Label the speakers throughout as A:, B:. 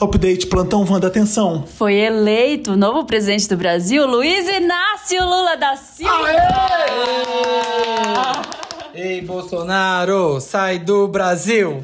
A: Update Plantão Wanda, atenção!
B: Foi eleito o novo presidente do Brasil, Luiz Inácio Lula da Silva!
C: Ei, Bolsonaro, sai do Brasil!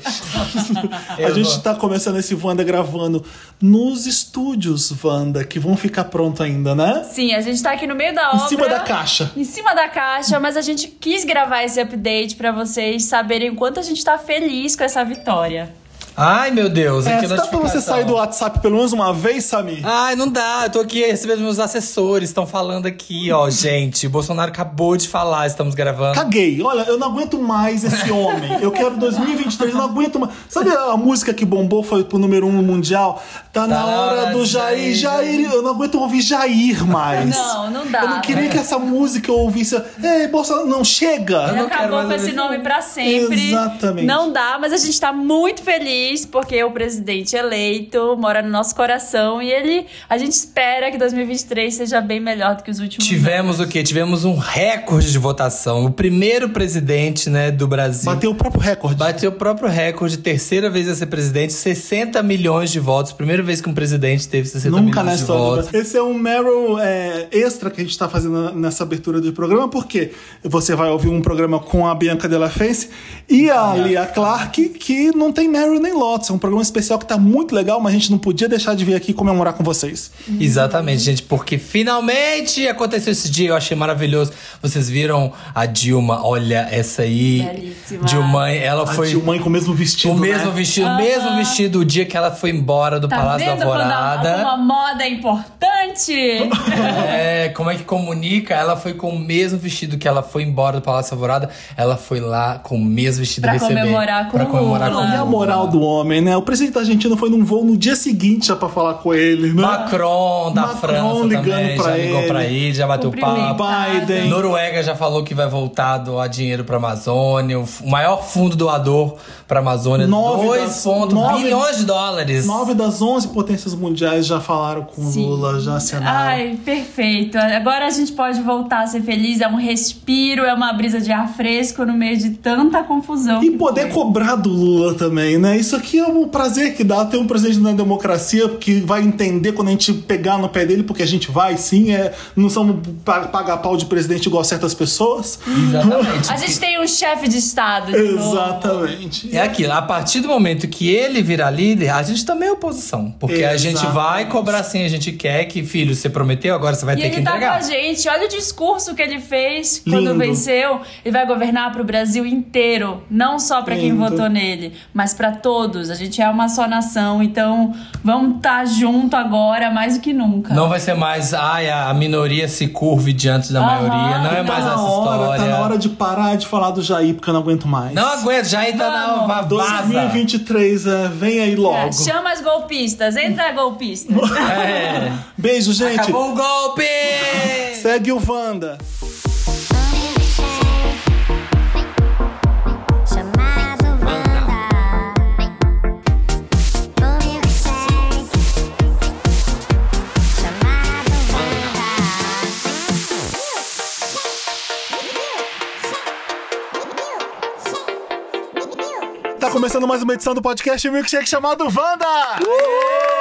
A: a gente tá começando esse Wanda gravando nos estúdios Wanda, que vão ficar pronto ainda, né?
B: Sim, a gente tá aqui no meio da
A: Em
B: obra.
A: cima da caixa.
B: Em cima da caixa, mas a gente quis gravar esse update pra vocês saberem o quanto a gente tá feliz com essa vitória.
C: Ai, meu Deus,
A: É, Ah.
C: aqui
A: dá pra você sair do WhatsApp pelo menos uma vez, Samir?
C: Ai, não dá. Eu tô aqui recebendo meus assessores, estão falando aqui, ó, gente. O Bolsonaro acabou de falar, estamos gravando.
A: Caguei. Olha, eu não aguento mais esse homem. Eu quero 2023, eu não aguento mais. Sabe a música que bombou, foi pro número um mundial? Tá na hora do Jair, Jair. Eu não aguento ouvir Jair mais.
B: Não, não dá.
A: Eu não queria que essa música eu ouvisse. Ei, Bolsonaro, não, chega.
B: Já
C: não quero
B: acabou
C: mais
B: com esse
C: ouvir
B: nome pra sempre.
A: Exatamente.
B: Não dá, mas a gente tá muito feliz porque o presidente eleito mora no nosso coração e ele. A gente espera que 2023 seja bem melhor do que os últimos.
C: Tivemos o quê? Tivemos um recorde de votação. O primeiro presidente, né, do Brasil.
A: Bateu o próprio recorde.
C: Bateu o próprio recorde, terceira vez a ser presidente, 60 milhões de votos. Primeira vez que um presidente teve 60
A: Nunca na
C: milhões de
A: história. do
C: votos.
A: Brasil. Esse é um Meryl é, extra que a gente está fazendo nessa abertura do programa, porque você vai ouvir um programa com a Bianca Della Fence e a Lia Clark, que não tem Meryl nem Lotus. É um programa especial que tá muito legal, mas a gente não podia deixar de vir aqui comemorar com vocês.
C: Exatamente, gente, porque finalmente aconteceu esse dia, eu achei maravilhoso. Vocês viram a Dilma, olha essa aí.
B: Belíssima.
C: Dilma, ela
A: A
C: foi
A: Dilma com o mesmo vestido.
C: o mesmo
A: né?
C: vestido, o mesmo vestido o dia que ela foi embora do
B: Tá
C: Palácio
B: vendo
C: da
B: quando
C: Alvorada.
B: a- uma moda é importante?
C: É, como é que comunica? Ela foi com o mesmo vestido que ela foi embora do Palácio Alvorada. Ela foi lá com o mesmo vestido
B: Pra
C: receber.
B: comemorar com
C: pra
B: o
C: comemorar
B: Lula.
C: com o
A: E a
C: Lula.
A: moral do homem, né? O presidente argentino foi num voo no dia seguinte já pra falar com ele, né?
C: Macron da
A: Macron
C: França
A: ligando
C: também,
A: pra
C: já ligou
A: ele.
C: pra ele, já bateu
B: Cumprimenta.
C: papo.
A: Biden.
C: Noruega já falou que vai voltar a doar dinheiro pra Amazônia, o f- o maior fundo doador pra Amazônia,
A: Nove das-
C: 2
A: nove-
C: bilhões de dólares.
A: Nove das onze potências mundiais já falaram com o
B: Sim.
A: Lula, já assinaram.
B: Ai, perfeito. Agora a gente pode voltar a ser feliz. É um respiro, é uma brisa de ar fresco no meio de tanta confusão.
A: E
B: que
A: poder
B: foi.
A: cobrar do Lula também, né? Isso aqui é um prazer que dá ter um presidente na democracia que vai entender quando a gente pegar no pé dele, porque a gente vai sim, é, não somos pa- pagar pau de presidente igual certas pessoas.
C: Exatamente.
B: A gente tem um chefe de Estado. de novo.
A: Exatamente.
C: É aquilo, a partir do momento que ele virar líder, a gente também é oposição. Porque a gente
A: Exatamente.
C: vai cobrar sim, a gente quer que, filho, você prometeu, agora você vai
B: E
C: ter que
B: ele tá com
C: entregar.
B: a gente. Olha o discurso que ele fez
A: Lindo.
B: quando venceu. Ele vai governar pro Brasil inteiro, não só pra quem
A: Lindo.
B: votou nele, mas pra todos. A gente é uma só nação, então vamos estar junto agora mais do que nunca.
C: Não vai ser mais, ai, a minoria se curve diante da
B: Aham.
C: maioria. Não é mais
A: tá na
C: essa
A: hora,
C: história.
A: tá na hora de parar de falar do Jair, porque eu não aguento mais.
C: Não aguento, já ainda não. va- Vaza.
A: 2023, é, vem aí logo.
B: É, chama as golpistas, entra golpistas.
A: um.
C: É.
A: Beijo, gente.
C: Acabou o golpe!
A: Segue o Wanda.
D: Chamado Wanda. Ouviu que segue. Chamado Wanda.
A: Tá começando mais uma edição do podcast Milkshake chamado Wanda! Uhul!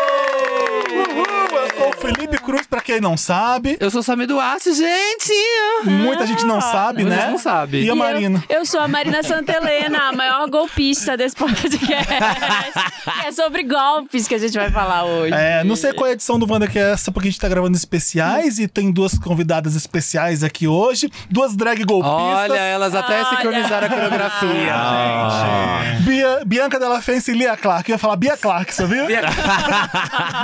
A: Eu sou o Felipe Cruz, pra quem não sabe.
E: Eu sou o Samir Duarte, gente!
A: Muita gente não sabe,
E: Ah, Muita
A: né?
E: gente não sabe.
A: E a
B: E
A: Marina?
B: Eu, eu sou a Marina Santelena, a maior golpista desse podcast. é sobre golpes que a gente vai falar hoje.
A: É, não sei qual é a edição do Wanda que é essa, porque a gente tá gravando especiais e tem duas convidadas especiais aqui hoje. Duas drag golpistas.
E: Olha, elas até
B: Olha.
E: sincronizaram a coreografia. Ah.
A: Bia- Bianca Della Fence e Lia Clark. Eu ia falar Bia Clark, você viu? Bia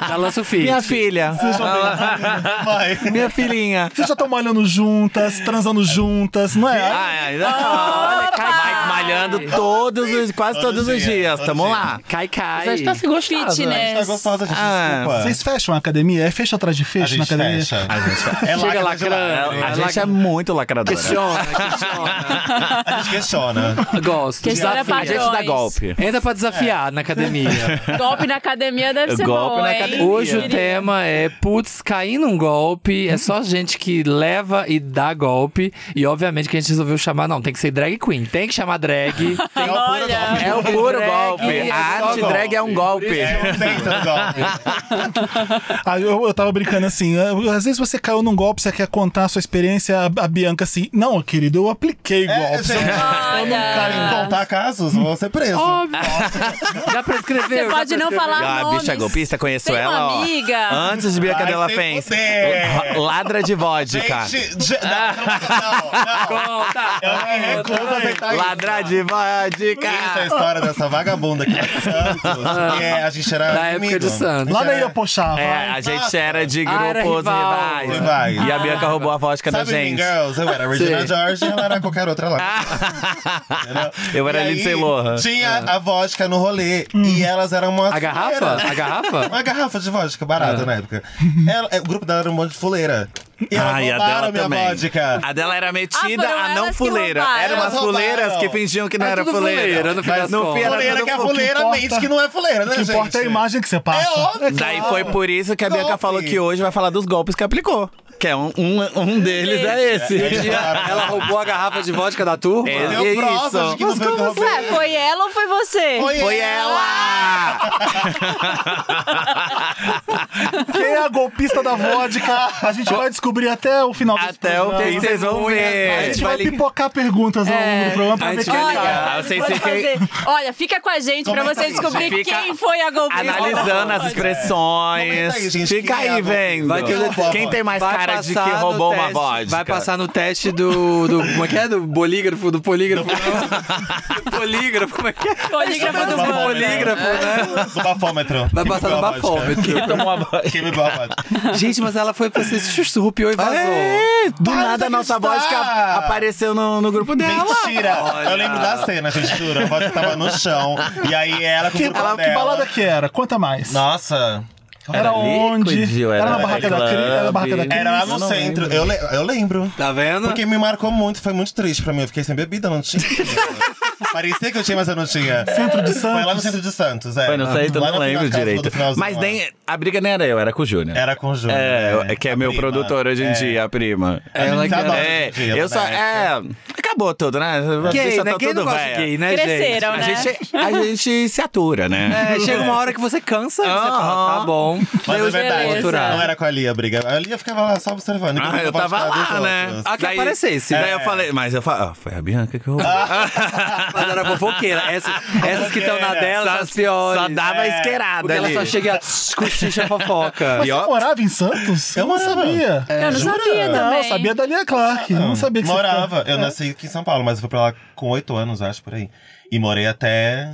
E: Já lança o feed. Minha filha. Ah. Minha filhinha.
A: Vocês já estão malhando juntas, transando juntas, não é?
E: Ai, ai, olha, cai, cai, malhando todos os, quase todos os dias. Tamo lá. Cai, cai. Você tá se gostando.
F: Tá
B: Fitness.
F: gostosa de
E: Ah,
F: desculpa.
A: Vocês fecham a academia? É fecha atrás de
F: a
A: fecho na
F: gente
A: academia?
F: fecha. A gente
E: Chega
F: lá
E: lacrando. A gente é muito lacradora. Questiona, questiona.
F: A gente questiona.
E: Gosto.
B: Questiona
E: Desafia. A gente dá
B: é padrões.
E: golpe. Entra pra desafiar na academia.
B: Golpe na academia deve ser bom,
E: Golpe na
B: hein?
E: academia. Hoje o
B: Queria.
E: tema é, putz, caí
C: imagina um golpe, é só gente que leva e dá golpe. E obviamente que a gente resolveu chamar, não, tem que ser drag queen, tem que chamar drag.
E: É o puro golpe.
G: É o puro
C: Drag
G: golpe.
C: é
G: A
C: só
G: arte
C: golpe.
G: drag é um golpe.
E: Tenta golpe.
A: Aí Ah, eu, eu tava brincando assim, ah, às vezes você caiu num golpe, você quer contar a sua experiência, a, a Bianca assim, não, querido, eu apliquei
E: É,
A: golpe.
E: gente, quando um cara contar casos, vão ser presos.
C: Óbvio. Já prescreveu.
B: Você
C: já
B: pode não
C: prescreveu.
B: falar
G: Ah, a
B: nomes.
G: bicha golpista conheceu
B: Tem uma
G: ela, ó.
B: amiga.
G: Antes de Bianca
E: Vai
G: Della
E: se
G: Fence.
E: fuder.
G: Ladra de vodka.
E: Gente, ge- não, não, não. Eu me recuso a aceitar isso.
G: Ladra de
E: Essa é a
G: vodka.
E: história dessa vagabunda aqui de Santos. que é, a gente era
C: Da época de Santos.
A: Lá daí eu puxava.
G: É, a gente era de
C: Ah, era
G: grupos
C: rival.
G: rivais.
E: tá Rivais.
G: E a Bianca roubou a vodka da
E: Sabe Mean
G: gente.
E: Girls? Eu era a Regina
C: Sim.
E: George e ela era qualquer outra lá. Entendeu?
G: Eu era
E: E aí,
G: Lindsay Lohan. É.
E: Tinha a vodka no rolê
A: Hum.
E: e elas eram umas
C: A garrafa? A
E: fuleiras.
C: garrafa?
E: Uma garrafa de vodka
G: É.
E: barata na época. Ela- é, o grupo dela era um monte de fuleira. E elas
G: Ai, a
E: roubaram
G: dela
E: minha
G: também.
E: vodka.
G: A dela era metida
B: Ah, foram
G: a não
B: elas que
G: fuleira.
B: roubaram.
G: Eram umas
E: Elas roubaram.
G: fuleiras que fingiam que não
C: É
G: era
C: tudo
G: fuleira.
C: fuleira, no fim das
G: no fim
C: contas.
G: era
E: Fuleira
G: tudo
E: que é
G: fu-
E: fuleira,
A: importa-
E: mente que não é fuleira, né,
A: O que
E: gente?
A: importa é a imagem que você passa.
E: É óbvio.
G: Daí
E: claro.
G: foi por isso que a Bianca
E: Golpe.
G: falou que hoje vai falar dos golpes que aplicou. Que é um, um, um deles é esse.
C: Um dia ela roubou a garrafa de vodka da turma.
G: É.
E: Deu
G: E
E: provas
G: isso?
E: de que não foi o que eu
B: Ué,
A: é?
E: roubei.
B: foi ela ou foi você?
G: Foi ela!
A: Quem é a golpista da vodka? A gente vai descobrir até o final do
G: Até o fim, vocês vão
A: A
G: ver.
A: gente vai pipocar perguntas ao longo do programa pra
C: A
A: ver
C: gente
A: quem
C: vai
A: é.
C: ligar.
G: Ah, Eu sei
B: Pode
G: se quem-
B: fazer. Olha, fica com a gente pra
E: Comenta
B: você
E: aí,
B: descobrir
G: gente. Fica
B: quem foi a golpista.
G: Analisando as expressões.
E: Comenta aí, gente,
G: Fica
E: quem é
G: aí,
E: a
G: vendo.
E: Vai que eu-
G: Quem tem mais
C: Vai
G: cara de que
C: passar no
G: roubou uma
C: teste-
G: vodka?
C: Vai passar no teste do, do. Como é que é? Do bolígrafo, do polígrafo. não. polígrafo, como é que é?
B: Polígrafo do
E: Bafômetro.
C: Polígrafo, né?
E: Do bafômetro.
C: Vai passar no bafômetro.
A: é?
E: Quem bebeu a vodka?
C: Gente, mas ela foi pra ser surrupiou e vazou.
G: É, do
E: Para
G: nada
E: de
G: a nossa
E: acreditar.
G: vodka apareceu no, no grupo dela.
E: Mentira! Eu lembro da cena, gente, jura. A vodka tava no chão. E aí ela com o
A: Que,
E: grupão
A: que
E: dela.
A: balada que era? Conta mais.
E: Nossa.
A: Era, onde? Era, na barraca da Cris? Era na barraca da Cris?
E: Era lá no centro. Eu, le- eu lembro.
C: Tá vendo?
E: Porque me marcou muito, foi muito triste pra mim. Eu fiquei sem bebida, não tinha. Parecia que eu tinha, mas eu não tinha.
A: Centro de Santos.
E: Foi lá no centro de Santos, é.
G: Foi, não sei, então
E: Lá
G: não
E: no
G: lembro
E: final-
G: direito.
E: do finalzinho,
G: Mas
E: é.
G: nem. A briga nem era eu, era com o Júnior.
E: Era com o Júnior.
G: É,
E: né?
G: que é
E: A
G: meu
E: prima.
G: produtor hoje em
E: É.
G: dia, a prima.
E: A gente
C: Ela
E: se
C: que-
E: adora
G: É,
E: hoje em dia,
G: eu só.
E: né?
G: É, acabou tudo, né?
C: Gay,
G: Deixa
C: né?
G: tá
C: Quem não
G: tudo
C: gosta de
G: velho.
C: gay, né, gente?
B: Cresceram,
G: A
B: né?
G: gente, a gente se atura, né?
C: É, chega uma hora que você cansa e você fala,
G: Aham.
C: tá bom.
E: Mas é
C: Deus
E: verdade,
C: cultural.
E: não era com a Lia a briga. A Lia ficava lá só observando.
G: Ah,
E: enquanto
G: eu tava
E: participava
G: lá,
E: dos
G: né?
E: outros.
C: Ah, que aparecesse.
G: Daí eu
E: É.
G: falei, mas eu falei, ah, foi a Bianca que eu
C: Mas era fofoqueira. Essas, essas que estão na dela são as piores.
G: Só dava
C: Porque
G: esquerada
C: ela
G: ali.
C: só chega e ela tss, cochicha a fofoca.
A: Você morava em Santos?
E: Eu
A: não
E: morava.
A: sabia.
B: Eu não sabia também.
A: Não, sabia da Lia Clark. Não sabia que você
E: Hum.
A: É.
E: Morava. Eu nasci aqui em São Paulo, mas eu fui pra lá com oito anos, acho, por aí. E morei até.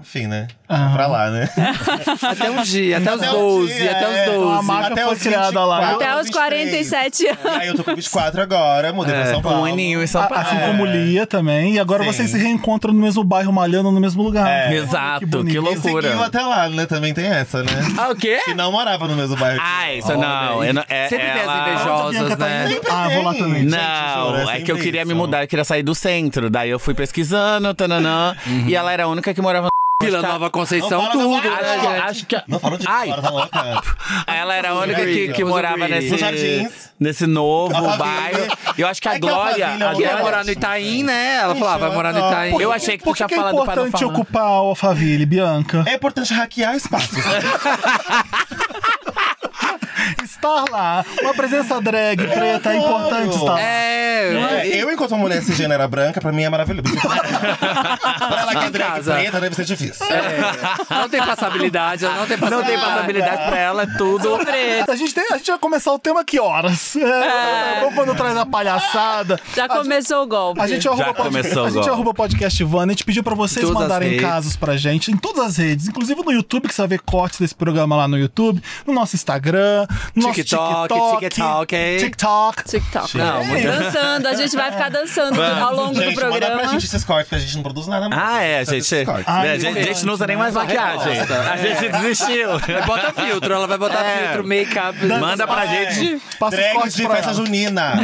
E: Enfim, né?
A: Ah.
E: Pra lá, né?
C: Até um dia, até os
E: Até um
C: 12,
E: dia,
C: até
E: é.
C: os 12.
A: Então A marca
E: Até
A: foi
E: os
A: criada lá.
E: 24.
B: Até os 47 anos.
E: E aí eu tô com 24 agora, mudei
C: É,
E: pra São
G: Um
E: Paulo.
G: aninho em São
A: A-
E: ah,
G: Paulo.
A: Assim como Lia também. E agora
E: Sim.
A: vocês se reencontram no mesmo bairro, malhando no mesmo lugar.
E: É.
G: Exato, que,
A: bonito.
E: E seguiu
G: loucura.
E: até lá, né? Também tem essa, né?
C: Ah, o quê?
E: Que não morava no mesmo bairro. que
G: Ah,
E: eu.
G: isso não. eu não- é,
C: Sempre tem as
G: ela-
A: Onde a Bianca
C: invejosas,
A: tá
C: né?
A: indo? Ah, vou lá
E: tem.
A: também.
E: Gente,
G: Não,
E: juro,
G: é que
E: sempre
G: eu queria me
E: isso.
G: mudar, eu queria sair do centro. Daí eu fui pesquisando, tananã. E ela era a única que morava
C: Vila Nova Conceição,
E: Não fala
C: tudo,
E: da
C: né,
E: marca.
C: gente?
G: Acho que.
E: Não falou de
G: Ai.
E: fora, tá louca.
G: Ela era a única que, que
C: Os
G: morava
C: Greens.
G: nesse,
E: Os Jardins.
G: nesse novo
E: Alphaville.
G: bairro. Eu acho que a
E: É que Alphaville é um
G: Glória. a
C: Ela ia
E: Gente,
G: Glória-
C: morar no Itaim, né? Ela falava, vai morar no Itaim.
G: Eu
C: Eu
G: achei que tu
A: Por que,
G: tinha
A: que é
G: falado pra não
A: importante
G: falar. né?
A: ocupar o Alphaville, Bianca?
E: É importante hackear espaço.
A: É Estar lá. Uma presença drag preta é importante estar lá.
C: É.
E: É, eu, enquanto uma mulher cisgênero era branca, pra mim é maravilhoso. pra ela que é drag
C: casa. É.
E: preta, deve ser difícil.
C: Não tem passabilidade, ela não tem
G: Não
C: passabilidade.
G: tem passabilidade pra ela, é tudo.
A: A gente, tem- a gente vai começar o tema que horas? É, ou Quando traz a palhaçada.
B: Já começou o golpe.
A: A gente arroba,
G: começou
A: podcast, a gente
G: agora.
A: arroba podcast Vana. A gente pediu pra vocês
C: Em todas as
A: mandarem
C: redes.
A: casos pra gente, em todas as redes, inclusive no YouTube, que você vai ver cortes desse programa lá no YouTube, no nosso Instagram, no
C: TikTok,
A: nosso TikTok,
C: TikTok.
A: TikTok.
B: TikTok.
C: Não, muito-
B: Dançando, a gente vai ficar dançando ao longo
E: gente,
B: do
E: Manda pra
B: programa.
E: gente esses cortes, que a gente não produz nada mais.
G: Ah, é,
E: Só esses
G: gente.
E: cortes.
A: Ah,
G: é,
A: meu
G: a gente, a gente não usa nem mais
C: Deus.
G: maquiagem. A gente desistiu.
C: Bota filtro, ela vai botar
G: É.
C: filtro, make-up.
G: Manda pra
E: É.
G: gente.
A: Passa os
E: Drags
A: cortes
E: de
A: pra
E: festa
A: ela.
E: junina.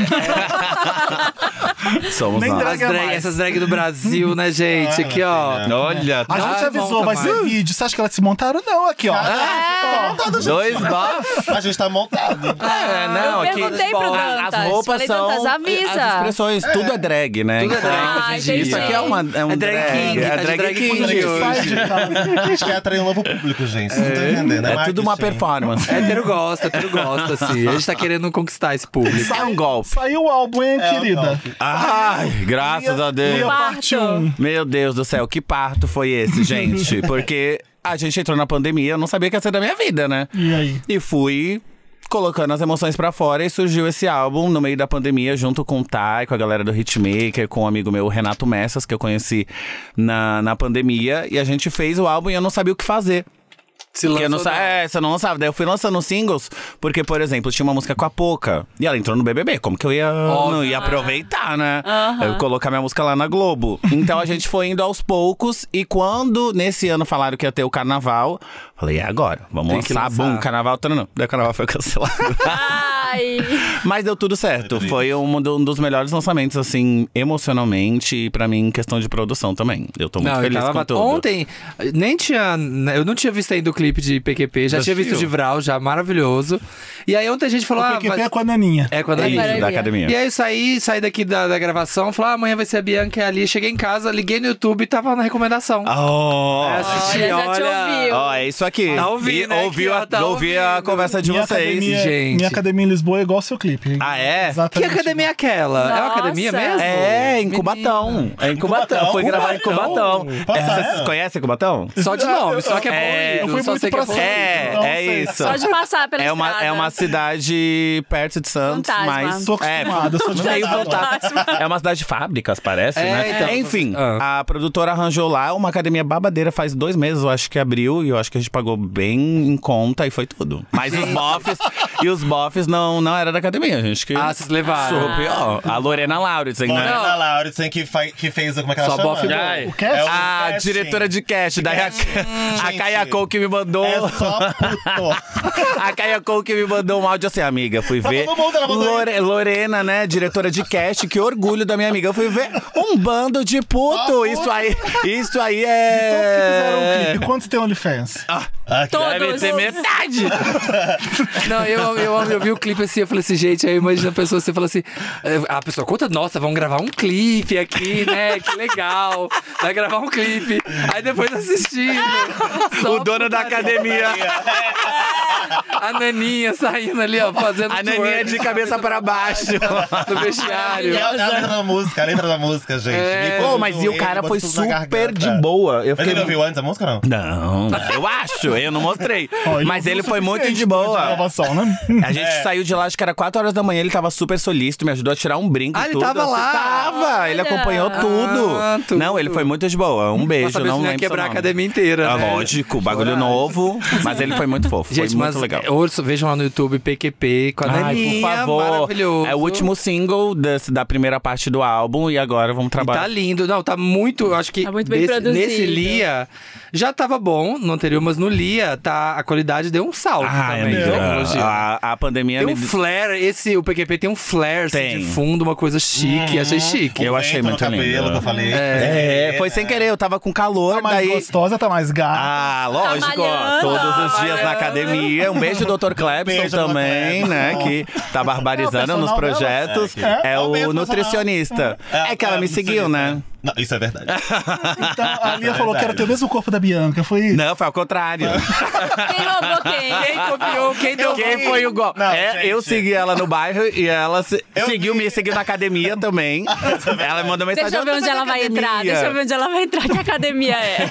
G: Somos
A: Nem
G: nós. É.
A: drag
C: As
A: é
C: drag,
A: mais.
C: essas drag do Brasil, né, gente? Aqui, ó.
G: Olha,
A: A
C: Ah,
A: gente
C: não,
A: avisou, vai
C: tá
A: ser
C: mais.
A: vídeo. Você acha que elas se montaram? Não, aqui, ó. Tá
E: Ah,
A: Ó,
E: montado, gente.
G: Dois bofs.
E: A gente tá montado.
G: É,
B: eu
G: não, aqui-
B: perguntei pro
G: a-
B: Dantas.
G: As roupas
B: Falei,
G: são.
B: Dantas, avisa.
G: As expressões, tudo é drag, né?
C: Tudo é
G: Então,
C: drag,
B: Ah,
C: gente.
G: Isso aqui é, uma, é um
C: É drag king, tá
G: É
C: de
G: drag,
C: drag
G: king,
C: king
G: hoje.
A: Sai de casa.
E: A gente quer atrair um novo público, gente. Vocês não estão entendendo.
G: É tudo uma
E: marketing.
G: performance.
C: É, Hétero gosta, hétero gosta, assim. A gente tá querendo conquistar esse público.
G: É um golpe.
A: Saiu o álbum, hein,
E: É,
A: querida?
E: não.
G: Ai, graças a Deus.
A: Lia parte 1.
G: Meu Deus do céu, que parto foi esse, gente? Porque a gente entrou na pandemia, eu não sabia o que ia ser da minha vida, né?
A: E aí?
G: E fui colocando as emoções pra fora e surgiu esse álbum no meio da pandemia, junto com o Thay, com a galera do Hitmaker, com um amigo meu, o Renato Messas, que eu conheci na, na pandemia. E a gente fez o álbum e eu não sabia o que fazer.
C: Se
G: Porque eu não
C: lançou
G: sa-
C: na-
G: é, você não lançava. Daí eu fui lançando singles, porque, por exemplo, tinha uma música com a Poca. E ela entrou no BBB. Como que eu ia,
C: Óbvio.
G: não ia aproveitar, né? Eu colocar minha música lá na Globo. Então a gente foi indo aos poucos. E quando nesse ano falaram que ia ter o carnaval, falei, é agora. Vamos
C: Tem que
G: lançar,
C: lançar.
G: bum, carnaval. Tananã. Daí o carnaval foi cancelado.
B: Ai.
G: Mas deu tudo certo. Foi um, do- um dos melhores lançamentos, assim, emocionalmente. E pra mim, em questão de produção também. Eu tô muito
C: Não, eu
G: feliz
C: tava
G: com tudo.
C: Ontem, nem tinha. Eu não tinha visto ainda o clipe de PQP, já
G: Já
C: tinha visto
G: assistiu?
C: de Vral, já maravilhoso. E aí ontem a gente falou.
A: O
C: ah,
A: PQP
C: mas-
A: é com a Naninha.
C: É, quando a
G: É
C: gente.
G: isso, da
B: Maravilha.
G: academia.
C: E aí eu saí, saí daqui da, da gravação, falei, ah, amanhã vai ser a Bianca e ali. Cheguei em casa, liguei no YouTube e tava na recomendação.
G: Oh,
C: Aí assisti,
B: Olha, já te ouviu.
G: Ó, é isso aqui.
C: Tá ouvindo,
G: E
C: né,
G: ouviu
C: aqui,
G: a,
C: ó, tá
G: ouvi a
C: ouvindo.
G: conversa de
A: minha,
G: vocês.
A: academia,
C: gente.
A: minha academia em Lisboa é igual ao seu clipe. hein?
G: Ah, é?
C: Que
A: Exatamente.
C: academia é aquela? É uma
B: Nossa.
C: academia mesmo?
G: É, em Cubatão. É em Cubatão. Foi gravar em Cubatão.
E: Passa
G: É,
E: ela.
G: Vocês conhecem Cubatão?
C: Só de nome, só que é
G: É,
C: poluído.
G: eu
A: fui
C: só
A: muito
C: sei que é
A: pra
C: poluído.
G: É,
A: não
G: é
A: sei.
G: isso.
B: Só de passar pela
G: É uma,
B: estrada.
G: é uma cidade perto de Santos,
B: Fantasma.
G: mas.
A: Sou acostumada, sou de
G: meio
A: Natal.
G: fantasma. É uma cidade de fábricas, parece,
C: É,
G: né?
C: então.
G: Enfim,
C: Ah.
G: a produtora arranjou lá uma academia babadeira faz dois meses, eu acho que abriu, e eu acho que a gente pagou bem em conta e foi tudo. Mas os bofs e os bofs não, não era da academia, a gente que.
C: Ah, vocês levaram.
G: Surra pior. A Lorena Lauritsen, né?
E: Lorena Lauritsen, que, faz- que fez como é que ela
C: Só
E: chama?
C: bofe bom.
E: Ai,
A: O cast?
E: é o
G: Ah, A
E: casting.
G: diretora de cast, daí a, a
E: Gente.
G: Kayako que me mandou.
E: É só puto.
G: A Kaia Cole que me mandou um áudio assim, amiga, fui ver.
E: todo mundo, ela mandou
G: Lore- Lorena, né, diretora de cast, que orgulho da minha amiga. Eu fui ver um bando de puto. Isso aí, isso aí
A: Todos que fizeram um
G: é.
A: clipe, quantos tem OnlyFans?
E: Ah, que-
G: Deve
B: Todos.
G: ter metade.
C: Não, eu, eu, eu, vi o clipe assim, eu falei assim, gente, aí imagina a pessoa, você fala assim, eh, a pessoa, conta, nossa, vamos gravar um clipe aqui, né, que legal, vai gravar um clipe, aí depois assistindo. só
G: O dono da
C: putaria.
G: academia.
C: A naninha saindo ali, ó, fazendo
G: A naninha é de cabeça pra baixo.
C: do vestiário.
E: É a letra da música, a letra da música, gente. Me
G: É. Pô,
E: conta
G: mas
E: do
G: e o
E: ele,
G: cara
E: bota
G: foi
E: tudo na garganta.
G: super de boa. Eu
E: Mas ele
G: fiquei.
E: não viu antes a música, não?
G: Não, eu acho, eu não mostrei.
A: Ó,
G: Mas
A: não
G: ele foi muito
A: suficiente
G: de
A: pra
G: boa.
A: gravação, né?
G: A gente
E: É.
G: saiu de lá, acho que era 4 horas da manhã, ele tava super solícito, me ajudou a tirar um brinco.
C: Ah,
G: e
C: ele
G: tudo.
C: tava
G: Eu
C: lá.
G: Tava, ele acompanhou tudo.
C: Ah, tudo.
G: Não, ele foi muito de boa. Um beijo,
C: Nossa, a
G: não
C: pessoa ia
G: lembro.
C: quebrar a
G: seu nome.
C: academia inteira,
G: Ah,
C: né?
G: lógico, bagulho novo. Mas ele foi muito fofo.
C: Gente,
G: foi muito
C: mas
G: legal.
C: Orso, vejam lá no YouTube PQP com a
G: Ai,
C: Naninha,
G: por favor.
C: maravilhoso.
G: É o último single desse- da primeira parte do álbum e agora vamos
C: E tá
G: trabalhar.
C: lindo, não, tá muito, eu acho que
B: Tá muito bem
C: desse-
B: produzido.
C: nesse Lia já tava bom no anterior, mas no Lia tá a qualidade deu um salto
G: Ai,
C: também.
G: amiga,
C: né, elogio.
G: a, a pandemia
C: Tem
G: me.
C: um flare, esse o PQP tem um flare assim,
G: é Tem. Uhum.
C: de fundo, uma coisa chique, achei chique.
G: Eu achei
E: Vento
G: muito
E: no cabelo,
G: lindo.
E: que eu falei. né?
G: É, foi sem querer, eu tava com calor,
A: Tá mais
G: daí.
A: gostosa, tá mais gata.
G: Ah, lógico, ó,
B: malhando,
G: todos os dias na
B: malhando.
G: academia. Um beijo, doutor Clebson,
E: Beijo, doutor
G: também,
E: Clebson.
G: né? Que tá barbarizando
A: É o
G: nos
A: personal
G: projetos.
A: dela.
G: É,
A: É, é o
G: o
A: mesmo
G: nutricionista. É que ela me seguiu, né?
E: Não, isso é verdade.
A: Então, a Lia falou que era ter o mesmo corpo da Bianca. Foi isso.
G: Não, foi ao contrário.
B: Quem roubou quem?
C: Quem copiou, quem deu
G: Quem foi o golpe?
E: Não,
G: É,
E: gente.
G: eu segui ela no bairro e ela se-
E: Eu
G: seguiu,
E: vi.
G: me seguiu na academia também. ela me mandou mensagem.
B: Deixa eu ver
G: "Você
B: onde
G: tá
B: ela
G: na
B: vai entrar.
G: academia?"
B: Deixa eu ver onde ela vai entrar, que academia é.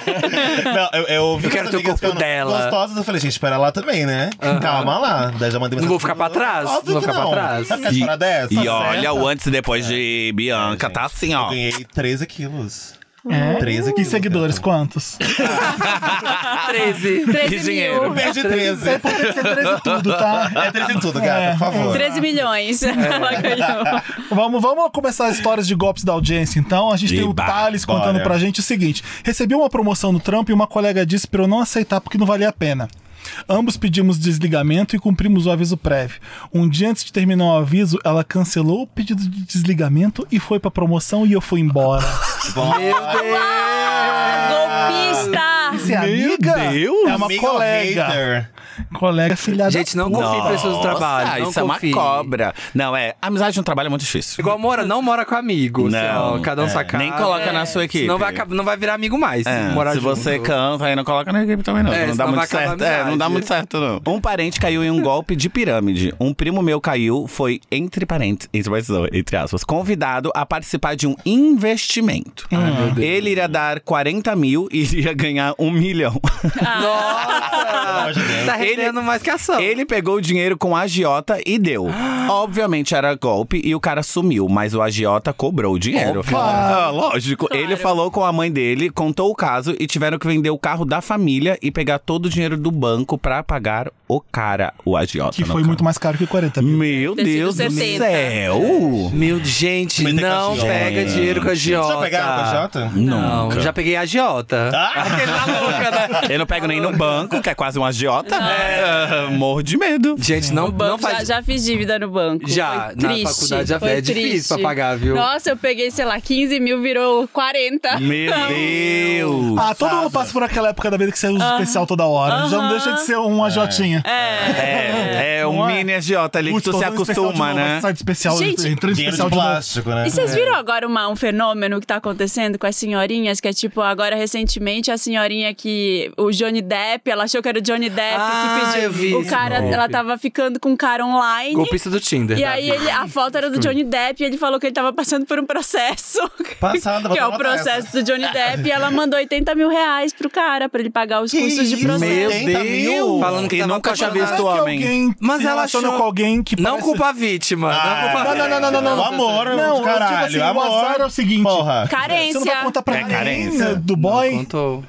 E: Não, eu, eu vi
C: Eu quero
E: umas
C: ter o
E: amigas
C: corpo
E: ficando
C: dela.
E: Gostosas, eu falei, gente, espera lá também, né? Calma lá. Daí já mandei
C: Não vou
E: mensagem.
C: ficar pra trás? Não
E: Óbvio
C: vou
E: que
C: ficar pra trás?
E: Sabe que
G: E-
E: história dessa?
G: E
E: Tá
G: olha
E: certa.
G: o antes e depois de Bianca, tá assim,
E: Eu
G: ó.
E: ganhei 13 quilos.
A: É.
E: 13
A: E
E: quilos.
A: seguidores, quantos?
C: 13.
B: 13
G: dinheiro.
B: Tá mil.
E: Perdi 13.
A: Você merece tudo, tá?
E: É 13 em tudo, gata, por favor.
B: 13 milhões. Ela ganhou.
A: Vamos, vamos começar as histórias de golpes da audiência, então. A gente tem o
G: Eba,
A: Thales
E: bora.
A: contando pra gente o seguinte: recebi uma promoção no trampo e uma colega disse pra eu não aceitar porque não valia a pena. Ambos pedimos desligamento e cumprimos o aviso prévio. Um dia antes de terminar o aviso, ela cancelou o pedido de desligamento e
E: é
A: foi pra promoção e eu fui embora.
E: Bom,
B: Golpista!
G: Esse amiga Deus.
A: É uma
E: Amigo
A: colega.
E: hater.
A: Colega filha
C: Gente, não confie em pessoas do trabalho.
G: isso
C: não
G: é
C: confie.
G: uma cobra. Não, é. Amizade no trabalho é muito difícil.
C: Igual mora, não mora com amigo.
G: Não,
C: senão cada um
G: é.
C: sua casa.
G: Nem coloca na sua equipe.
C: Não vai, acab- não vai virar amigo mais.
G: É,
C: um morar
G: se você
C: junto.
G: canta, aí não coloca na equipe também, não.
C: É,
G: não dá
C: senão
G: muito
C: vai acabar
G: certo.
C: a
G: É, não dá
C: amizade.
G: muito certo, não. Um parente caiu em um golpe de pirâmide. Um primo meu caiu, foi, entre parentes, entre, parênteses, não, entre aspas, convidado a participar de um investimento. Ele iria dar 40 mil e iria ganhar um milhão. Ah,
E: amor de
C: Nossa!
E: Deus.
C: tá rendendo mais que ação.
G: Ele pegou o dinheiro com a agiota e deu. Obviamente era golpe e o cara sumiu, mas o agiota cobrou o dinheiro. Ah, lógico. Ele falou com a mãe dele, contou o caso e tiveram que vender o carro da família e pegar todo o dinheiro do banco pra pagar o cara, o agiota.
A: que
G: no
A: foi
G: caso.
A: muito mais caro que 40 mil.
G: Meu
B: Deve ter sido
G: Deus do
B: 70.
G: céu!
C: Meu, gente,
E: Também tem
C: não
E: com a agiota.
C: pega dinheiro com a Giota.
E: Já pegaram com a Jota?
C: Não, já peguei a Giota. Aquele tá louca, né?
G: Eu não pego nem no banco, que é quase um agiota. né? Ah, morro de medo.
C: Gente, não, não
B: Banco, já,
C: faz.
B: já fiz dívida no banco.
C: Já,
B: Foi
C: na
B: triste,
C: faculdade já
B: foi
C: é difícil
B: triste.
C: pra pagar, viu?
B: Nossa, eu peguei, sei lá, 15 mil, virou 40.
G: Meu Deus!
A: Ah, todo mundo passa por aquela época da vida que você usa o especial toda hora. Já não deixa de ser uma jotinha.
G: É, é um
A: Não é?
G: mini agiota ali que
A: Putz,
G: tu
A: tô
G: se
A: usando especial de
G: acostuma,
A: novo,
G: né?
A: Sai de especial,
B: Gente,
A: entra em
E: Dinheiro de
A: especial de novo.
E: plástico, né?
B: E
C: É.
B: vocês viram agora uma- um fenômeno que tá acontecendo com as senhorinhas? Que é tipo, agora recentemente a senhorinha que. O Johnny Depp, ela achou que era o Johnny Depp
C: Ah,
B: que pediu.
C: eu vi
B: o
C: esse
B: cara,
C: golpe.
B: ela tava ficando com um cara online.
C: Golpista do Tinder.
B: E
C: da
B: aí
C: vida.
B: ele- a foto era do Johnny Depp e ele falou que ele tava passando por um processo.
E: Passada, vou
B: que é o
E: tomar dessa.
B: processo do Johnny Depp. E ela mandou 80 mil reais pro cara pra ele pagar os
E: Que
B: custos de
E: isso?
B: processo.
C: Meu
E: 70
C: Deus!
E: mil?
C: Falando que
G: E
C: tava
G: nunca tinha
C: apaixonado.
G: visto
A: Que
G: homem.
A: alguém
C: Mas
A: se
C: ela
A: relaciona
C: achou-
A: com alguém que
C: Não
A: parece-
C: culpa a vítima.
E: Ah.
C: não culpa a
A: Não,
C: vítima.
A: não, não, não, não, não.
E: O amor,
A: Não, eu
E: caralho.
A: digo assim,
E: amor.
A: o azar é o seguinte.
E: Porra.
A: Você não vai
B: Carência.
A: contar pra
G: É
A: ninguém
G: carência.
A: do boy?
C: Contou.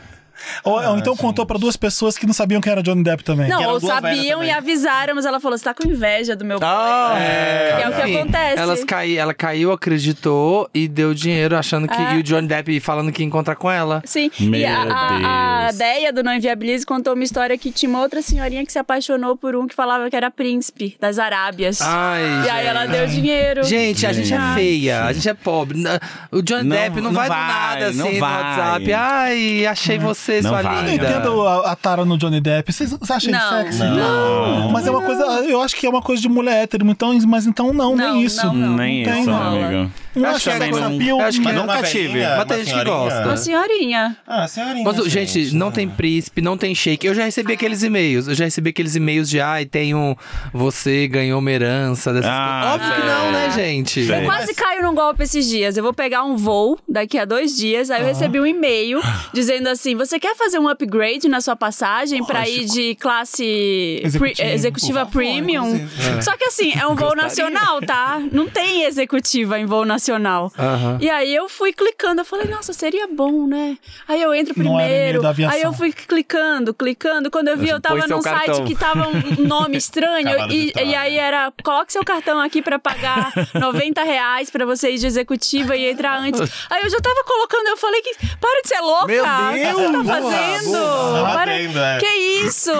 A: ou, ou então contou pra duas pessoas que não sabiam quem era Johnny Depp também.
E: Que
B: Não,
E: eram
B: ou
E: duas velhas
B: sabiam e
E: também.
B: avisaram, mas ela falou: você tá com inveja do meu pai.
C: Ah,
B: é, o que
C: Enfim,
B: acontece.
C: Elas cai, ela caiu, acreditou e deu dinheiro achando que.
B: É.
C: E o Johnny Depp falando que ia encontrar com ela.
B: Sim, e
G: Meu
B: a, a, a
G: Deus.
B: Deia do Não Inviabilize contou uma história que tinha uma outra senhorinha que se apaixonou por um que falava que era príncipe das Arábias.
C: Ai,
B: e aí
C: gente.
B: ela deu dinheiro.
C: Gente, a gente é
B: Ai.
C: feia, a gente é pobre. Na- O Johnny
G: Não-
C: Depp não,
G: não
C: vai,
G: vai,
C: do nada assim
G: não
C: no
G: vai.
C: WhatsApp. Ai, achei você,
G: Não
C: sua
G: vai,
A: Eu
C: linda.
G: não
A: entendo a, a tara no Johnny Depp. Vocês vocês acham ele
B: Não.
A: sexy?
E: Não.
A: Mas é uma coisa. Eu acho que é uma coisa de mulher hétero, então, mas então não,
B: Não,
A: nem isso.
B: não, não.
G: Nem
A: Não tem
G: isso,
B: rola.
G: amigo.
A: Não
C: Acho
A: acho
C: que é
A: sex
G: não-
A: appeal.
C: acho que
A: mas-
G: Mas
E: Uma
G: nunca
E: velhinha,
G: tive.
E: uma
C: Mas tem gente que
E: senhorinha.
C: gosta.
B: Uma senhorinha.
E: Ah, senhorinha.
C: Mas, gente, não tem príncipe, não tem shake. Eu já recebi aqueles e-mails. Eu já recebi aqueles e-mails de ai, tem um. Você ganhou uma herança dessas
G: Ah,
C: coisas. Óbvio que não, né, gente?
G: Sei.
B: Quase caio num golpe esses dias. Eu vou pegar um voo daqui a dois dias.
C: Ah.
B: Aí eu recebi um e-mail dizendo assim: você quer fazer um upgrade na sua passagem pra ir de classe pre-
A: Executiva,
B: executiva premium? Só que assim, é um voo nacional, tá? Não tem executiva em voo nacional.
C: Aham.
B: E aí eu fui clicando, eu falei, nossa, seria bom, né? Aí eu entro
A: Não era e-mail
B: primeiro,
A: da aviação.
B: aí eu fui clicando, clicando. Quando eu vi, eu tava
C: Põe seu
B: num
C: cartão.
B: site que tava um um nome estranho.
E: Cavalo de
B: e,
E: Troia.
B: e aí era, coloque seu cartão aqui pra pagar 90 reais pra você ir de executiva e entrar antes. Aí eu já tava colocando, eu falei que, para de ser louca.
C: Meu
B: o que você
C: Deus,
B: tá
C: boa,
B: fazendo?
E: boa.
B: Para-
E: Batendo, é.
B: Que isso?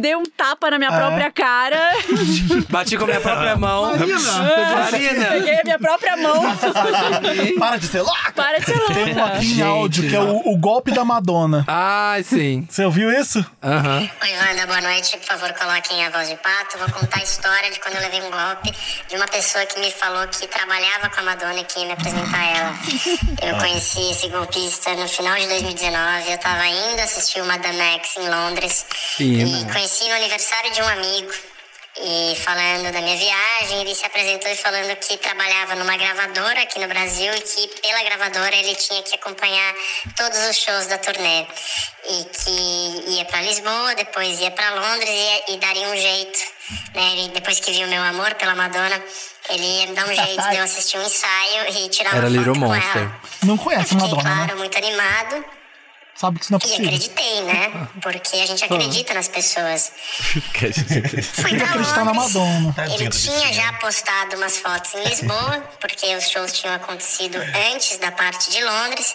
B: Dei um tapa na minha própria cara.
C: Bati com a minha própria mão. Marina!
B: Peguei a minha própria mão.
E: Para de ser louca!
B: Para de ser
A: Tem um
B: louca.
A: aqui
C: Gente,
A: em áudio que é
C: não.
A: o, o golpe da Madonna.
C: Ai, sim.
A: Você ouviu isso?
C: Aham.
D: Oi, Wanda, boa noite. Por favor, coloquem a voz de pato. Vou contar a história de quando eu levei um golpe de uma pessoa que me falou que trabalhava com a Madonna e que ia me apresentar a ela. Eu conheci esse golpista no final de 2019. Eu tava indo assistir o Madame X em Londres.
C: Fina.
D: E conheci no aniversário de um amigo. E falando da minha viagem, ele se apresentou e falando que trabalhava numa gravadora aqui no Brasil e que pela gravadora ele tinha que acompanhar todos os shows da turnê. E que ia pra Lisboa, depois ia pra Londres e, e daria um jeito. né? Ele, depois que viu meu amor pela Madonna, ele ia me dar um jeito de eu assistir um ensaio e tirar uma
C: Era
D: foto
C: Little
D: com
C: Monster.
D: ela.
A: Não
D: Eu
A: conhece
D: fiquei,
A: Madonna, né?
D: claro, muito animado.
A: Sabe que isso não é
D: E
A: possível.
D: acreditei, né? Porque a gente acredita nas pessoas. Fui
A: Tem que
D: pra
A: acreditar na
D: Londres.
A: Madonna.
D: Ele
E: Tadinha do
D: tinha já postado umas fotos em Lisboa, porque os shows tinham acontecido antes da parte de Londres.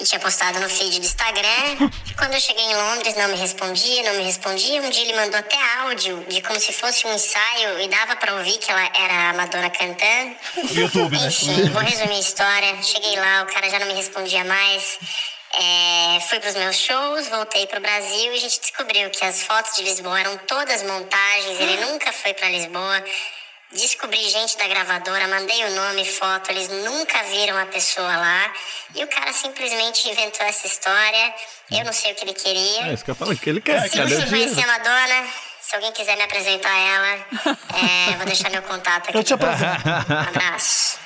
D: E tinha postado no feed do Instagram. Quando eu cheguei em Londres, não me respondia, não me respondia. Um dia ele mandou até áudio de como se fosse um ensaio e dava pra ouvir que ela era a Madonna cantando.
E: YouTube, né?
D: Enfim, vou resumir a história. Cheguei lá, o cara já não me respondia mais. É, fui para os meus shows, voltei para o Brasil e a gente descobriu que as fotos de Lisboa eram todas montagens, ele nunca foi para Lisboa. Descobri gente da gravadora, mandei o nome, foto, eles nunca viram a pessoa lá. E o cara simplesmente inventou essa história. Eu não sei o que ele queria.
G: É isso que eu falo, que ele quer.
D: Se
G: Cadê o
D: você
G: dinheiro?
D: conhecer a Madonna, se alguém quiser me apresentar a ela, é, vou deixar meu contato aqui.
A: Eu te apresento.
D: Abraço.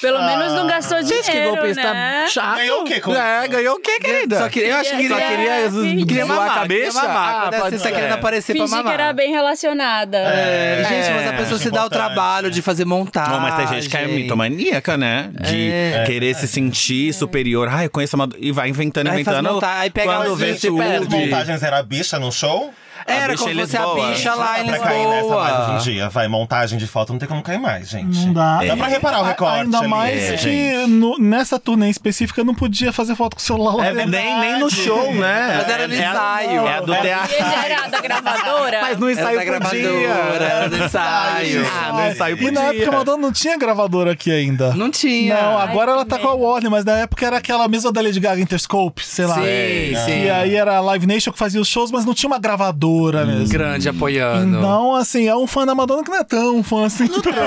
B: Pelo menos não gastou dinheiro,
H: que golpista
B: né?
I: Chato.
E: Ganhou o quê? Com...
G: É, ganhou o quê, querida?
I: Só queria, eu acho que
B: Só queria-
I: queria,
G: queria
I: zoar
G: mamar,
I: a cabeça.
G: queria mamar.
I: ah,
G: Pode
I: deve ser,
G: ser.
I: tá querendo aparecer pra
B: Fingi que
I: mamar.
B: era bem relacionada.
I: É, gente, mas a pessoa se dá o
E: importante.
I: trabalho de fazer montagem.
G: Não, mas
C: Ah,
G: tem gente que é mitomaníaca, né? De querer se sentir superior. Ah, eu conheço a Madonna. E vai inventando,
I: Aí faz
G: inventando.
I: monta- aí pega
G: Quando
I: no
G: vê é,
E: Gente, as
I: YouTube.
E: montagens era a bicha no show?
C: É,
I: Era
G: A bicha
I: como
G: em
I: se fosse a
G: Lisboa.
I: bicha
E: Não
I: lá
E: dá
I: em
E: pra cair nessa mais hoje em
I: Lisboa.
E: dia. Vai, montagem de foto não tem como cair mais, gente.
A: Não dá.
E: Dá pra reparar o recorte
A: Ainda
E: ali.
A: mais
E: É,
A: que no- nessa turnê específica eu não podia fazer foto com o celular lá
G: É,
A: dentro.
G: nem, nem no show, né?
I: Mas era no ensaio.
G: É a do teatro.
B: E ele era da gravadora?
G: Mas no
I: Era
G: ensaio
I: da
G: podia.
I: gravadora, era do ensaio.
G: Ah, no ensaio
A: E na época a
G: podia.
A: Madonna não tinha gravadora aqui ainda.
I: Não tinha.
A: Não, agora
H: Ai,
A: ela
H: que
A: tá com a Warner, mas na época era aquela mesma da Lady Gaga Interscope, sei lá.
E: É,
I: Sim,
E: né?
I: sim.
A: E aí era a Live Nation que fazia os shows, mas não tinha uma gravadora
E: Hum,
A: mesmo.
C: Grande apoiando.
A: Então, assim, é um fã da Madonna que não é tão fã assim.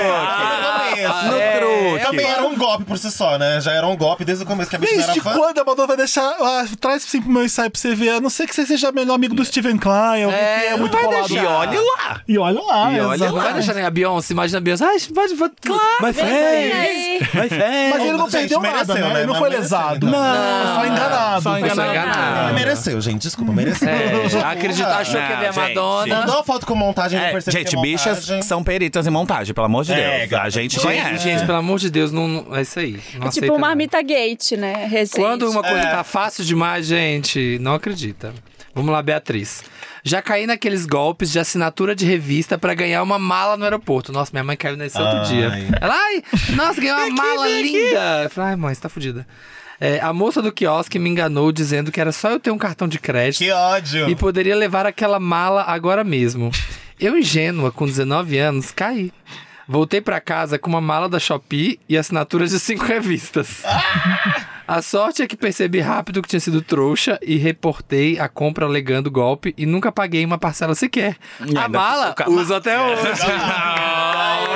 E: Ah,
G: No
E: começo.
G: truque.
E: Também era um golpe por si só, né? Já era um golpe desde o começo que a bicha não
A: Desde
E: era fã.
A: quando a Madonna vai deixar. Ah, traz sim pro meu ensaio pra você ver. A não ser que você seja melhor amigo do Steven Klein, alguém que é
I: não
A: muito
I: vai
A: colado.
G: E olha lá.
A: E olha lá,
G: E olha
A: exatamente.
C: Não vai deixar nem a Beyoncé, imagina a Beyoncé. Ai, pode, pode. Claro!
I: My friends,
H: Aí,
I: my
A: Mas
I: friends.
A: ele não
E: Gente,
A: perdeu
E: mereceu,
A: nada, né?
E: né?
A: Ele não
E: Mas
A: foi
E: mereceu,
A: lesado.
E: então.
A: Não, só enganado.
G: Só
I: Foi
G: enganado.
E: Ele
I: enganado.
E: mereceu, gente. Desculpa,
A: Hum.
E: mereceu.
C: É, acreditou, achou que ia ver a
G: Não, gente.
C: Madonna.
E: Mandou uma foto com montagem, não
G: É,
E: percebeu que
G: gente,
E: é
G: bichas
E: montagem.
G: são peritas em montagem, pelo amor de
E: É,
G: Deus. a
E: gata.
G: gente
E: Gente,
G: conhece.
C: Gente, pelo amor de Deus, não, não- é isso aí. Não aceita,
B: tipo
C: não.
B: o Marmita Gate, né? Recente.
C: Quando uma coisa
E: É.
C: tá fácil demais, gente, não acredita. Vamos lá, Beatriz. Já caí naqueles golpes de assinatura de revista pra ganhar uma mala no aeroporto. Nossa, minha mãe caiu nesse outro
E: Ai.
C: dia. Ela, ai, nossa, ganhou uma mala linda. Eu falei, ai, mãe, você tá fudida. É, a moça do quiosque me enganou dizendo que era só eu ter um cartão de crédito
E: Que ódio.
C: e poderia levar aquela mala agora mesmo. Eu, ingênua, com 19 anos, caí. Voltei pra casa com uma mala da Shopee e assinaturas de cinco revistas. A sorte é que percebi rápido que tinha sido trouxa e reportei a compra alegando golpe e nunca paguei uma parcela sequer. a
G: ainda
C: mala
G: ficou com a
C: uso até hoje.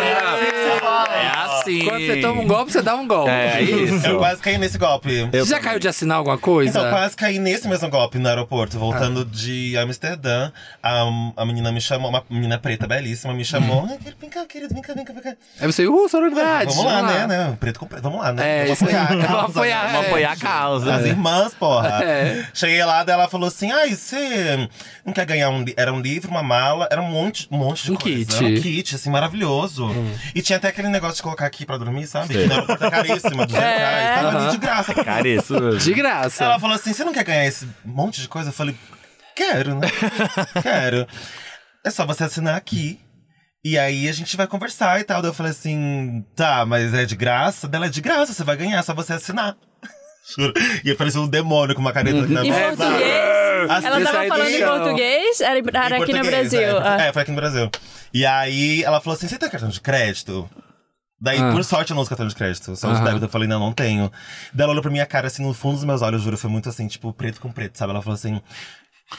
G: É assim.
C: Quando você toma um golpe, você dá um golpe.
G: É isso.
E: Eu quase caí nesse golpe.
G: Eu
C: Já
G: também.
C: caiu de assinar alguma coisa?
E: Então, quase caí nesse mesmo golpe no aeroporto, voltando
C: Ah.
E: de Amsterdã. A, a menina me chamou, uma menina preta belíssima, me chamou.
C: Uhum.
E: "Ai, querido, Vem cá, querido, vem cá, vem cá, vem cá.
C: Aí você, uh, sororidade.
E: Vamos lá, né, né? Preto com preto, vamos lá, né?
C: É,
E: vamos
C: isso aí.
E: apoiar a causa,
C: Vamos apoiar,
E: né?
C: é.
G: Vamos apoiar a causa. assim.
E: As irmãs, porra.
C: É.
E: Cheguei lá, daí ela falou assim: ai, você não quer ganhar um. li-" Era um livro, uma mala, era um monte, um monte de
C: Um
E: coisa.
C: kit. Hum.
E: Era um kit, assim, maravilhoso. E tinha até aquele negócio de colocar aqui pra dormir, sabe? Que no aeroporto é caríssimo, 200
C: É,
E: reais. Tava ali de graça.
G: Cara, isso.
C: De graça.
E: Ela falou assim: você não quer ganhar esse monte de coisa? Eu falei: quero, né? quero. É só você assinar aqui. E aí a gente vai conversar e tal. Daí eu falei assim: tá, mas é de graça? Dela é de graça, você vai ganhar, é só você assinar. Juro. E apareceu um demônio com uma caneta aqui na
B: Em
E: mão.
B: português?
E: Assim,
B: Ela
C: sai
B: tava
C: do
B: falando em
C: chão.
B: português? Era,
E: em
B: era aqui no
E: português,
B: Brasil.
E: É,
B: Ah.
E: porque- é, foi aqui no Brasil. E aí ela falou assim: você tem cartão de crédito? Daí,
A: Ah.
E: por sorte, eu não uso cartão de crédito. Só os
C: Aham.
E: débito. Eu falei, não, não tenho. Daí ela olhou pra minha cara, assim, no fundo dos meus olhos, juro. Foi muito assim, tipo, preto com preto, sabe? Ela falou assim: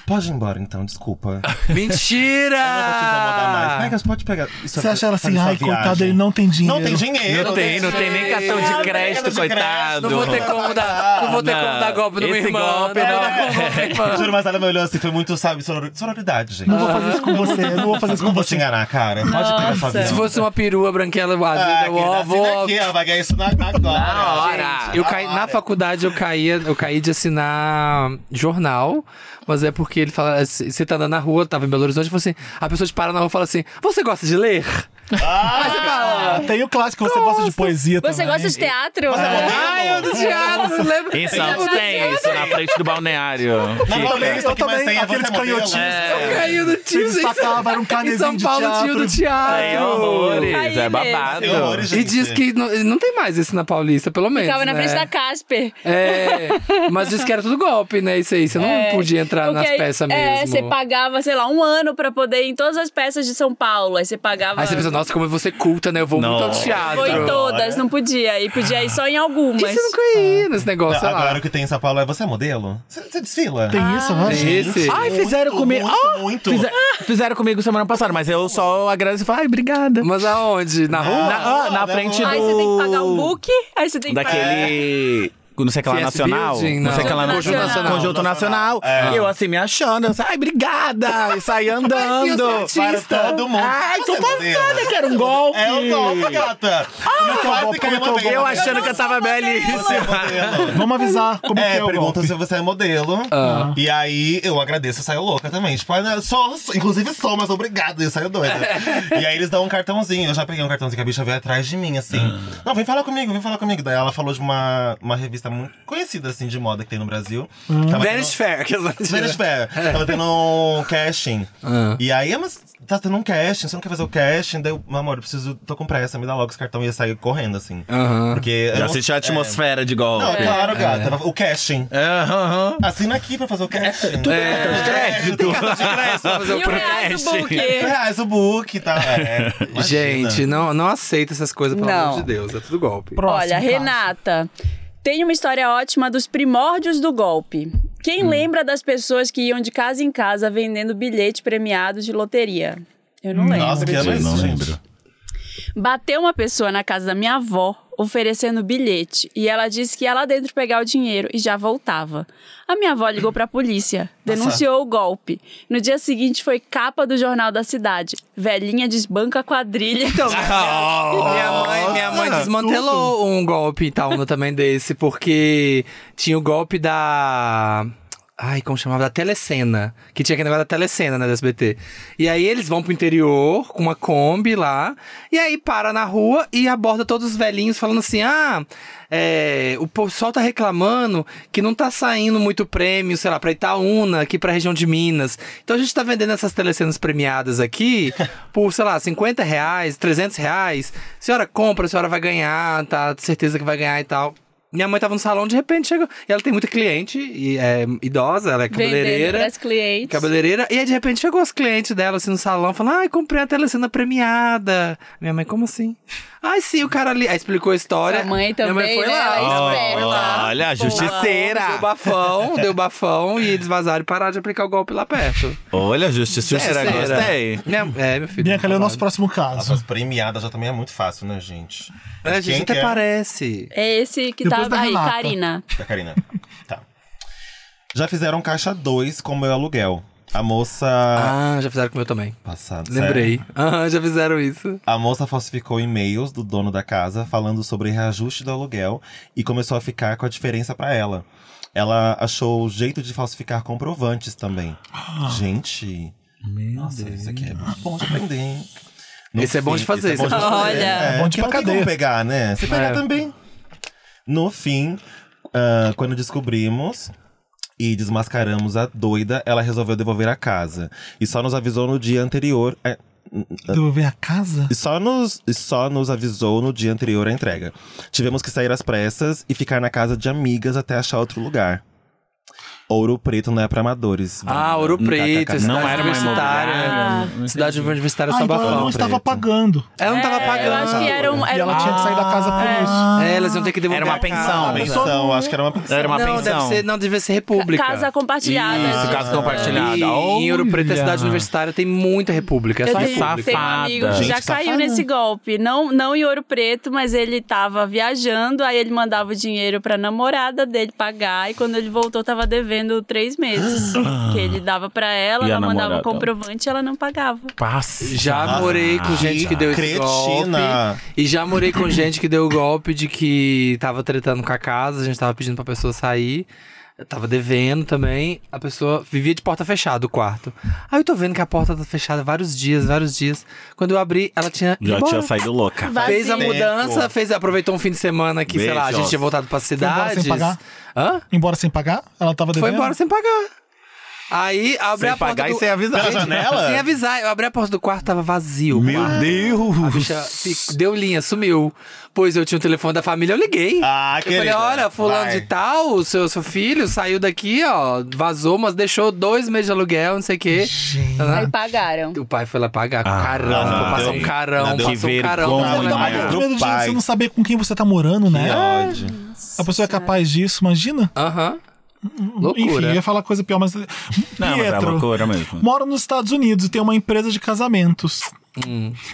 E: pode ir embora então, desculpa.
B: Ah.
C: Mentira!
E: Eu não vou te incomodar mais. é Pega, você pode pegar. Isso
A: Você
E: aqui-
A: acha ela
E: sabe,
A: assim,
E: sua
A: ai,
E: viagem?"
A: coitado, ele não tem dinheiro.
E: Não tem dinheiro.
G: Não tem, não tem nem cartão
E: dinheiro.
G: de crédito,
E: Não tem
C: Não
E: cartão de
G: coitado.
C: vou ter como dar, não vou ter
G: um Não,
C: como dar golpe no meu
G: esse
C: irmão. né?
G: golpe
C: não vou
G: não.
C: dar um golpe no meu irmão.
E: Juro, mas ela me olhou assim, foi muito, sabe, soror- sororidade, gente.
A: Não vou fazer isso com você, eu não vou fazer isso
E: Não
A: com
E: vou te
A: você.
E: enganar, cara. Pode pegar sua
C: Se
E: viagem.
C: fosse uma perua branquela, o
E: Ah,
C: azul,
E: querida,
C: ó,
E: assina
C: vou.
E: aqui, ó, vai ganhar isso na, agora. Na
C: Gente, Eu caí na faculdade, eu caí, eu caí de assinar jornal, mas é porque ele fala, assim, você tá andando na rua, tava em Belo Horizonte, e falou assim, a pessoa te para na rua e fala assim: "Você gosta de ler?" Aí você fala:
A: Tem o clássico, você gosta de poesia
B: Você
A: também.
B: gosta de teatro?
E: Você é
B: Ah.
E: modelo?
C: "Ai, eu do teatro, lembra?"
G: Em Santos tem isso, na frente do balneário.
E: Não,
G: Fica.
E: também, isso aqui, mas
A: também,
E: tem a
A: aqueles
E: você é modelo.
A: canhotinhos.
E: É.
C: Caiu do
A: Se
C: tio,
A: destacava, era um
C: Em
A: carnezinho
C: São
A: de
C: Paulo tinha o do
A: teatro.
G: Tem
C: teatro.
G: horrores,
B: Aí mesmo.
G: é babado.
E: Tem horrores,
C: E
E: gente.
C: diz que não, não tem mais esse na Paulista, pelo menos.
B: Ficava na frente
C: né?
B: da Casper.
C: É, mas diz que era tudo golpe, né? Isso aí, você não podia entrar nas
B: É. Porque aí-
C: peças
B: É,
C: mesmo.
B: você pagava, sei lá, um ano pra poder ir em todas as peças de São Paulo. Aí você pagava.
C: Aí você pensa, Nossa, como você é culta, né? Eu vou muito ao
G: Nossa.
C: teatro.
B: Foi em todas, não podia. E podia ir só em algumas.
C: E você nunca ia nesse negócio, sei
E: Não,
C: lá.
E: agora o que tem em São Paulo é você é modelo? Você, você desfila?
G: Tem isso, mano.
C: Esse.
G: Ah, Ai, fizeram
E: Muito,
G: comigo.
E: muito,
G: Ah,
E: muito.
G: fize- Fizeram comigo semana passada, mas eu só agradeço e falo, ai, obrigada.
C: Mas aonde? Na rua?
G: Na,
E: na
G: ah, na frente do.
E: rua.
B: Aí você tem que pagar um book, aí você tem que pagar.
G: Daquele. Não sei o que lá
C: CS
G: nacional.
C: Building,
G: não sei o que lá
B: não.
G: Conjunto
B: Conjunto
G: nacional.
B: Nacional.
G: Conjunto nacional.
A: É.
G: E eu assim, me achando. Eu, assim, Ai, obrigada. E saí andando.
C: Mas e os artistas?
E: Para todo mundo.
G: Ai, tô
E: Você é modelo.
G: passada, que era um golpe.
E: É o golpe, Ah, gata!
G: é
E: Não quase caiu uma vez.
G: Ah! Eu achando que eu tava
E: Você é
G: belíssima.
E: modelo.
A: Vamos avisar como que
E: É,
A: é o
E: pergunta
A: golpe.
E: se você é modelo. E aí eu agradeço e saio louca também. Tipo, ah, não, sou, sou- inclusive sou, mas obrigado, e eu saio doida. e aí eles dão um cartãozinho. Eu já peguei um cartãozinho que a bicha veio atrás de mim, assim. Não, vem falar comigo, vem falar comigo. Daí ela falou de uma, uma revista muito conhecida, assim, de moda que tem no Brasil. Tava
C: Vanish Fair. que eu não tinha.
E: Vênus Ah. Fair. Ah. Tava tendo um casting. E aí, mas tá tendo um casting, você não quer fazer o casting? Daí, eu, meu amor, eu preciso, tô com pressa, me dá logo esse cartão e ia sair correndo, assim. Porque. eu
G: Eu
E: não-
G: assisti a
E: é.
G: atmosfera de golpe. Ah,
E: Não, é claro, gata. O casting.
G: Aham.
E: Assina aqui pra fazer o casting. Tudo
G: é cartão de crédito.
C: Fazer o
B: Mil reais o book.
E: é. reais o book, tá? É, imagina.
C: Gente, não, não aceita essas coisas, pelo
B: Não.
C: amor de Deus. É tudo golpe.
B: Olha, Renata, tem uma história ótima dos primórdios do golpe. Quem
C: Hum.
B: lembra das pessoas que iam de casa em casa vendendo bilhete premiado de loteria? Eu não lembro.
E: Nossa, que ano é
G: Eu
E: isso,
G: não
C: né?
E: gente?
G: lembro.
B: Bateu uma pessoa na casa da minha avó oferecendo bilhete e ela disse que ia lá dentro pegar o dinheiro e já voltava. A minha avó ligou pra polícia, denunciou o golpe. No dia seguinte foi capa do jornal da cidade. Velhinha desbanca a quadrilha.
C: Então,
G: ah,
C: minha, mãe, minha mãe desmantelou um golpe em Itaúna também desse, porque tinha o golpe da. Ai, como chamava? Da telecena. Que tinha aquele negócio da telecena, né, da SBT. E aí eles vão pro interior com uma Kombi lá, e aí para na rua e aborda todos os velhinhos falando assim: ah, é, o pessoal tá reclamando que não tá saindo muito prêmio, sei lá, pra Itaúna, aqui pra região de Minas. Então a gente tá vendendo essas telecenas premiadas aqui por, sei lá, 50 reais, 300 reais. Senhora compra, a senhora vai ganhar, tá certeza que vai ganhar e tal. Minha mãe tava no salão, de repente chegou. E ela tem muita cliente, e é idosa, ela é
B: Vendendo
C: cabeleireira.
B: pras clientes.
C: Cabeleireira. E aí, de repente, chegou os clientes dela, assim, no salão, falando: Ai, comprei a telecena premiada. Minha mãe, como assim? Ai, sim, o cara ali. Aí explicou a história.
B: Sua mãe
C: Minha
B: também,
C: mãe foi
B: né?
C: lá.
B: Ela é esperta.
G: Olha,
C: Deu
G: justiceira.
C: bafão, deu bafão e eles vazaram e pararam de aplicar o golpe lá perto.
G: Olha, justiceira.
C: Justiceira.
G: Gostei.
C: Minha- é, meu filho.
A: Bianca, ele é o
C: babado.
A: nosso próximo
E: As
A: caso.
E: coisas premiadas já também é muito fácil, né, gente?
C: É, a gente
E: Quem
C: até
E: que é?
C: parece.
B: É esse que
A: Depois da
B: tava aí,
A: Renata.
B: Karina.
E: Da Karina. tá. Já fizeram caixa 2 com o meu aluguel. A moça.
C: Ah, já fizeram com o meu também.
E: Passado. sério.
C: Lembrei. Aham, já fizeram isso.
E: A moça falsificou e-mails do dono da casa falando sobre reajuste do aluguel e começou a ficar com a diferença pra ela. Ela achou o jeito de falsificar comprovantes também. Gente. nossa, isso aqui é muito bom de aprender, hein? No
C: Esse é bom de fazer,
E: esse é bom de
C: esse é
E: fazer.
B: Olha.
E: É,
A: Bom de
E: porque
A: pra
E: não tem como
A: cadeia.
E: pegar, né? Se pegar
C: É.
E: também. No fim, ah, quando descobrimos e desmascaramos a doida, ela resolveu devolver a casa. E só nos avisou no dia anterior. é,
A: Devolver a casa?
E: e só nos, e só nos avisou no dia anterior à entrega. Tivemos que sair às pressas e ficar na casa de amigas até achar outro lugar. Ouro Preto não é pra amadores.
C: Ah, Ouro Preto,
E: kkk.
C: cidade
G: Não era uma
C: universitária.
G: imobiliária, não
C: Cidade
G: entendi.
C: universitária, é
A: Ah,
C: só
A: então
C: bafão.
A: ela não estava
E: Preto.
A: pagando.
C: Ela não tava
B: É,
C: pagando.
B: Eu acho que era um. Era
A: E ela
B: um-
A: tinha que sair da casa por isso.
C: É, elas iam ter que devolver.
G: Era uma
C: a
G: pensão,
E: Uma
C: casa.
G: pensão.
E: pensão, acho que era uma
C: um,
E: pensão.
G: Era uma
C: não,
G: pensão.
C: Deve ser, não, devia ser república.
B: Casa compartilhada.
G: Isso,
B: tipo,
G: casa compartilhada.
C: E em Ouro Preto, a cidade
G: Olha.
C: universitária, tem muita república. É
B: Eu
C: só
B: tenho,
G: safada.
B: tenho um
C: república.
B: amigo que já
E: Gente
B: caiu
E: safada.
B: nesse golpe. Não, não em Ouro Preto, mas ele tava viajando, aí ele mandava o dinheiro pra namorada dele pagar, e quando ele voltou, tava devendo três meses. que ele dava pra ela,
G: E a
B: ela mandava
G: namorada?
B: o comprovante e ela não pagava.
G: Passa.
C: Já morei com gente que deu esse
E: cretina.
C: golpe. E já morei com gente que deu o golpe de que tava tretando com a casa, a gente tava pedindo pra pessoa sair. Eu tava devendo também. A pessoa vivia de porta fechada o quarto. Aí eu tô vendo que a porta tá fechada vários dias, vários dias. Quando eu abri, ela tinha. ido
G: Já tinha
C: embora.
G: saído louca.
C: Fez a
E: Vazio.
C: mudança, fez, aproveitou um fim de semana que, sei lá, a gente
G: Beijos.
C: tinha voltado pra
A: embora sem
C: cidades.
A: pagar?
C: Hã?
A: Embora sem pagar? Ela tava devendo?
C: Foi embora sem pagar. Aí abri
G: Sem
C: a porta.
G: pagar
C: do...
G: e sem avisar. né?
E: Pela janela?
C: Sem avisar. Eu abri a porta do quarto, tava vazio. o
G: Meu
C: quarto.
G: Deus!
C: A bicha fi- deu linha, sumiu. Pois eu tinha o telefone da família, eu liguei.
E: Ah,
C: eu falei,
E: querida,
C: olha, fulano
E: vai.
C: de tal, o seu, seu filho saiu daqui, ó, vazou, mas deixou dois meses de aluguel, não sei o quê. Ah,
B: Aí pagaram.
C: o pai foi lá pagar
G: Ah,
C: carão,
G: não,
C: pô, passou
G: deu-
C: um carão,
G: não deu.
C: passou
G: Que
C: um carão.
G: vergonha,
C: Falei,
A: Ainda mais
G: Ai,
A: com
E: meu
A: medo de
E: pai.
A: você não saber com quem você tá morando,
E: Que
A: né?
E: ódio.
A: A pessoa é capaz disso, imagina?
C: Aham.
A: Enfim, eu
C: Loucura.
A: ia falar coisa pior, mas.
G: Não, mas é
A: Pietro,
G: loucura mesmo.
A: Moro nos Estados Unidos e tenho uma empresa de casamentos.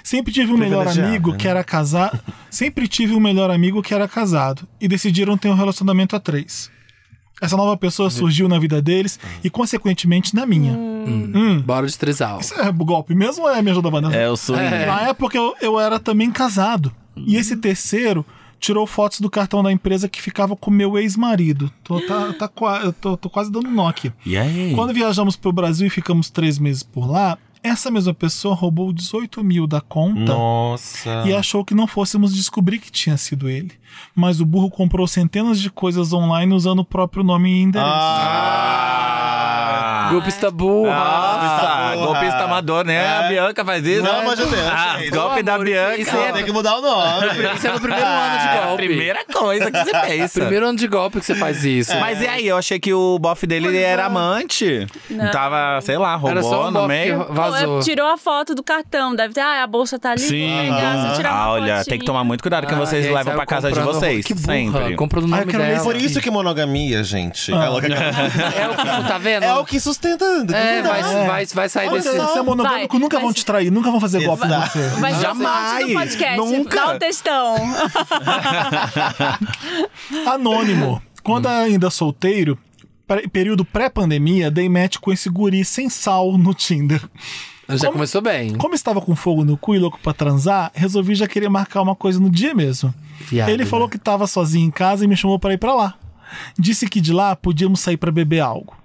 A: Sempre tive um melhor
E: Hum. Privilegiado,
A: amigo
E: né?
A: que era casado. Sempre tive um melhor amigo que era casado. E decidiram ter um relacionamento a três. Essa nova
E: Uhum.
A: pessoa surgiu na vida deles e, consequentemente, na minha.
C: Bora de trisal.
A: Isso é golpe mesmo ou é me ajuda, Vanessa?
G: É o swing.
A: Na época eu, eu era também casado.
E: Uhum.
A: E esse terceiro tirou fotos do cartão da empresa que ficava com meu ex-marido. Tô, tá, tá qua- eu tô, tô quase dando nó aqui.
G: E aí?
A: Quando viajamos pro Brasil e ficamos três meses por lá, essa mesma pessoa roubou 18 mil da conta.
C: Então,
E: Nossa.
A: E achou que não fôssemos descobrir que tinha sido ele. Mas o burro comprou centenas de coisas online usando o próprio nome e endereço.
E: Ah!
C: Golpista burra.
G: Nossa,
E: Golpista
G: golpista
E: burra.
G: amador, né?
E: É.
G: A Bianca faz isso.
E: Não, mas eu tenho,
G: Ah,
E: gente.
G: golpe
C: Pô,
G: da
C: amor, isso-
G: Bianca.
C: isso
E: Não,
C: é-
E: Tem que mudar o nome.
C: Isso é no primeiro ano de
G: É a
C: golpe.
G: primeira coisa que você pensa.
C: É Primeiro ano de golpe que você faz isso.
G: É. Mas e aí? Eu achei que o bofe dele era amante.
B: Não.
G: Tava, sei lá,
C: é. Era só
G: roubou
C: um
G: no
C: golpe
G: meio.
C: que
B: Pô,
C: vazou.
B: é- Tirou a foto do cartão. Deve ter. Ah, a bolsa tá ali. vou pegar, só tirar uma
G: Ah, olha,
B: fotinha.
G: tem que tomar muito cuidado com
C: Ah,
G: vocês
C: e aí
G: levam
C: saiu
G: pra casa de
C: comprando-
G: vocês.
C: Que burra,
G: sempre.
C: Comprou no
A: Ah, eu
C: nome
A: quero ler
C: dela.
A: esse
E: Por isso que monogamia, gente.
C: Ah.
E: É louca que-
C: É o que tá vendo?
E: É o que né? sustenta.
C: É,
E: não
C: vai,
E: dá.
C: vai, vai sair
A: Olha,
C: desse.
A: você é monogâmico,
B: Vai,
A: nunca vão
B: mas-
A: te trair, nunca vão fazer golpe em
E: Exato.
A: você.
B: Vai ser o
G: Jamais,
B: forte do podcast.
G: nunca.
B: Dá o textão.
A: Anônimo. Quando ainda solteiro, pre- período pré-pandemia, dei match com esse guri sem sal no Tinder.
C: Já começou bem.
A: Como estava com fogo no cu e louco pra transar, resolvi já querer marcar uma coisa no dia mesmo.
C: Viado,
A: Ele
C: né?
A: falou que estava sozinho em casa e me chamou pra ir pra lá. Disse que de lá podíamos sair pra beber algo.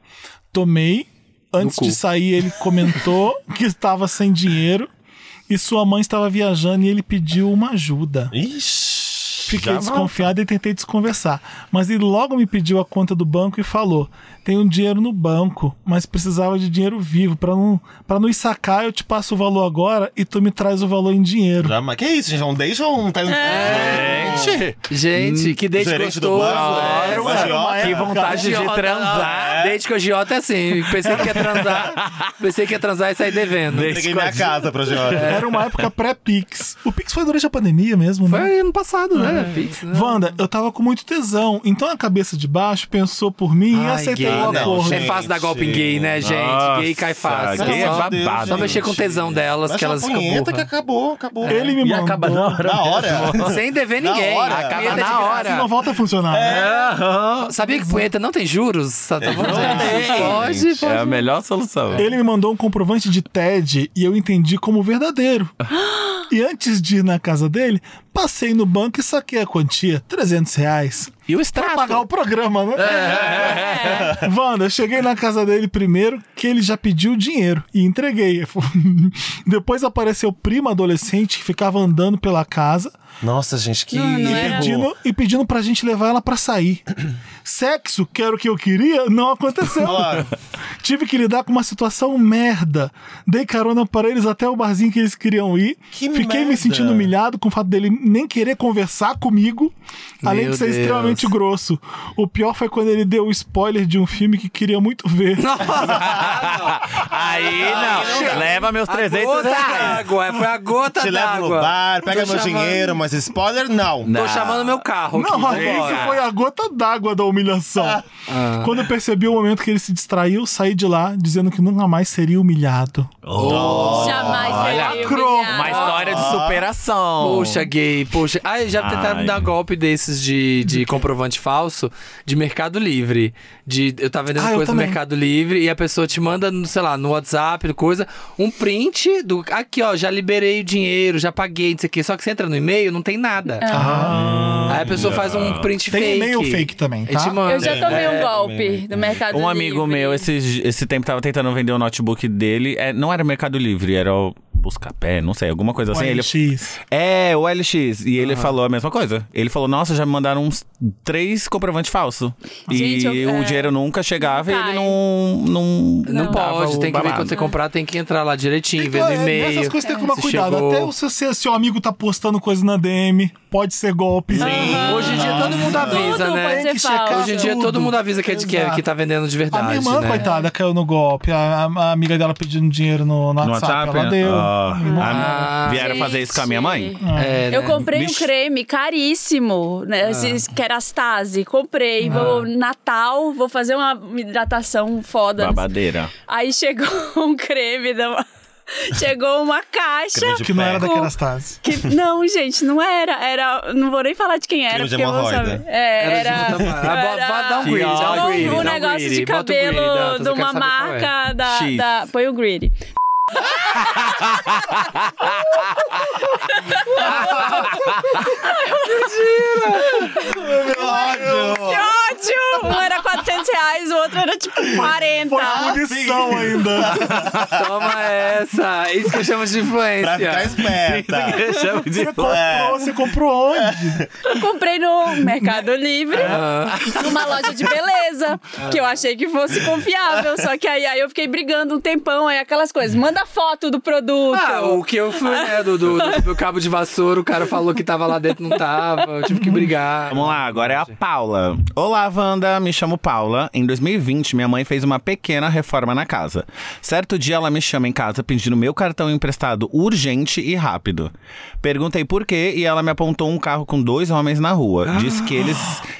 A: Tomei. Antes
C: cu.
A: de sair, ele comentou que estava sem dinheiro e sua mãe estava viajando e ele pediu uma ajuda.
E: Ixi.
A: Fiquei desconfiado e tentei desconversar. Mas ele logo me pediu a conta do banco e falou: Tenho um dinheiro no banco, mas precisava de dinheiro vivo. Pra não, pra não ir sacar, eu te passo o valor agora e tu me traz o valor em dinheiro.
E: Já, mas que isso, gente? Não deixa
C: É.
E: um. Tá...
G: Gente, Hum.
C: Gente, que date
E: Gerente do
C: gostoso.
E: banco, é,
C: Era
E: o agiota.
G: que vontade de
C: Agiota,
G: transar.
C: não. Date com agiota é assim. Pensei que ia transar. Pensei que ia transar e sair devendo.
E: Peguei minha casa pra Jota.
A: Era uma época pré-Pix. O Pix foi durante a pandemia mesmo, né?
C: Foi ano passado,
G: Hum.
C: né? Pix, né?
A: Wanda, eu tava com muito tesão, então a cabeça de baixo pensou por mim e
C: Ai,
A: aceitou
C: gay,
A: o
E: não,
A: acordo.
C: É fácil dar golpe em gay, né, gente?
G: Nossa,
C: gay cai fácil.
G: gay é
C: Só-
G: babado.
C: Só
G: gente.
C: mexer com o tesão delas,
E: Mas é
C: que elas
E: uma
C: ficam
E: punheta que
C: burras.
E: acabou, acabou.
A: Ele me mandou.
G: acaba na hora.
E: né? Na hora. é.
C: Sem dever
E: Na
C: ninguém.
E: hora.
C: Acaba
E: Punheta
C: na hora.
A: Assim não volta a funcionar. né?
C: Sabia que punheta não tem juros? Tá tá bom, gente? Pode,
G: É a
C: pode.
G: melhor solução.
A: Ele me mandou um comprovante de TED e eu entendi como verdadeiro. E antes de ir na casa dele, passei no banco e saquei a quantia, 300 reais.
C: E o
A: Pra pagar
C: extrato?
A: o programa, né? Wanda, cheguei na casa dele primeiro, que ele já pediu dinheiro e entreguei. Depois apareceu prima adolescente que ficava andando pela casa
E: Nossa, gente, que.
B: não
A: e
B: era.
A: pedindo, e pedindo pra gente levar ela pra sair. Sexo, que era o que eu queria, não aconteceu.
E: Claro.
A: Tive que lidar com uma situação merda. Dei carona para eles até o barzinho que eles queriam ir.
E: Que
A: Fiquei
E: merda.
A: me sentindo humilhado com o fato dele nem querer conversar comigo, além
C: Meu
A: de ser
C: Deus.
A: extremamente grosso. O pior foi quando ele deu o spoiler de um filme que queria muito ver.
G: Aí não. Leva meus 300
C: gota
G: reais.
C: d'água, foi a gota
E: Te levo no
C: d'água.
E: bar, pega
C: Tô
E: meu
C: chamando-
E: dinheiro, mas spoiler, não.
G: Não.
C: Tô chamando meu carro.
A: Não,
C: aqui, vambora.
A: isso foi a gota d'água da humilhação. Quando eu percebi o momento que ele se distraiu, saí de lá dizendo que nunca mais seria humilhado.
B: Jamais seria
A: lacrou,
B: humilhado.
G: Uma história
C: Ah.
G: de superação.
C: Poxa, gay, poxa. Ah, já tentaram
G: Ai.
C: me dar golpe desses de, de comprovante falso de Mercado Livre. De eu tá vendendo
A: Ah, eu
C: coisa no
A: também.
C: Mercado Livre e a pessoa te manda, no, sei lá, no WhatsApp, coisa, um print do. Aqui, ó, já liberei o dinheiro, já paguei, não sei o quê. Só que você entra no e-mail, não tem nada.
B: Ah.
C: Aí a pessoa faz um print
A: Ah. Tem
C: fake.
A: e-mail fake também,
C: E
A: tá?
C: te manda.
B: Eu já tomei um
C: É.
B: golpe do Mercado
G: Um amigo
B: Livre.
G: meu, esse, esse tempo, tava tentando vender o notebook dele. É, não era Mercado Livre, era o Buscapé, não sei, alguma coisa assim. Ele,
A: X.
G: é, o LX. E ele falou a mesma coisa. Ele falou: Nossa, já me mandaram uns três comprovantes falsos.
B: Gente,
G: E
B: eu-
G: o
B: é.
G: dinheiro nunca chegava
B: Não
G: e ele
B: cai.
G: não. Não,
C: Não,
G: dava
C: pode, tem
G: o
C: que ver
G: babado.
C: quando você comprar, tem que entrar lá direitinho,
A: Então,
C: vendo
A: é,
C: e-mail.
A: Nessas coisas tem que tomar
C: se
A: cuidado.
C: chegou.
A: Até o seu, seu, seu amigo tá postando coisa na DM, pode ser golpe.
C: Hoje em dia todo mundo avisa,
B: Tudo
C: né?
B: pode ser
A: que checar
B: falso.
C: Hoje em dia todo
A: tudo.
C: mundo avisa que, é de- que, é- que tá vendendo de
A: A
C: verdade.
A: minha irmã,
C: né?
A: coitada, caiu no golpe. A, a- a amiga dela pedindo dinheiro no, no
G: No
A: WhatsApp, né?
G: WhatsApp?
A: ela deu.
G: Ah,
C: né? Ah,
G: a- vieram fazer isso com a minha mãe?
C: É,
B: Eu
C: né?
B: comprei um
G: Bicho. Ah.
B: creme caríssimo, né? esses Kerastase. Comprei. Vou, Natal, vou fazer uma hidratação foda.
G: Babadeira.
B: Aí chegou um creme da. Chegou uma caixa.
E: Creme de
A: Que não era
E: pé.
A: da Kerastase.
B: Que, não, gente, não era. Era. Não vou nem falar de quem era,
E: Creme de
B: porque eu vou
E: hemorroida.
B: saber. É,
C: Era
B: era.
C: de outra marca. Ah, bo-
B: era
C: dá um greedy, dá um
B: um-
C: greedy,
B: um
C: dá um
B: negócio
C: greedy.
B: de
C: Bota o greedy,
B: cabelo
C: Dantas,
B: de
C: eu quero
B: uma
C: saber qual é.
B: marca da,
G: X.
B: da. Põe o greedy.
C: Oh.
B: Que ódio! Um era 400 reais, o outro era tipo 40.
A: Foi
E: Tá
A: punição ainda.
C: Toma essa! Isso que eu chamo de
E: Pra ficar
C: influência.
E: esperta. É.
C: Eu chamo de
A: Você comprou, você comprou onde?
B: Eu comprei no Mercado Livre,
C: Ah.
B: numa loja de beleza, que eu achei que fosse confiável. Só que aí, aí eu fiquei brigando um tempão, aí aquelas coisas. Manda foto do produto.
C: Ah, o que eu fui, né, do, do, do meu cabo de vassoura, o cara falou que tava lá dentro, não tava, eu tive que brigar.
G: Vamos lá, agora é a Paula. Olá, Wanda, me chamo Paula. Em 2020, minha mãe fez uma pequena reforma na casa. Certo dia, ela me chama em casa pedindo meu cartão emprestado urgente e rápido. Perguntei por quê e ela me apontou um carro com dois homens na
C: Ah.
G: rua. Disse que eles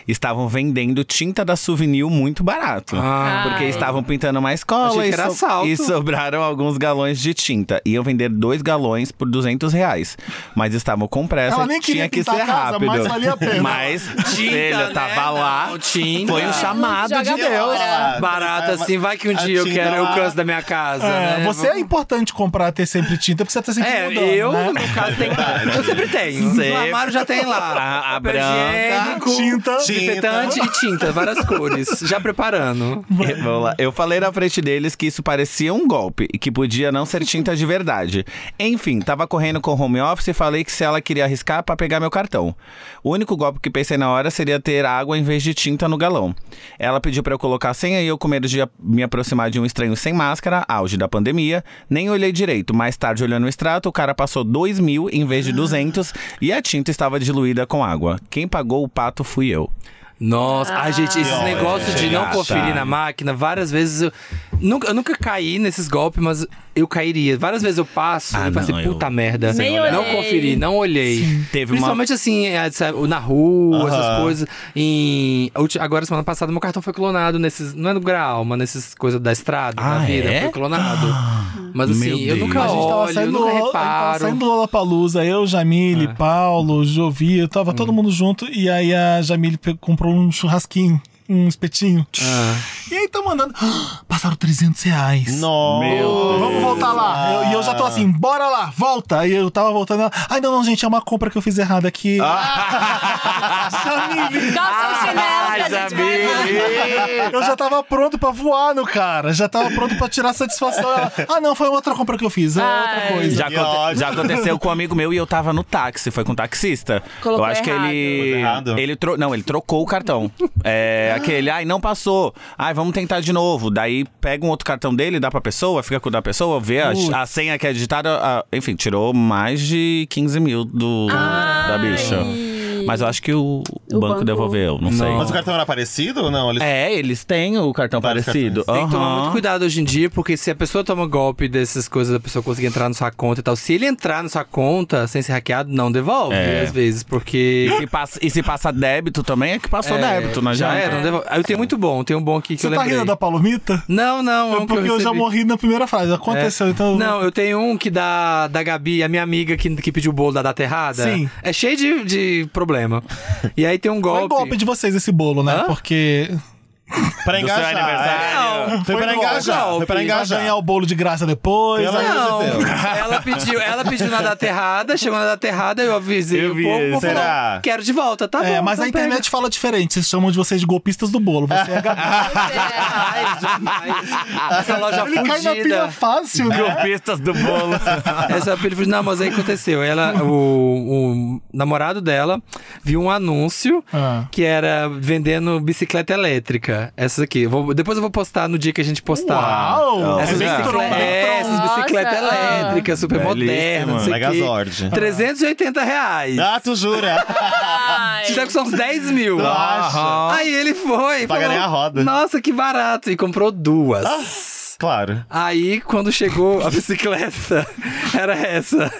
G: estavam vendendo tinta da Souvenir muito barato.
C: Ah.
G: Porque estavam pintando uma escola
C: Achei
G: e,
C: que era
G: so-
C: assalto.
G: e sobraram alguns galões de tinta. Iam vender dois galões por 200 reais. Mas estavam com pressa.
A: Ela nem queria
G: tinha que ser
A: pintar a casa,
G: rápido.
A: mas valia a pena.
G: Mas Tinta,
C: né?
G: tava lá.
C: Não, tinta.
G: Foi um chamado
B: Joga
G: de Deus.
B: fora.
C: Barato assim, vai que um dia eu quero, eu canso da minha casa,
A: É,
C: né?
A: você é importante comprar, ter sempre tinta, porque você tá sempre
C: É,
A: mudando,
C: eu,
A: né?
C: no caso, tenho. Eu sempre tenho.
G: Sempre.
C: No armário já tem lá.
G: A- a
C: Papel
G: branca,
C: higiênico,
A: tinta.
C: Ah, desinfetante e tinta, várias cores. Já preparando.
G: É, Vamos lá. Eu falei na frente deles que isso parecia um golpe e que podia não ser tinta de verdade. Enfim, tava correndo com o home office e falei que se ela queria arriscar pra pegar meu cartão. O único golpe que pensei na hora seria ter água em vez de tinta no galão. Ela pediu pra eu colocar a senha e eu com medo de a- me aproximar de um estranho sem máscara, auge da pandemia, nem olhei direito. Mais tarde, olhando o extrato, o cara passou 2 mil em vez de 200 e a tinta estava diluída com água. Quem pagou o pato fui eu.
C: Nossa, ai, gente,
G: Ah.
C: esses
E: Olha,
C: negócios de não
G: gata.
C: conferir na máquina, várias vezes eu. Nunca, eu nunca caí nesses golpes, mas eu cairia. Várias vezes eu passo
G: Ah,
C: e faço
G: não,
C: assim,
G: eu-
C: puta merda.
B: Nem
C: não
B: olhei.
C: conferi, não olhei.
G: Teve uma-
C: Principalmente assim, é, sabe, na rua, essas
E: Aham.
C: coisas. Em... a ulti- Agora, semana passada, meu cartão foi clonado nesses. Não é no grau, mas nesses coisas da estrada,
G: Ah,
C: da vida.
G: é?
C: Foi clonado. Mas
G: Meu
C: assim, eu
G: Deus.
C: nunca
G: A gente
A: tava
C: olho, eu
A: saindo,
C: nunca
A: Lola- tava
C: reparo. É.
A: saindo do Lollapalooza, eu, Jamile, Paulo, Jovio,
C: Hum.
A: tava todo mundo junto. E aí a Jamile pe- comprou um churrasquinho, um espetinho.
C: Ah.
A: E aí tão mandando, "Ah, passaram 300 reais.
E: Nossa.
A: Vamos voltar lá. Eu- E eu, já tô assim, bora lá, volta. E eu tava voltando. ela, Ai, não, não, gente, é uma compra que eu fiz errada aqui.
C: Ah.
A: Jamile,
B: Calça o chinelo que a gente vai lá.
A: eu já tava pronto pra voar no cara. Já tava pronto pra tirar satisfação. Ela, ah, não, foi outra compra que eu fiz. É outra
B: Ai.
A: coisa.
G: Já,
E: Que
G: aconte-
E: ódio.
G: já aconteceu com um amigo meu e eu tava no táxi, foi com um taxista.
B: Colocou
G: eu acho
B: errado.
G: que ele.
E: Colocou errado?
G: Ele tro... Não, ele trocou o cartão. É aquele, ai, não passou. Ai, vamos tentar de novo. Daí pega um outro cartão dele, dá pra pessoa, fica com o da pessoa, vê a, a senha que é digitada. a- Enfim, tirou mais de 15 mil do... da bicha. Mas eu acho que o, banco,
B: banco-
G: devolveu, não, sei.
E: Mas o cartão era parecido ou não? Eles-
G: É, eles têm o cartão
E: Vários
G: parecido.
E: cartões.
C: Tem que tomar
G: Aham.
C: muito cuidado hoje em dia, porque se a pessoa toma golpe dessas coisas, a pessoa conseguir entrar na sua conta e tal. Se ele entrar na sua conta sem ser hackeado, não devolve,
G: É.
C: às vezes, porque.
G: E se, passa, e se passa débito também, é que passou débito, né?
C: Já
G: gente?
C: era, não devolve. Ah, Eu tenho muito bom, tem um bom aqui que eu
A: Você tá
C: lembrei.
A: rindo da palomita?
C: Não, não, é um que
A: Porque eu, já
C: recebi. É.
A: morri na primeira frase. Aconteceu, então.
C: Não, eu tenho um que da, da Gabi, a minha amiga que, que pediu o bolo da data errada.
A: Sim.
C: É cheio de, de problema. E aí tem um
A: Foi
C: golpe.
A: golpe de vocês esse bolo, né?
C: Hã?
A: Porque. Pra
G: Do seu
A: engajar. é.
G: aniversário.
A: Foi,
C: Foi
A: pra
C: no
A: engajar.
C: golpe.
A: Foi pra engajar. ganhar o bolo de graça depois. né?
E: Pelo
A: aí-
E: amor
C: Não,
E: de Deus.
C: ela pediu, ela pediu na data errada, chegou na data errada, eu avisei um
G: Eu
C: o
G: vi,
C: povo, o povo
G: será?
C: falou, quero de volta, tá
A: É,
C: bom.
A: mas
C: então
A: a
C: pega.
A: internet fala diferente. Vocês chamam de vocês de golpistas do bolo. Você é
C: Ah,
A: gabi.
C: Ai, demais. Essa loja
A: Ele cai na pilha
C: fudida.
A: fácil, né?
G: Golpistas É. do bolo.
C: Essa pilha fudida. Não, mas aí aconteceu. Ela, o, o namorado dela viu um anúncio
A: Ah.
C: que era vendendo bicicleta elétrica. Essas aqui. Eu vou- depois eu vou postar no dia que a gente postar.
A: Uau!
C: Essas,
A: É bem
C: bicicle-
A: tron, bem
C: é, essas bicicletas
B: Nossa, ah.
C: elétricas, super
G: Belíssima,
C: modernas, não sei o quê.
E: Megazord.
C: 380 reais.
E: Ah, tu jura?
B: Ai.
C: Isso deve ser uns 10 mil.
E: Tu acha?
C: Aí ele foi. e
E: Pra ganhar a roda. Ah.
C: Nossa, que barato. E comprou duas.
E: Claro.
C: Aí, quando chegou a bicicleta, era essa.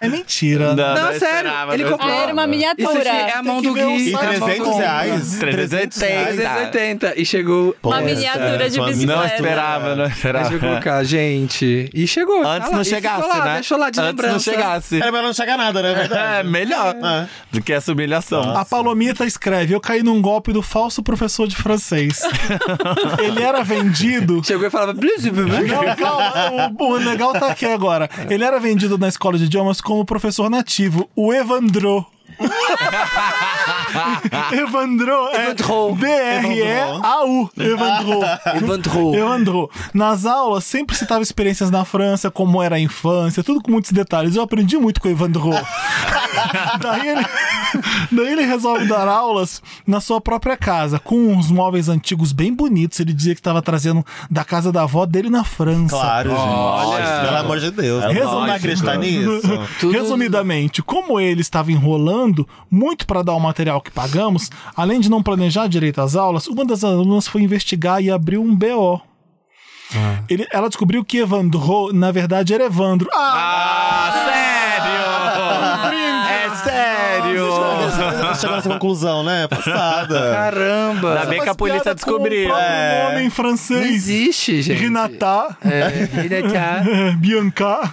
A: É mentira. né?
C: Não,
G: eu
C: sério,
G: esperava,
C: ele
G: não
C: comprou.
G: esperava.
B: Ah, era uma
C: Isso aqui
B: miniatura.
C: é a mão
A: Tem
C: do
A: que ver o
C: Gui.
E: E
A: site.
C: é a mão do
E: 300
C: Gui.
E: reais.
G: 300 reais.
C: 380. E chegou.
B: Uma
E: Pô,
B: miniatura de
E: essa-
G: Não
B: bicicleta.
G: esperava, não
C: Deixa eu
G: esperava.
C: colocar, gente. E chegou. tá
G: Antes
C: lá,
G: não
C: e ficou
G: chegasse,
C: lá,
G: né?
C: Deixou lá de
G: Antes
C: lembrança.
G: não chegasse.
E: Era melhor não chegar nada, né? É
G: É,
E: verdade.
G: melhor
E: É.
G: do que essa humilhação.
A: A Palomita escreve: Eu caí num golpe do falso professor de francês. Ele era vendido.
C: Chegou e falava. "Blu, blu, blu, blu".
A: Não, calma, o, o legal tá aqui agora. Ele era vendido na escola de idiomas como professor nativo, o Evandro. Evandro é
C: Evandro.
A: D-R-E-A-U. Evandro.
C: Evandro.
A: Evandro. Nas aulas, sempre citava experiências na França, como era a infância, tudo com muitos detalhes. Eu aprendi muito com o Evandro. daí, ele, daí ele resolve dar aulas na sua própria casa, com uns móveis antigos bem bonitos. Ele dizia que estava trazendo da casa da avó dele na França.
E: Claro, gente. Olha. Pelo amor de Deus.
G: É
E: Não
G: lógico.
E: vai acreditar nisso.
C: Tudo-
A: Resumidamente, como ele estava enrolando muito para dar o material que pagamos, além de não planejar direito as aulas, uma das alunas foi investigar e abriu um BO.
G: Ah.
A: Ele- ela descobriu que Evandro, na verdade, era Evandro. Ah!
G: Ah, sério! É sério!
E: Chegou nessa conclusão, né? Passada.
C: Caramba.
G: Ainda bem que a
A: Faz piada
G: polícia
A: com O
G: descobriu.
A: próprio
G: É.
A: nome em
C: Não
A: francês.
C: existe, gente.
A: Renatá,
C: É, Renatá.
A: Bianca.
G: Tá.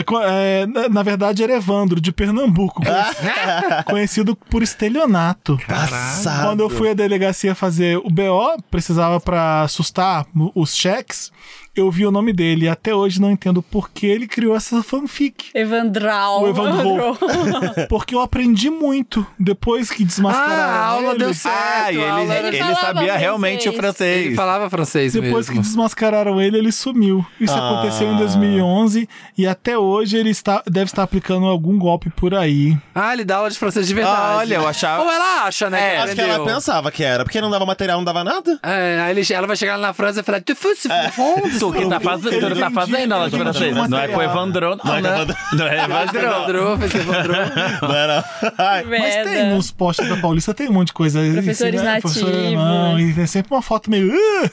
A: É, co- é, na, na verdade, era Evandro, de Pernambuco. conhecido- Conhecido por estelionato.
G: Tá.
E: Passada.
A: Quando eu fui à delegacia fazer o BO, precisava pra assustar os cheques, eu vi o nome dele e até hoje não entendo por que ele criou essa fanfic.
B: Evandral.
A: O Evandro. Porque eu aprendi muito depois que desmascararam
C: Ah, a aula
A: ele.
C: deu certo.
G: Ah, e
C: Aula
G: ele,
C: era-
G: ele
B: falava
G: sabia
B: francês.
G: realmente o
C: Ele
G: francês.
C: falava francês
A: Depois que
C: mesmo.
A: desmascararam ele, ele sumiu. Isso
E: Ah.
A: aconteceu em 2011 e até hoje ele está, deve estar aplicando algum golpe por aí.
C: Ah, ele dá aula de francês de verdade.
G: Ah, olha, eu
C: Ou
G: achava.
C: ela acha, né?
G: É,
E: Acho que ela
C: aprendeu.
E: pensava que era, porque não dava material, não dava nada.
C: É, aí ele- ela vai chegar lá na França e falar: Tu fosse fundo,
G: É. Tu que tá fazendo, tu não tá fazendo aula de
A: Ele vendia
G: francês. Não é
A: material.
G: com o Evandro,
E: Não
G: não,
E: é com o
G: né?
E: Evandro.
G: Não é Evandro.
C: Evandro, fez Evandro.
E: Não era. Ai,
A: Mas
B: Merda.
A: tem nos postes da Paulista, tem um monte de coisa.
B: É, né? Professores
A: Ensina- professor
B: nativos.
A: alemão, e tem sempre uma foto meio. "Ah!"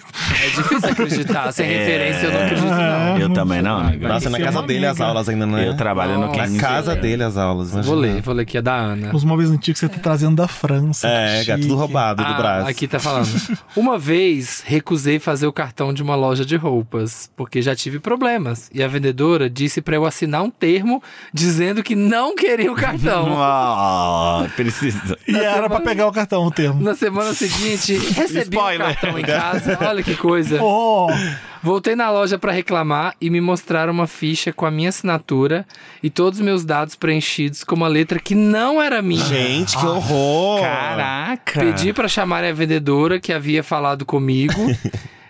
C: É difícil acreditar. Sem referência, eu não acredito,
A: é
C: não.
G: Eu também não, amigo.
E: Nossa, na casa dele as aulas ainda, né?
G: Eu é. trabalho
E: Na
G: no 15.
E: casa dele as aulas. né?
C: Vou
E: imagina.
C: ler, vou ler aqui, é da Ana.
A: Os móveis antigos que você tá
C: É.
A: trazendo da França.
E: É,
A: que
E: gato
A: chique.
E: tudo roubado do
C: Ah,
E: braço.
C: Aqui tá falando. Uma vez recusei fazer o cartão de uma loja de roupas, porque já tive problemas. E a vendedora disse pra eu assinar um termo dizendo que não queria o cartão.
G: Ah, precisa.
A: E era pra pegar o cartão, o termo.
C: Na semana seguinte, recebi o
G: Spoiler.
C: cartão em casa. Olha que coisa.
A: Oh,
C: Voltei na loja pra reclamar e me mostraram uma ficha com a minha assinatura e todos os meus dados preenchidos com uma letra que não era minha.
E: Gente, que horror!
G: Caraca.
C: Pedi pra chamarem a vendedora que havia falado comigo.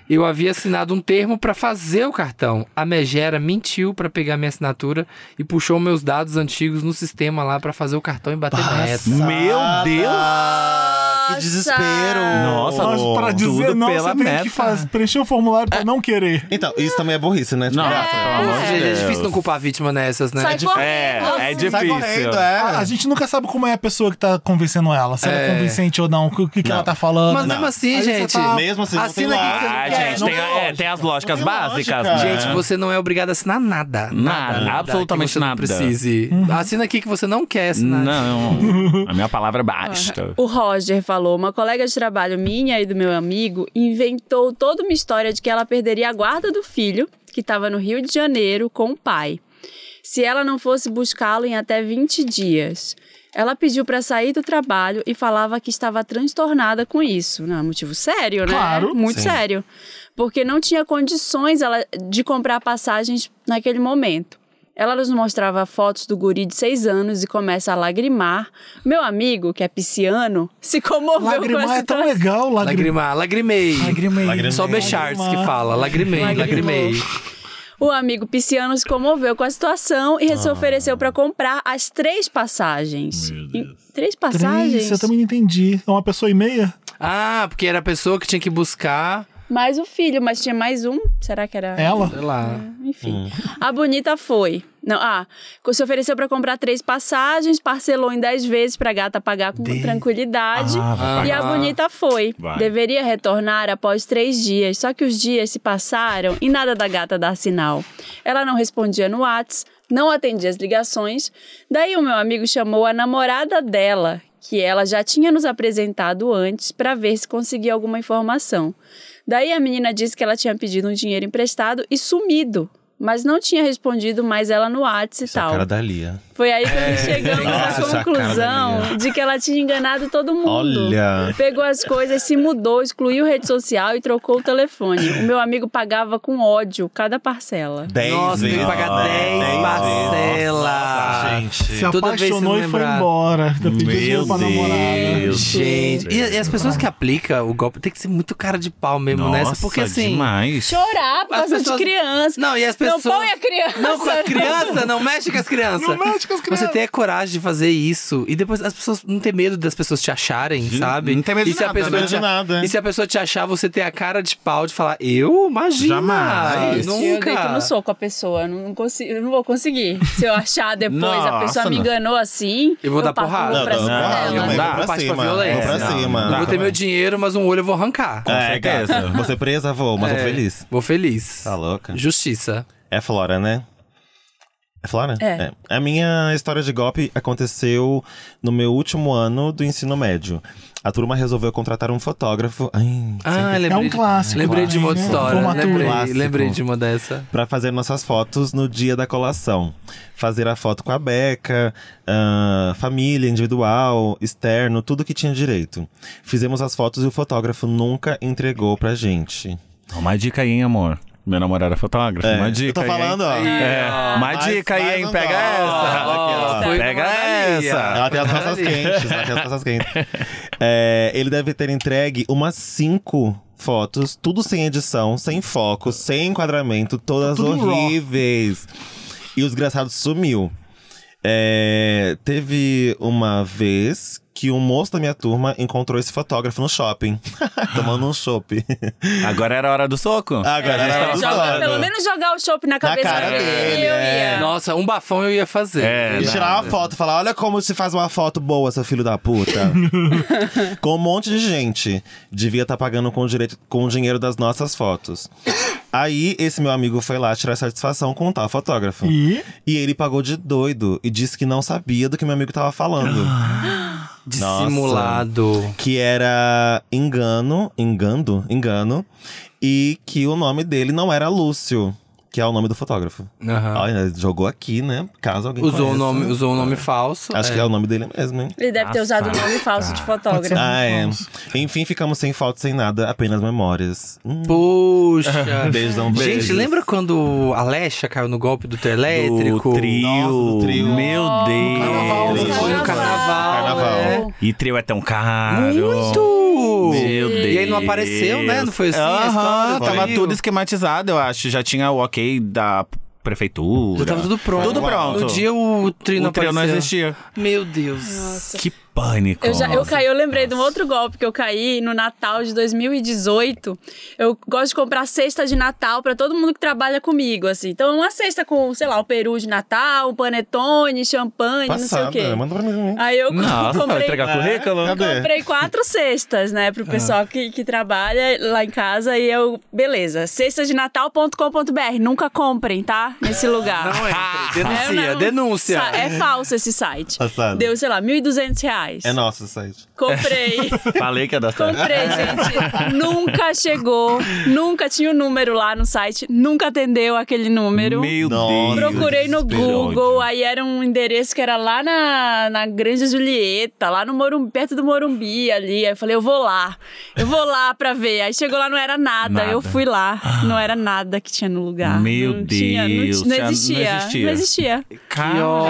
C: Eu havia assinado um termo pra fazer o cartão. A megera mentiu pra pegar minha assinatura e puxou meus dados antigos no sistema lá pra fazer o cartão e bater meta.
G: Meu Deus.
E: Deus! Que desespero!
G: Nossa,
A: mas pra dizer
G: tudo
A: não,
G: pela
A: você tem
G: meta.
A: que faz- preencher o formulário
C: É.
A: pra não querer.
E: Então, isso também é burrice, né? Tipo,
G: Nossa,
E: ah,
G: pelo amor de
C: Gente, é
G: Deus.
C: difícil não culpar a vítima nessas, né?
B: Sai correndo.
G: É, é
E: Sai
G: difícil.
E: correndo,
A: A, a
E: é.
A: gente nunca sabe como é a pessoa que tá convencendo ela. Se ela é
C: É.
A: convincente ou não, o que, o que que ela tá falando.
C: Mas mesmo assim,
A: Aí você
C: gente.
A: tá-
E: Mesmo assim, não tem
C: Assina aqui que
E: lá.
G: Ah,
C: Não
G: gente, tem,
A: tem
G: é,
A: lógica.
G: tem as lógicas
E: Não tem
G: básicas.
E: lógica.
G: né?
C: Gente, você não é obrigado a assinar nada.
G: Nada, absolutamente
C: que você não
G: nada.
C: precise. Assina aqui que você não quer assinar.
G: Não, a minha palavra é basta.
B: O Roger falou: uma colega de trabalho minha e do meu amigo inventou toda uma história de que ela perderia a guarda do filho, que estava no Rio de Janeiro com o pai, se ela não fosse buscá-lo em até 20 dias. Ela pediu pra sair do trabalho e falava que estava transtornada com isso. Não, é motivo sério, né?
A: Claro.
B: Muito
I: Sim.
B: sério. Porque não tinha condições ela, de comprar passagens naquele momento. Ela nos mostrava fotos do guri de seis anos e começa a lagrimar. Meu amigo, que é pisciano, se comoveu com
A: Lagrimar
B: essa
A: é tão legal, é lagrimar.
C: Lagrimar, lagrimei.
E: Lagrimei.
C: Só Bechards que fala. Lagrimei, lagrimei.
B: O amigo pisciano se comoveu com a situação e se ofereceu para comprar as três passagens. Em- Três passagens?
A: Três, eu também não entendi. É uma pessoa e meia?
C: Ah, porque era a pessoa que tinha que buscar.
B: Mais o filho, mas tinha mais um. Será que
C: É.
B: era?
A: Ela?
C: Sei lá.
B: Enfim. A bonita foi. Não, ah, se ofereceu para comprar três passagens, parcelou em dez vezes pra gata pagar com tranquilidade.
G: Ah,
C: vai
B: e a
C: pagar.
B: bonita foi.
G: Vai.
B: Deveria retornar após três dias, só que os dias se passaram e nada da gata dar sinal. Ela não respondia no Whats, não atendia as ligações. Daí o meu amigo chamou a namorada dela, que ela já tinha nos apresentado antes, para ver se conseguia alguma informação. Daí a menina disse que ela tinha pedido um dinheiro emprestado e sumido. Mas não tinha respondido mais ela no Whats e
E: Essa
B: tal.
E: cara é. da Lia.
B: Foi aí que chegamos
E: Nossa,
B: à
E: essa cara da
B: conclusão
E: Lia.
B: de que ela tinha enganado todo mundo.
E: Olha.
B: Pegou as coisas, se mudou, excluiu rede social e trocou o telefone. O meu amigo pagava com ódio cada parcela.
E: 10
C: Nossa, tem que pagar 10 parcelas.
A: Se
E: Gente.
C: Toda vez
A: apaixonou
C: você
A: e foi
C: lembrar.
A: embora. Eu pedi
G: Meu
A: dinheiro pra
G: Deus.
A: namorada.
C: Gente, e, e as pessoas que aplicam o golpe tem que ser muito cara de pau mesmo nessa,
G: Nossa,
C: porque assim.
G: demais.
B: Chorar por
C: As
B: causa
C: pessoas-
B: de criança.
C: Não, e as pessoas.
B: Não põe a criança.
C: Não, com as crianças, não mexe com as crianças.
A: Não mexe com as crianças.
C: Você tem a coragem de fazer isso. E depois as pessoas não ter medo das pessoas te acharem, sabe?
G: não tem medo
C: e
G: de
C: se a
G: nada,
C: pessoa
G: né?
C: te-
E: De nada.
C: E se a pessoa te achar, você tem a cara de pau de falar, eu? Imagina.
G: Jamais.
B: Eu
C: Nunca.
B: deito no soco a pessoa, não, consigo, eu não vou conseguir. Se eu achar depois, a pessoa
G: Nossa,
B: me
G: não.
B: enganou assim,
C: Eu vou dar
B: parto
C: porrada.
B: pra
E: Não,
B: cima
E: não,
B: dela.
E: não,
C: Eu
E: dá.
C: vou
E: pra
C: partir
E: cima,
C: violência.
E: vou pra cima. Tá
C: Não vou ter
E: Também.
C: meu dinheiro, mas um olho eu vou arrancar.
E: Com
G: É,
E: certeza.
G: gata.
E: Você presa, vou, mas
C: É.
E: tô feliz.
C: Vou feliz.
E: Tá louca.
C: Justiça.
E: É Flora, né? É Flora?
B: É.
E: A minha história de golpe aconteceu no meu último ano do ensino médio. A turma resolveu contratar um fotógrafo. Ai,
C: Ah,
A: É
C: lembrei.
A: um clássico.
C: Lembrei de uma outra
A: né?
C: história.
A: Formatura.
C: Lembrei,
E: Clássico.
C: lembrei de uma dessa.
E: Pra fazer nossas fotos no dia da colação. Fazer a foto com a beca, ah, família, individual, externo, tudo que tinha direito. Fizemos as fotos e o fotógrafo nunca entregou pra gente.
G: Uma dica aí, hein, amor. Meu namorado é fotógrafo.
E: É,
G: Uma
E: eu
G: dica
E: tô
G: aí,
E: falando, ó.
G: hein? É, uma
E: Mais-
G: dica aí,
E: mais
G: hein?
E: um
G: Pega
E: dólar.
G: essa.
E: Ó,
C: foi
G: Pega
C: uma mania.
G: essa.
E: Ela tem as taças quentes, ela tem as taças quentes. É, ele deve ter entregue umas cinco fotos, tudo sem edição, sem foco, sem enquadramento, todas
A: Tá tudo raw.
E: horríveis. E os desgraçado sumiu. É, teve uma vez que um moço da minha turma encontrou esse fotógrafo no shopping, tomando um chopp.
G: Agora era Ah, a hora do soco?
E: Agora
G: gente
E: ela
G: tava
B: Joga-
E: usando.
B: pelo menos jogar o chopp na cabeça
E: cara dele,
B: eu
E: é.
B: ia.
C: Nossa, um bafão eu ia fazer.
G: É,
E: E tirar uma foto, falar: olha como se faz uma foto boa, seu filho da puta. com um monte de gente. Devia estar pagando com o, direito, com o dinheiro das nossas fotos. Aí, esse meu amigo foi lá tirar satisfação com o tal fotógrafo.
A: E
E: E ele pagou de doido e disse que não sabia do que meu amigo tava falando.
C: Dissimulado.
E: que era engano, engando, engano. E que o nome dele não era Lúcio, que é o nome do fotógrafo.
C: Aham.
E: Olha, jogou aqui, né? Caso alguém
C: Usou, o
E: conheça.
C: nome, usou um nome falso.
E: Acho que é o nome dele mesmo, hein?
B: Ele deve ter usado o nome falso de fotógrafo.
E: Ah, é. Enfim, ficamos sem foto, sem nada, apenas memórias. Hum.
C: Puxa.
E: Beijão, beijos.
C: Gente, lembra quando a Lesha caiu no golpe do trio elétrico?
G: Do trio.
E: Nossa, do trio.
G: Meu
A: Carnaval,
G: Deus.
C: Foi
A: Carnaval.
C: no carnaval.
E: Carnaval.
C: né?
G: E trio é tão caro.
C: Muito!
G: Meu Deus.
C: E aí não apareceu, né? Não foi assim? a
G: Aham,
C: história do
G: tava
C: trio?
G: tudo esquematizado, eu acho. Já tinha o ok da prefeitura.
C: Já tava tudo pronto.
G: Tudo pronto.
C: No dia o trio não
G: o trio não
C: apareceu.
G: existia.
C: Meu Deus.
G: Que pânico.
B: Eu, já, eu caí, eu lembrei de um outro golpe que eu caí no Natal de 2018. Eu gosto de comprar cesta de Natal pra todo mundo que trabalha comigo, assim. Então, uma cesta com, sei lá, o peru de Natal, um panetone, champanhe,
E: Passada, né?
B: não sei o quê.
E: manda pra mim também.
B: Aí eu
G: Nossa, vai
B: comprei.
G: entregar currículo?
B: Comprei quatro cestas, né, pro pessoal que, que trabalha lá em casa. E eu, beleza, cestasdenatal.com.br. Nunca comprem, tá? Nesse lugar.
C: Não é.
B: É,
G: Ah!
C: Denuncia,
B: não.
C: denúncia.
B: Sa- É falso esse site.
E: Passado.
B: Deu, sei lá, 1.200 reais.
E: É nosso esse site.
B: Comprei.
G: Falei que ia dar certo.
B: Comprei, gente. nunca chegou. Nunca tinha o número lá no site. Nunca atendeu aquele número.
G: Meu
E: Nossa.
G: Deus.
B: Procurei no
G: desespero.
B: Google, aí era um endereço que era lá na, na Granja Julieta, lá no Morumbi, perto do Morumbi ali. Aí eu falei, eu vou lá, eu vou lá pra ver. Aí chegou lá, não era nada.
G: Nada.
B: Eu fui lá, não era nada que tinha no lugar.
G: Meu
B: não Tinha, não,
G: Deus,
B: ti- não
G: já não
B: existia,
G: existia.
B: não existia.
G: Caralho.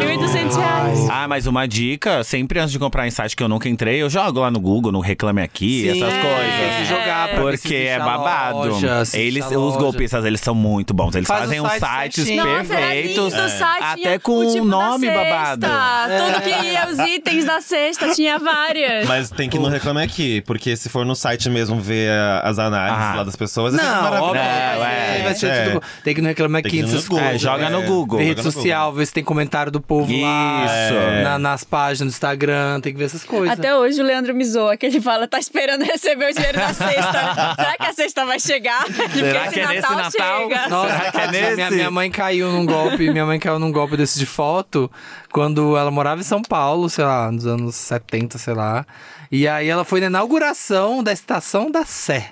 B: R$ 1.200 reais.
G: Ah, mas uma dica, sempre antes de comprar em site que eu nunca entrei, eu jogo lá no Google, no Reclame Aqui, essas
B: É,
C: Tem que
G: coisas.
C: jogar pra ver se
G: Porque
C: existe
G: é
C: a
G: babado.
C: loja, se
G: eles,
C: existe a
G: os
C: loja.
G: golpistas, eles são muito bons. Eles
C: Faz
G: fazem
C: um
G: uns
C: site
G: sites
C: certinho.
B: Nossa, era lindo,
G: perfeitos.
B: o site,
G: até
B: tinha
G: com
B: o tipo
G: um nome
B: da
G: babado. É.
B: Sexta, Tudo que ia, os itens da sexta, tinha
C: É.
B: várias.
E: Mas tem que não reclamar aqui, porque se for no site mesmo ver a- as análises
G: Ah.
E: lá das pessoas, é sempre
C: Não,
E: maravilhoso.
C: óbvio,
G: Não,
C: vai ser,
G: é.
C: vai ser
E: É.
C: tudo bom. Tem que não reclamar
E: Tem que
C: aqui,
E: ir no
C: essas
E: Google,
G: É,
C: coisas.
G: joga no
E: é.
G: Google.
C: Ver
E: Joga
C: rede
E: no
C: social, ver se tem comentário do povo lá. é,
G: Isso.
C: na- nas páginas do Instagram, tem que ver essas coisas.
B: Até hoje o Leandro me zoa, que ele fala, tá esperando receber o dinheiro da sexta. Será que a sexta vai chegar?
G: Será
B: Porque
G: que é
B: esse
G: nesse Natal?
B: chega.
G: Será
C: Nossa,
G: que é
C: minha-
G: nesse?
C: minha, minha mãe caiu num golpe, minha mãe caiu num golpe desse de foto quando ela morava em São Paulo, sei lá, nos anos 70, sei lá. E aí ela foi na inauguração da estação da Sé.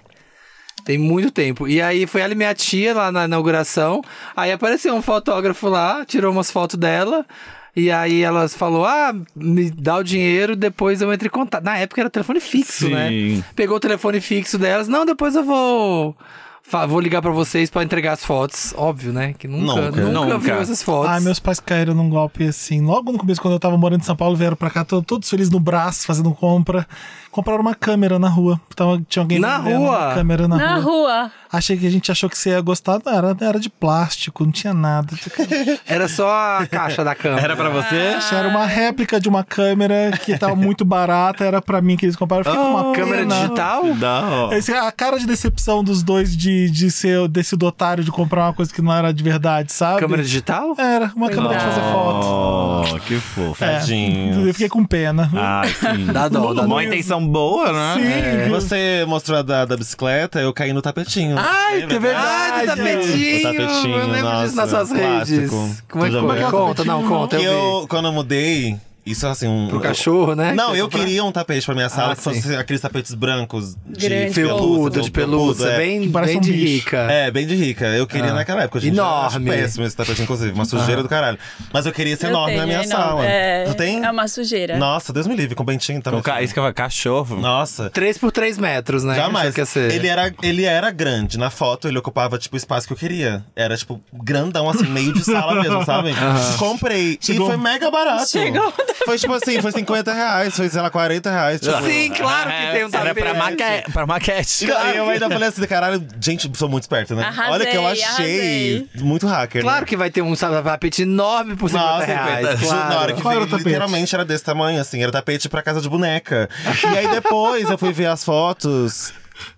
C: Tem muito tempo. E aí foi ela e minha tia lá na inauguração. Aí apareceu um fotógrafo lá, tirou umas fotos dela. E aí ela falou: Ah, me dá o dinheiro, depois eu entro em contato. Na época era telefone fixo,
G: Sim.
C: né? Pegou o telefone fixo delas. Não, depois eu vou. fa- Vou ligar pra vocês pra entregar as fotos. Óbvio, né? Que nunca,
E: Nunca.
C: nunca,
G: Nunca.
C: viu essas fotos.
A: Ai, meus pais caíram num golpe assim. Logo no começo, quando eu tava morando em São Paulo, vieram pra cá to- todos felizes no braço, fazendo compra. Compraram uma câmera na rua. Tava, tinha alguém
C: Na
A: vendendo
C: rua?
A: uma câmera na,
B: Na
A: rua.
B: rua.
A: Achei que a gente achou que você ia gostar. Não, era, era de plástico, não tinha nada. Tipo,
C: Era só a caixa da câmera.
G: Era pra você?
A: Isso Era uma réplica de uma câmera que tava muito barata. Era pra mim que eles compraram. Eu Fiquei com uma
C: Ah, câmera
A: pena.
C: digital?
G: Não.
A: Esse- a cara de decepção dos dois de, de ser desse do otário de comprar uma coisa que não era de verdade, sabe?
C: Câmera digital?
A: Era, uma câmera pra fazer foto.
G: Oh, que fofo.
E: Tadinho.
A: É. Eu fiquei com pena.
G: Ah, sim.
C: Dá dó, dá dó.
G: Uma intenção boa, né?
A: Sim.
E: É. Você mostrou a da, da bicicleta, eu caí no tapetinho.
C: Ai, que É verdade!
E: Lembra?
C: Ah, do tapetinho!
E: é O tapetinho,
C: eu lembro disso nas
E: nossa,
C: suas redes.
E: clássico.
C: Como é que
E: Tudo
C: foi?
E: bem.
C: Conta, não, conta.
E: Que
C: Eu vi.
E: eu, quando eu mudei, isso assim, um.
C: Pro cachorro, né?
E: Não,
C: Que
E: eu
C: pra-
E: queria um tapete pra minha sala
C: Ah,
E: que
C: sim.
E: fosse aqueles tapetes brancos de
B: Grande.
E: pelúcia.
C: Felpudo, de pelúcia,
E: é.
C: bem,
A: Que parece
C: bem
A: um
C: de
A: bicho.
C: rica.
E: É, bem de rica. Eu queria
C: Ah.
E: naquela época. Gente,
C: Enorme. Ah.
E: Eu acho péssimo esse tapete, inclusive. Uma sujeira do caralho. Mas eu queria esse
B: Eu
E: enorme
B: tenho,
E: na minha
B: é enorme.
E: sala.
B: É,
E: Tu tem?
B: É uma sujeira.
E: Nossa, Deus me livre, com o Bentinho então.
G: O É. ca... Isso que eu falei, cachorro.
E: Nossa.
C: 3 por 3 metros, né? Acho
E: Jamais.
C: que ia ser.
E: Ele é era, ele era grande. Na foto, ele ocupava, tipo, o espaço que eu queria. Era, tipo, grandão, assim, meio de sala mesmo, sabe? Comprei.
A: Chegou.
E: E foi mega barato. Chegou. Foi, tipo assim, foi 50 reais, foi, sei lá, 40 reais. Tipo,
C: Sim, claro que tem um
G: Era
C: tapete.
G: É, pra, maque... pra
E: E
G: maquete.
E: eu ainda falei assim, caralho, gente, sou muito esperta, né?
B: Arrasei,
E: Olha que eu achei
B: arrasei.
E: muito hacker. né?
C: Claro que vai ter um tapete enorme por 50
E: Nossa,
C: reais. Claro.
E: Na hora que
A: Qual era o
E: veio,
A: tapete?
E: literalmente era desse tamanho, assim. Era tapete pra casa de boneca. E aí depois eu fui ver as fotos.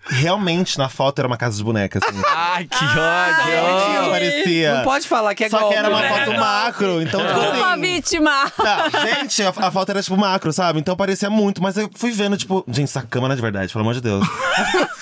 E: Realmente, na foto era uma casa de boneca, assim.
G: Ai, que
B: Ah, é.
G: ódio.
E: Realmente parecia.
C: Ah. Não pode falar que é
E: Só que
C: golpe,
E: era uma
C: né?
E: foto macro, então tipo
B: Culpa a
E: assim...
B: vítima.
E: Tá, gente, a, a foto era tipo macro, sabe? Então parecia muito, mas eu fui vendo, tipo, gente, essa cama não é de verdade, pelo amor de Deus.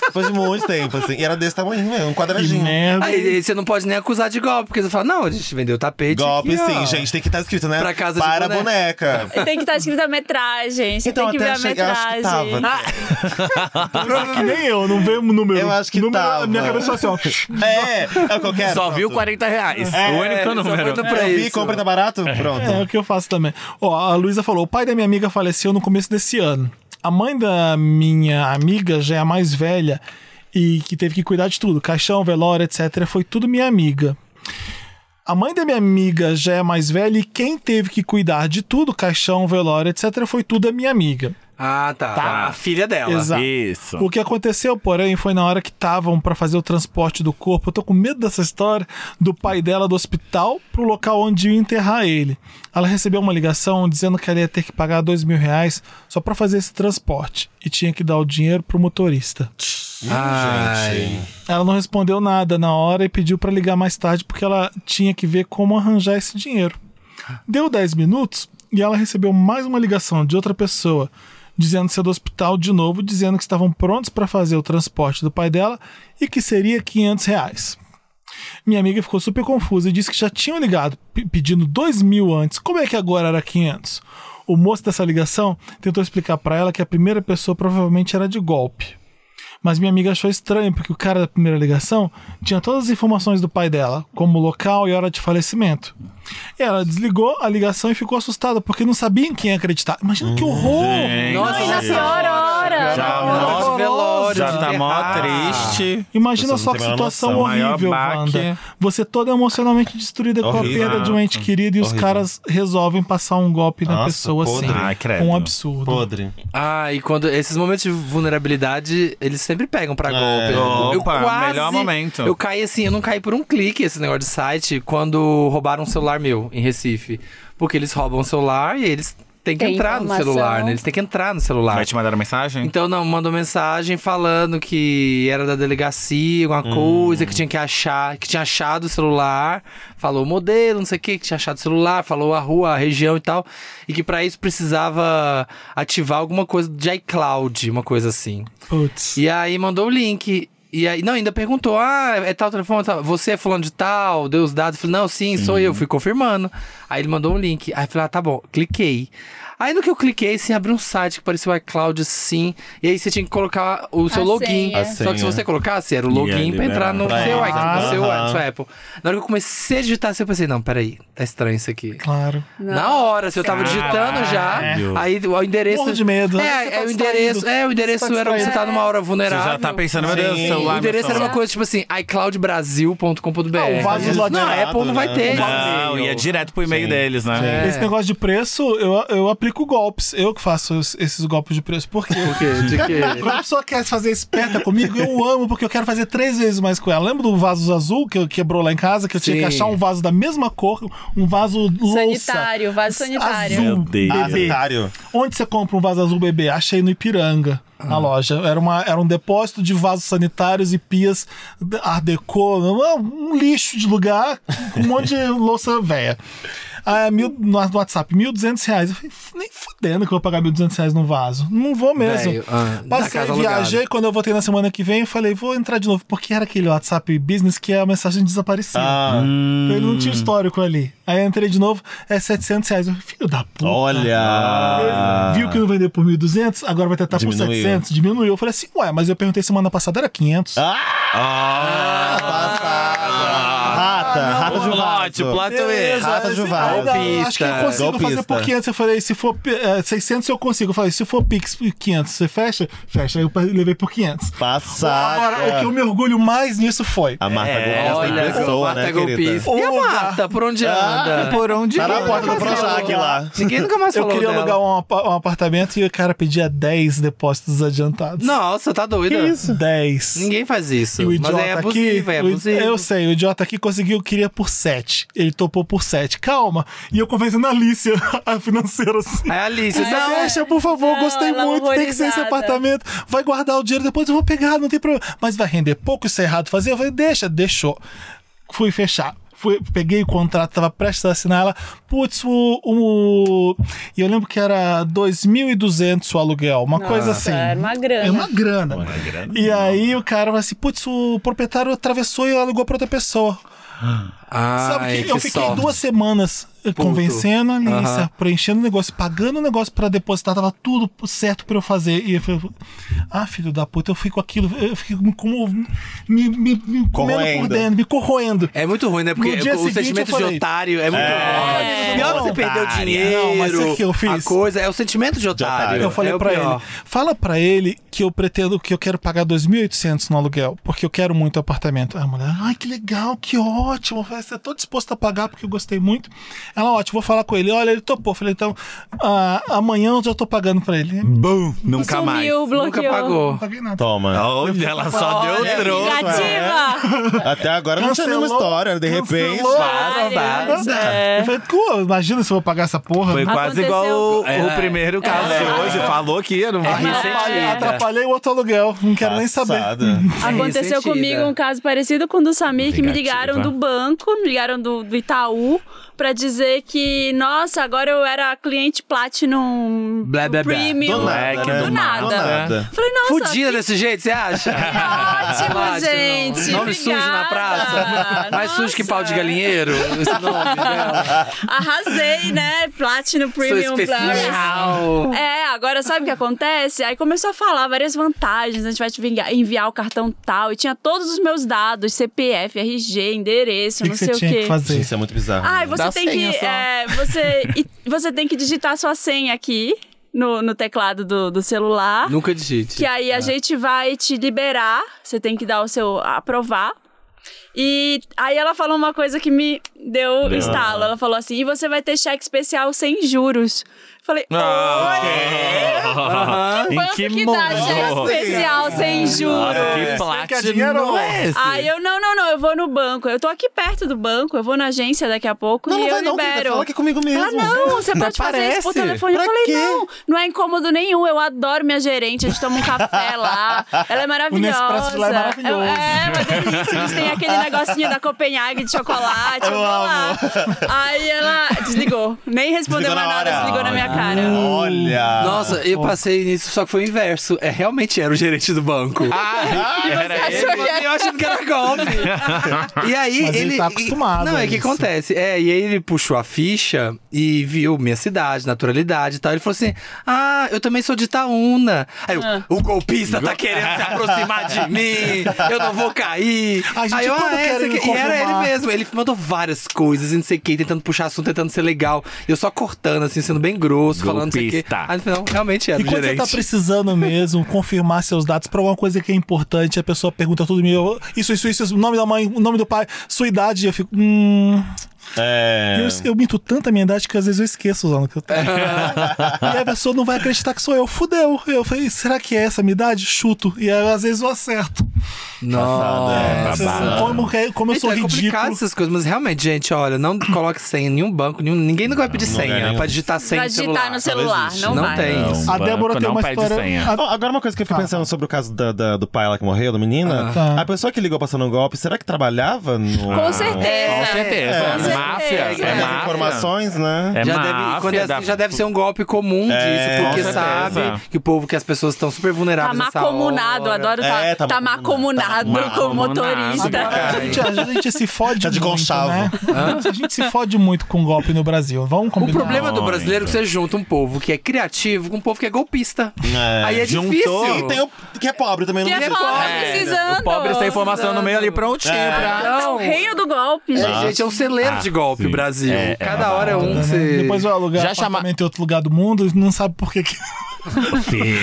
E: Depois de muito tempo, assim. E era desse tamanho mesmo, um
A: Que
E: quadradinho.
A: merda.
C: Aí, aí você não pode nem acusar de golpe, porque você fala, não, a gente vendeu o tapete.
E: Golpe,
C: aqui, ó.
E: sim, gente, tem que estar escrito, né?
C: Pra casa de
E: Para
C: boneca.
E: boneca.
B: Tem que estar escrita a metragem. Você
E: Então,
B: tem que ver
E: até
B: a
E: chegar, acho que
B: metragem.
E: tava.
A: Só que nem eu, não veio o número.
E: Eu acho que
A: número,
E: tava.
A: Minha cabeça assim, ó.
E: É, é qualquer.
G: Só viu 40 reais.
E: É.
G: o único
C: foi no-
G: número.
E: pra
C: É, pra
E: eu vi,
C: isso.
E: compra tá barato? Pronto.
A: É o que eu faço também. Ó, a Luísa falou: o pai da minha amiga faleceu no começo desse ano. A mãe da minha amiga já é a mais velha e que teve que cuidar de tudo. Caixão, velório, etc. Foi tudo minha amiga. A mãe da minha amiga já é mais velha e quem teve que cuidar de tudo, caixão, velório, etc., foi tudo a minha amiga.
C: Ah, tá.
G: Tá.
C: A filha dela.
A: Exato.
G: Isso.
A: O que aconteceu, porém, foi na hora que estavam pra fazer o transporte do corpo. Eu tô com medo dessa história do pai dela do hospital pro local onde ia enterrar ele. Ela recebeu uma ligação dizendo que ela ia ter que pagar dois mil reais só pra fazer esse transporte e tinha que dar o dinheiro pro motorista.
C: Ai.
A: Ela não respondeu nada na hora e pediu pra ligar mais tarde porque ela tinha que ver como arranjar esse dinheiro. Deu 10 minutos e ela recebeu mais uma ligação de outra pessoa, dizendo ser do hospital de novo, dizendo que estavam prontos para fazer o transporte do pai dela e que seria 500 reais. Minha amiga ficou super confusa e disse que já tinham ligado pe- pedindo 2 mil antes. Como é que agora era 500? O moço dessa ligação tentou explicar pra ela que a primeira pessoa provavelmente era de golpe. Mas minha amiga achou estranho, porque o cara da primeira ligação tinha todas as informações do pai dela, como local e hora de falecimento. E ela desligou a ligação e ficou assustada, porque não sabia em quem acreditar. Imagina que horror!
B: Ai, na pior Ah, hora.
G: Já,
C: Hora de
G: mó-
C: Ah, velório,
G: já
C: de
G: tá mó
C: enterrar.
G: triste.
A: Imagina
E: Pessoas não
A: só que
E: têm a
A: situação
E: noção.
G: Maior
A: horrível,
G: baque.
A: Wanda. Você toda emocionalmente destruída com a
E: Horrível. Hum.
A: perda de um ente querido e os
E: Horrível.
A: caras resolvem passar um golpe na
E: Nossa,
A: pessoa
E: podre.
A: assim.
G: Ah, credo.
A: Um absurdo.
E: Podre.
C: Ah, e quando esses momentos de vulnerabilidade, eles sempre pegam pra golpe. né?
G: Opa,
C: eu quase,
G: melhor momento.
C: Eu caí assim, eu não caí por um clique esse negócio de site quando roubaram um celular meu em Recife. Porque eles roubam o celular e eles têm que
B: Tem
C: entrar no
B: informação.
C: celular, né? Eles têm que entrar no celular.
G: Vai te mandar mensagem?
C: Então, não, mandou mensagem falando que era da delegacia, alguma coisa, que tinha que achar, que tinha achado o celular, falou o modelo, não sei o que, que tinha achado o celular, falou a rua, a região e tal, e que pra isso precisava ativar alguma coisa de iCloud, uma coisa assim.
A: Putz.
C: E aí mandou o link. E aí, não, ainda perguntou: ah, é tal telefone? Tal. Você é fulano de tal? Deu os dados? Eu falei: não, sim, sou
E: Uhum.
C: eu. Fui confirmando. Aí ele mandou um link. Aí eu falei: ah, tá bom, cliquei. Aí no que eu cliquei, assim, abriu um site que parecia o iCloud, sim. E aí você tinha que colocar o seu
B: A
C: login.
B: senha. A
C: Só que se
E: senha.
C: você colocasse, era o login
G: Ia
C: pra entrar
G: liberar.
C: no
E: Pra
C: seu,
E: entrar.
C: iCloud, no seu,
E: Aham.
C: no seu Apple. Na hora que eu comecei a digitar, assim, eu pensei: não, peraí, tá estranho isso aqui.
A: Claro.
C: Na hora, se eu tava digitando já,
G: Caralho.
C: aí o endereço.
A: Morro de medo. Você
C: É,
A: tá
C: é o
A: distraído.
C: endereço. É, o endereço
A: Você tá
C: era você tá numa hora vulnerável.
G: Você já tá pensando, meu Deus,
E: Sim.
G: celular.
C: O
G: meu
C: endereço era
G: celular.
C: uma coisa tipo assim, iCloudbrasil.com.br.
A: Ah, o vaso
C: não,
A: ladeado,
C: a Apple não vai
E: né?
C: ter.
G: Não, ia direto pro e-mail
E: Sim.
G: deles, né?
A: Esse negócio de preço, eu, eu aplico golpes. Eu que faço os- esses golpes de preço. Por quê?
C: O quê? De quê?
A: Quando a pessoa quer se fazer esperta comigo, eu amo, porque eu quero fazer três vezes mais com ela. Lembra do vaso azul que eu- quebrou lá em casa, que eu tinha
C: Sim.
A: que achar um vaso da mesma cor, um vaso louça.
B: Sanitário, vaso sanitário.
A: Azul,
G: Meu Deus.
A: bebê.
E: Sanitário.
A: Onde você compra um vaso azul bebê? Achei no Ipiranga,
C: Ah.
A: na loja. Era, uma, era um depósito de vasos sanitários e pias art deco, um um lixo de lugar com um monte de louça velha. Ah, mil, no WhatsApp, 1.200 reais. Eu falei, "F- nem fudendo que eu vou pagar 1.200 reais num vaso. Não vou mesmo.
C: Velho, ah, da
A: Passei,
C: casa
A: viajei.
C: alugada.
A: Quando eu voltei na semana que vem, eu falei, vou entrar de novo. Porque era aquele WhatsApp Business que é a mensagem desaparecida.
E: Ah,
A: Então Ele não tinha histórico ali. Aí eu entrei de novo, é 700 reais. Eu, filho da puta.
E: olha.
A: Viu que não vendeu por 1.200, agora vai tentar por
E: Ah. Diminuiu.
A: 700, diminuiu. Eu falei assim, ué, mas eu perguntei semana passada, era 500.
E: Ah, passada. Rata, rata de um
G: Plot,
E: vaso.
G: plot twist.
E: Rata de um
A: assim, Aí,
E: vaso.
A: não, Acho que eu consigo fazer
E: Golpista.
A: por 500. Eu falei, se for eh, 600 eu consigo. Eu falei, se for Pix 500, você fecha? Fecha. Aí eu levei por 500. Agora,
E: Ah,
A: o que eu
E: Passada.
A: me orgulho mais nisso foi.
E: A Marta
G: É,
E: Golpista
C: Olha,
E: em pessoa,
C: Marta
E: né, querida?
C: Golpista. E a Marta, por onde
A: Ah,
C: anda?
G: Por onde
E: Tá na
G: anda?
E: porta do Projac lá.
C: Ninguém nunca mais
A: Eu
C: falou
A: queria
C: dela.
A: alugar um, apa- um apartamento e o cara pedia 10 depósitos adiantados.
C: Nossa, tá doida?
A: 10.
C: Ninguém faz isso.
A: E o
C: Mas
A: idiota
C: é abusivo,
A: aqui.
C: é
A: o-
C: abusivo.
A: eu sei, o idiota aqui conseguiu, queria por 7. Ele topou por 7. Calma. E eu convencendo a Alicia, a financeira assim.
B: Ah,
C: Aí é a Alice,
A: Não,
C: não,
A: deixa, por favor,
B: é Não,
A: gostei
B: ela
A: muito. Tem que ser esse
B: horrorizada.
A: apartamento. Vai guardar o dinheiro, depois eu vou pegar, não tem problema. Mas vai render pouco, isso é errado fazer. Eu falei, deixa, deixou. Fui fechar. Fui, peguei o contrato, tava prestes a assinar ela. Putz, o. o- E eu lembro que era 2.200 o aluguel, uma coisa assim.
B: Era uma grana.
A: É uma grana. E aí o cara fala assim: putz, o proprietário atravessou e alugou pra outra pessoa. Sabe
C: Ai,
A: que,
C: que
A: eu fiquei
C: sorte.
A: duas semanas eh, convencendo a Alicia,
C: Aham.
A: preenchendo o negócio, pagando o negócio pra depositar, tava tudo certo pra eu fazer. E eu falei, ah, filho da puta, eu fico aquilo, eu fico me, como, me, me, me comendo por
E: Corroendo.
A: dentro, me corroendo.
C: É muito ruim, né? Porque
A: No dia
C: o
A: seguinte, eu
C: sentimento de
A: falei,
C: otário é muito ruim. Pior que você perdeu
G: Otário.
C: dinheiro,
A: Não, mas sabe o que eu fiz?
C: a coisa, é o sentimento de otário.
A: Eu falei
C: é o
A: pra
C: pior.
A: ele, fala pra ele que eu pretendo que eu quero pagar 2.800 no aluguel, porque eu quero muito o apartamento. Aí A mulher, ai que legal, que ótimo, eu falei, "Você tô disposto a pagar porque eu gostei muito. Ela, ótimo, vou falar com ele. Olha, ele topou. Eu Falei, então, ah, amanhã eu já tô pagando pra ele. Não
G: Bum, nunca mais.
B: Sumiu, bloqueou.
C: Nunca pagou.
A: paguei nada.
E: Toma.
G: Olha, ela só deu troço.
C: É.
B: Negativa!
E: Até agora não tinha nenhuma
A: Cancelou.
E: história, de repente.
A: Cancelou.
B: Várias, é.
A: Eu falei, "Pô, imagina se eu vou pagar essa porra.
G: Foi quase
B: Aconteceu.
G: igual o,
C: É,
G: o
C: é.
G: primeiro caso de hoje. Falou que ia, não vai.
A: Atrapalhei,
C: Ressentida.
A: atrapalhei o outro aluguel, não quero nem saber.
E: Passada.
J: Aconteceu
C: ressentida.
J: comigo um caso parecido com o do Samir, que me ligaram do banco, me ligaram do, do Itaú, pra
B: dizer que, nossa, agora eu era cliente Platinum
C: Blá, blá, blá.
B: Premium.
E: Do nada,
B: do
E: né?
B: nada.
E: Do nada.
B: Falei, nossa,
C: Fudida desse jeito, você acha?
B: ótimo,
C: Ótimo.
B: gente.
C: Nome sujo na
B: Obrigada.
C: praça. Mais sujo que pau de
B: Nossa.
C: galinheiro. Esse nome, né?
B: arrasei, né? Platinum
C: Sou
B: Premium Plus.
C: especial.
B: É, agora sabe o que acontece? Aí começou a falar várias vantagens, né? a gente vai te vingar- enviar o cartão tal, e tinha todos os meus dados, CPF, RG,
A: O
B: endereço,
A: que,
B: não
A: que
B: sei
A: você
B: o
A: tinha
B: quê.
A: que fazer?
E: Isso é muito bizarro.
B: Ai,
E: né?
B: você
G: Dá
B: tem
G: senha
B: que.
G: só.
B: é, você, e você tem que digitar sua senha aqui no, no teclado do, do celular.
C: Nunca digite.
B: Que aí a gente vai te liberar. Você tem que dar o seu. aprovar. E aí ela falou uma coisa que me deu estalo. Ela falou assim: e você vai ter cheque especial sem juros. Falei,
G: Ah,
B: oi!
G: ok. Em
B: Banco
G: que,
B: que dá cheque
G: mundo?
B: especial sem juros.
G: Nossa,
C: É.
E: Você
G: que
E: quer
G: platino é esse?
B: Aí eu, não, não, não, eu vou no banco. Eu tô aqui perto do banco, eu vou na agência daqui a pouco
E: Não,
B: e
E: não
B: eu
E: vai não, querida.
B: libero.
E: Fala aqui comigo mesmo.
B: Ah, não, você pode fazer isso por
G: parece.
B: telefone.
E: Pra
B: eu falei,
E: quê?
B: não, não é incômodo nenhum. Eu adoro minha gerente, a gente toma um café lá. Ela é maravilhosa.
A: Nespresso lá é maravilhoso.
B: É, é uma delícia. Eles têm aquele negocinho da Copenhague de chocolate. Eu vou lá. Aí ela desligou. Nem respondeu
E: Desligou
B: mais
E: na
B: nada,
E: hora.
B: desligou na minha cara.
E: Olha!
C: Nossa, eu passei nisso, só que foi o inverso. É, realmente era o gerente do banco.
G: Ah, era
B: achou
G: ele.
B: que era-
C: Eu achando que era golpe. E aí
A: Mas ele tá acostumado
C: Não,
A: a
C: é que
A: isso.
C: acontece. É, e aí ele puxou a ficha e viu minha cidade, naturalidade e tal. Ele falou assim: Ah, eu também sou de Itaúna. Aí eu, o golpista tá querendo se aproximar de mim, eu não vou cair.
A: A gente
C: aí eu, "Ah, é,
A: todo
C: sei
A: querendo
C: que-" E era ele
A: confirmar.
C: mesmo. Ele mandou várias coisas, e não sei o que, tentando puxar assunto, tentando ser legal. E eu só cortando, assim, sendo bem grosso, falando não sei o quê.
G: Golpista.
C: Aí no final,
E: É
C: realmente era
A: E
C: o
A: quando você tá
C: gerente.
A: precisando mesmo confirmar seus dados pra alguma coisa que é importante, a pessoa pergunta tudo meu, isso, isso, isso, o nome da mãe, o nome do pai, sua idade, eu fico. Hum.
E: É.
A: Eu, eu minto tanto a minha idade que às vezes eu esqueço os anos que eu tenho. e a pessoa não vai acreditar que sou eu. Fudeu. Eu falei, será que é essa a minha idade? Chuto. E aí, às vezes eu acerto.
C: Nossa.
G: é,
A: Vocês- como, que- como eu
C: Então,
A: sou
C: é complicado
A: ridículo.
C: essas coisas, mas realmente, gente, olha, não coloque senha em nenhum banco, nenhum- ninguém nunca vai pedir
E: Não, lugar
C: senha
E: nenhum.
C: pra digitar senha
B: Pra
C: no
B: digitar
C: celular.
B: no celular,
E: existe.
B: não,
C: Não
B: vai.
C: tem.
G: é Não,
C: isso.
A: A Débora
E: é
G: banco
A: tem
E: um
G: não
A: uma
G: pede
A: história.
G: senha.
A: a-
E: Ó, Ah, agora uma coisa que eu fiquei
A: Fala.
E: pensando sobre o caso da, da- do pai lá que morreu, da menina.
A: Tá.
E: A pessoa que ligou passando um golpe, será que trabalhava no. Ah,
B: Com certeza.
G: Com certeza.
E: É.
G: É máfia.
E: É,
G: É
E: as
G: máfia.
E: informações, né?
G: É
C: já,
G: máfia.
C: deve, quando é assim,
G: da-
C: já deve ser um golpe comum
E: É,
C: disso, porque
E: com
G: certeza.
C: sabe que o povo, que as pessoas estão super
B: Tá
C: vulneráveis nessa
B: macomunado,
C: hora.
B: adoro tá,
E: É,
B: tá,
E: tá
B: macomunado
G: macomunado.
B: com o
G: Agora-
B: motorista.
A: A gente, a gente se fode
E: Tá de
A: muito,
E: conchavo.
A: né? A gente se fode muito com um golpe no Brasil. Vamos
C: O
A: combinar.
C: problema do
G: Não,
C: brasileiro é que você junta um povo que é criativo com um povo que é golpista.
E: É.
C: Aí é
G: juntou.
C: difícil.
E: E tem o que é pobre também,
B: Que
E: não
B: é
E: precisa.
B: pobre,
E: É.
B: precisando.
G: O pobre essa informação no meio ali prontinho
E: É.
G: pra.
B: É o reino do golpe, gente.
C: É, gente, é um celeiro de golpe,
G: sim.
C: Brasil.
G: É, é
C: Cada
G: uma
C: hora é um que você
A: Depois vai alugar
G: Já
A: já
G: chama-
A: apartamento em outro lugar do mundo e não sabe por que. que-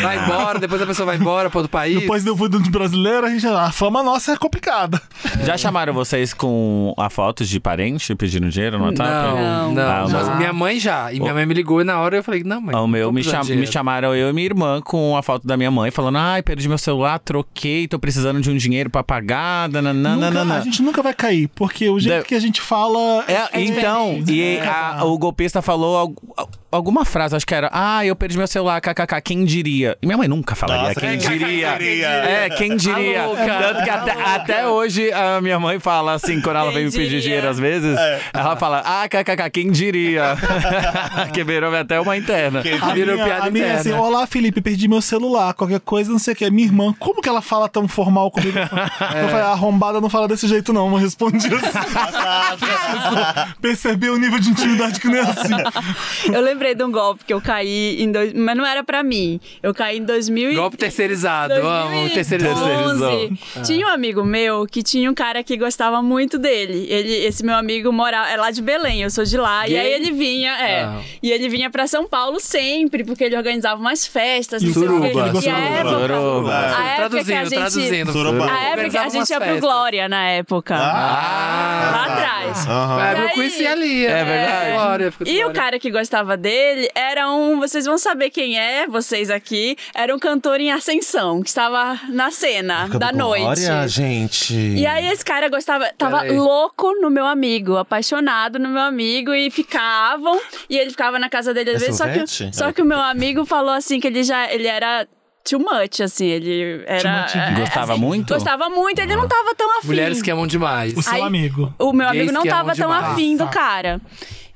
C: vai embora, depois a pessoa vai embora para outro país.
A: Depois do fundo do brasileiro, a gente a fama nossa é complicada.
G: Já chamaram vocês com a foto de parente pedindo dinheiro no WhatsApp?
C: Não, não.
G: Ah, o meu-
C: Mas minha mãe já. E minha mãe me ligou e na hora eu falei, não, mãe.
G: Ah, O meu
C: tô
G: me,
C: precisando
G: cham-
C: de
G: me
C: dinheiro.
G: chamaram eu e minha irmã com a foto da minha mãe, falando: ai, perdi meu celular, troquei, tô precisando de um dinheiro pra pagar.
A: Nunca-
G: Nananana.
A: A gente nunca vai cair, porque o jeito
G: Da-
A: que a gente fala.
G: É, então,
A: diferente.
G: e
A: Nunca
G: a-
A: dá.
G: o golpista falou al- al- alguma frase, acho que era: Ah, eu perdi meu celular, kkk, quem diria? E minha mãe nunca falaria,
E: Nossa, quem
G: quem diria?
E: diria?
G: É, quem diria? Tanto que até, até hoje a minha mãe fala assim, quando ela
B: Quem
G: vem me pedir
B: diria?
G: dinheiro às vezes, ela fala: Ah, kkk, quem diria? que virou até uma interna.
A: A
C: Virou
A: minha,
C: piada
A: a minha é assim,
C: interna.
A: olá Felipe, perdi meu celular, qualquer coisa, não sei o que. Minha irmã, como que ela fala tão formal comigo? Eu falei, arrombada não fala desse jeito não, eu respondi assim. Percebi o nível de intimidade que nem assim.
B: Eu lembrei de um golpe que eu caí em dois, mas não era pra mim. Eu caí em 2000 e-
C: Golpe terceirizado. Amo,
B: 2011.
C: terceirizado.
B: Tinha um amigo meu que tinha um cara que gostava muito dele. Ele, esse meu amigo mora é lá de Belém, eu sou de lá. E
C: Gay?
B: aí ele vinha, é.
C: Ah.
B: E ele vinha pra São Paulo sempre, porque ele organizava umas festas, não sei o quê.
C: Suruba, É.
B: E
A: suruba,
B: a época,
G: suruba.
B: A época que a
C: Traduzindo,
B: gente,
C: traduzindo.
E: Suruba.
B: A época que a
C: Organizava
B: gente
C: umas
B: ia pro
C: festas.
B: Glória na época.
C: Ah,
B: lá atrás.
E: Aham.
C: É,
B: E
C: eu
B: aí-
C: conheci ali. É
G: verdade.
C: Glória,
B: E o
C: Glória.
B: cara que gostava dele era um. Vocês vão saber quem é, vocês aqui. Era um cantor em ascensão, que estava na cena
E: Fica
B: Ah, da
E: do
B: noite.
E: Glória, gente.
B: E aí esse cara gostava, tava
C: Peraí.
B: louco no meu amigo, apaixonado no meu amigo e ficavam, e ele ficava na casa dele às
E: É
B: vezes, só que,
E: sorvete?
B: só que o meu amigo falou assim que ele já, ele era too much, assim, ele era...
A: Too much.
B: é,
G: Gostava
B: assim,
G: muito?
B: Gostava muito, ele não tava tão afim.
C: Mulheres que amam demais.
A: O seu
B: Ai,
A: amigo.
B: O meu amigo
C: Gays
B: não
C: que amam
B: tava tão
C: demais.
B: afim do
A: Ah.
B: cara.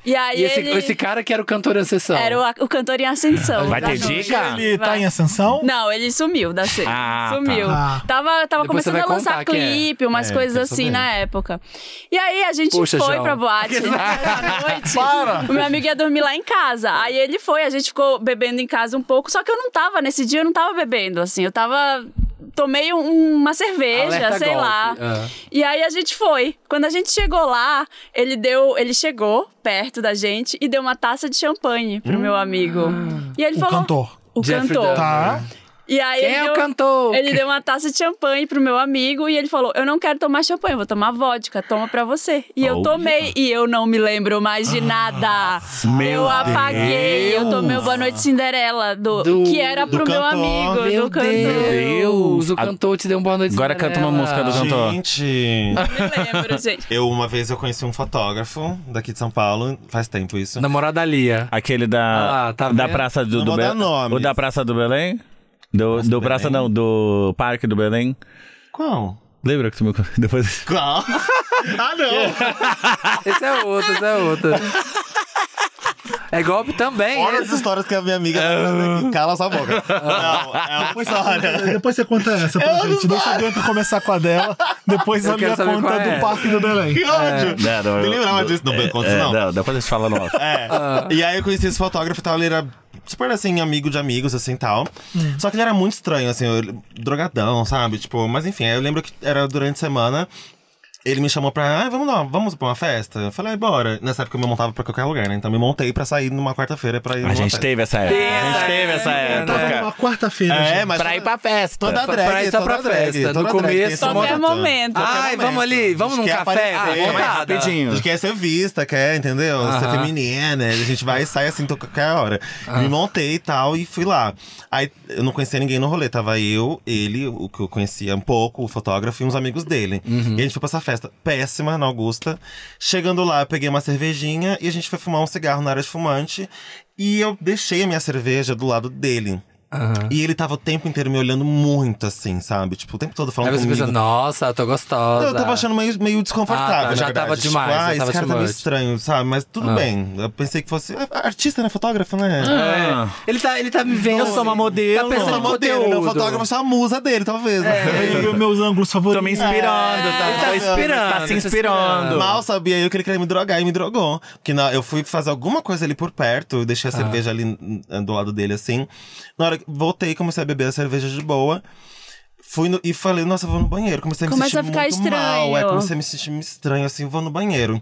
B: E aí
C: E esse,
B: ele
C: esse cara que era o cantor em ascensão.
B: era o, o cantor em ascensão.
G: Vai
B: da
G: ter
B: noite.
G: dica?
A: Ele tá em ascensão?
B: Não, ele sumiu da cena.
G: Ah, tá.
B: sumiu.
A: Ah.
B: Tava, tava
C: Depois você
B: começando a
C: vai
B: lançar
C: contar quem é.
B: clipe, umas
C: É,
B: coisas
C: quero
B: assim
C: saber.
B: na época. E aí a gente
C: Puxa,
B: foi
C: João.
B: pra boate à noite.
A: Para!
B: O meu amigo ia dormir lá em casa. Aí ele foi, a gente ficou bebendo em casa um pouco, só que eu não tava, nesse dia eu não tava bebendo, assim, eu tava. Tomei um- uma cerveja,
C: Alerta
B: sei
C: golpe.
B: lá.
C: Ah.
B: E aí a gente foi. Quando a gente chegou lá, ele deu, ele chegou perto da gente e deu uma taça de champanhe pro meu amigo. E ele
A: Ah. O
B: falou:
A: cantor.
B: o
C: Jeff
B: cantor.
C: Dunham.
A: Tá.
B: E aí
C: Quem
B: ele
C: é o
B: deu,
C: cantor?
B: Ele deu uma taça de champanhe pro meu amigo e ele falou: Eu não quero tomar champanhe, eu vou tomar vodka, toma pra você. E eu
G: Oh.
B: tomei e eu não me lembro mais de nada.
G: meu
B: eu apaguei, eu tomei o Boa Noite Cinderela, do,
C: Do-
B: que era pro
E: do
B: meu
E: cantor.
B: amigo, do
C: Meu
B: é cantor.
C: Deus, o
G: A-
C: cantor te deu um boa noite.
G: Agora canta uma
C: Cinderela.
G: música do cantor. Cantou.
E: Gente,
B: Me lembro, gente.
E: eu uma vez eu conheci um fotógrafo daqui de São Paulo, faz tempo isso.
C: Namorada da Lia.
G: Aquele da,
C: Ah, tá
G: da
C: vendo?
G: Praça do,
E: Não
G: do
E: vou dar
G: Belém.
E: nomes.
G: O da Praça do Belém? Do,
E: Praça
G: do
E: do
G: Praça
E: Belém?
G: não, do Parque do Belém.
E: Qual?
G: Lembra que tu me contou? Depois.
E: Qual? ah, não!
C: Esse é outro, esse é outro. É golpe também.
E: Olha
C: esse.
E: as histórias que a minha
G: É.
E: amiga tá fazendo aqui. Cala sua boca. Não, é uma história.
A: Depois você conta essa pra gente. Deixa a Bianca começar com a dela. Depois
C: Eu
A: a
C: quero
A: minha
C: saber
A: conta
C: qual
A: do
C: é.
A: Parque do Belém.
E: Que ódio! Me lembrava
G: do-
E: disso, não
G: é,
E: me conta
G: é,
E: não.
G: Não, depois a gente fala no off.
E: É. E aí eu conheci esse fotógrafo e tal, ele era super assim, amigo de amigos, assim tal. Só que ele era muito estranho, assim, eu- drogadão, sabe? Tipo, mas enfim, aí eu lembro que era durante a semana. Ele me chamou pra. Ah, vamos, lá, vamos pra uma festa? Eu falei, "É, bora. Nessa época eu me montava pra qualquer lugar, né? Então eu me montei pra sair numa quarta-feira pra ir.
G: A
E: numa
G: gente
E: festa.
G: teve essa época. A gente teve essa
C: É.
A: Tá
G: época.
A: numa quarta-feira,
E: É,
A: gente.
E: mas.
G: Pra ir pra festa.
E: Toda
C: pra-
E: drag,
C: pra ir só
E: toda
C: pra
E: drag,
C: festa.
E: toda
C: No
E: drag,
C: começo,
E: tem esse
B: qualquer
E: momento.
B: momento.
E: Qualquer
C: Ai, vamos ali, vamos num
E: A gente quer
C: café? Ah,
E: aparecer.
C: vamos lá.
E: A
G: É, Rapidinho.
E: gente quer é ser vista, quer, entendeu? Ser
C: Aham.
E: feminina. A gente vai e sai assim to- qualquer hora. Me montei e tal e fui lá. Aí eu não conhecia ninguém no rolê. Tava eu, ele, o que eu conhecia um pouco, o fotógrafo e uns amigos dele.
C: Uhum.
E: E a gente foi pra essa festa péssima na Augusta. Chegando lá, eu peguei uma cervejinha e a gente foi fumar um cigarro na área de fumante. E eu deixei a minha cerveja do lado dele.
C: Ah.
E: E ele tava o tempo inteiro me olhando muito assim, sabe? Tipo, o tempo todo
C: Aí
E: falando
C: você
E: comigo.
C: pensa, nossa, eu tô gostosa.
E: Eu tava achando meio, meio desconfortável.
C: Ah, tá, já
E: na verdade.
C: tava demais, já
E: Tipo, ah,
C: tava Ah.
E: esse cara tá
C: too
E: meio
C: much."
E: estranho, sabe? Mas tudo bem. Eu pensei que fosse. é, Artista, né? Fotógrafo, né?
G: Ah.
C: Ele tá, ele tá me vendo.
G: Eu sou uma modelo.
C: Tá
E: Eu
C: pensando
E: sou
C: em
E: modelo, não
C: conteúdo. É.
E: fotógrafo, assim, eu sou a musa dele, talvez. né?
A: Eu vi meus ângulos
G: Tô me
A: favoritos.
G: inspirando,
C: Ele
E: É,
C: tá
G: tá?
C: inspirando.
G: Tá se
C: tá
G: inspirando.
E: Mal sabia eu que ele queria me drogar e me drogou. Porque na- eu fui fazer alguma coisa ali por perto, eu
C: Ah.
E: deixei a cerveja ali n- n- do lado dele assim. Na hora que voltei, comecei a beber a cerveja de boa. Fui no- e falei, nossa, eu vou no banheiro. Comecei a me
B: Começa
E: sentir
B: a ficar
E: muito mal. É,
B: estranho.
E: comecei a me sentir estranho, assim, vou no banheiro.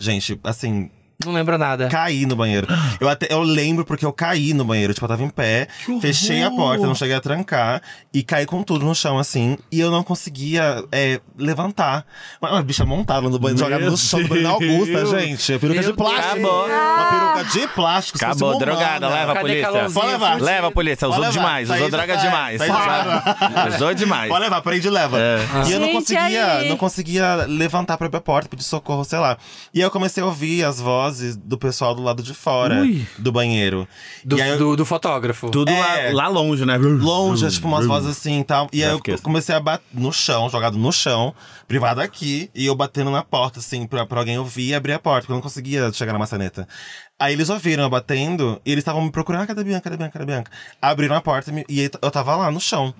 E: Gente, assim,
C: Não lembro nada.
E: caí no banheiro. Eu, até, eu lembro porque eu caí no banheiro. Tipo, eu tava em pé, fechei a porta, não cheguei a trancar. E caí com tudo no chão, assim. E eu não conseguia é, levantar. Mas uma bicha montada no banheiro, jogada no chão do banheiro na Augusta, gente. É peruca
C: Meu
E: de plástico. Ah.
C: Deus.
E: Uma peruca de plástico. se fosse
G: Acabou,
E: uma
G: drogada,
E: humana.
G: leva a
C: Cadê
G: polícia.
C: calãozinho
E: Pode levar.
C: fudido?
G: Leva a polícia,
E: Pode
G: usou
E: levar.
G: demais,
E: Isso
G: usou
E: aí
G: droga
E: já é,
G: demais.
E: isso aí já
G: sabe? Usou demais.
E: Pode levar, prende e leva. E eu não
B: Gente,
E: conseguia,
B: aí.
E: não conseguia levantar pra abrir a porta, pedir socorro, sei lá. E aí eu comecei a ouvir as vozes do pessoal do lado de fora do banheiro.
C: Do,
E: e aí eu-
C: do, do fotógrafo.
G: Tudo
E: É.
G: lá, lá longe, né?
E: longe, tipo umas vozes assim e tal. E
G: hum. Já
E: aí eu
G: fiquei assim.
E: comecei a bater no chão, jogado no chão, privado aqui, e eu batendo na porta, assim, pra, pra alguém ouvir e abrir a porta, porque eu não conseguia chegar na maçaneta. Aí eles ouviram eu batendo, e eles estavam me procurando, ah, cadê a Bianca, cadê a Bianca, cadê a Bianca? Abriram a porta e me- e aí eu tava lá no chão.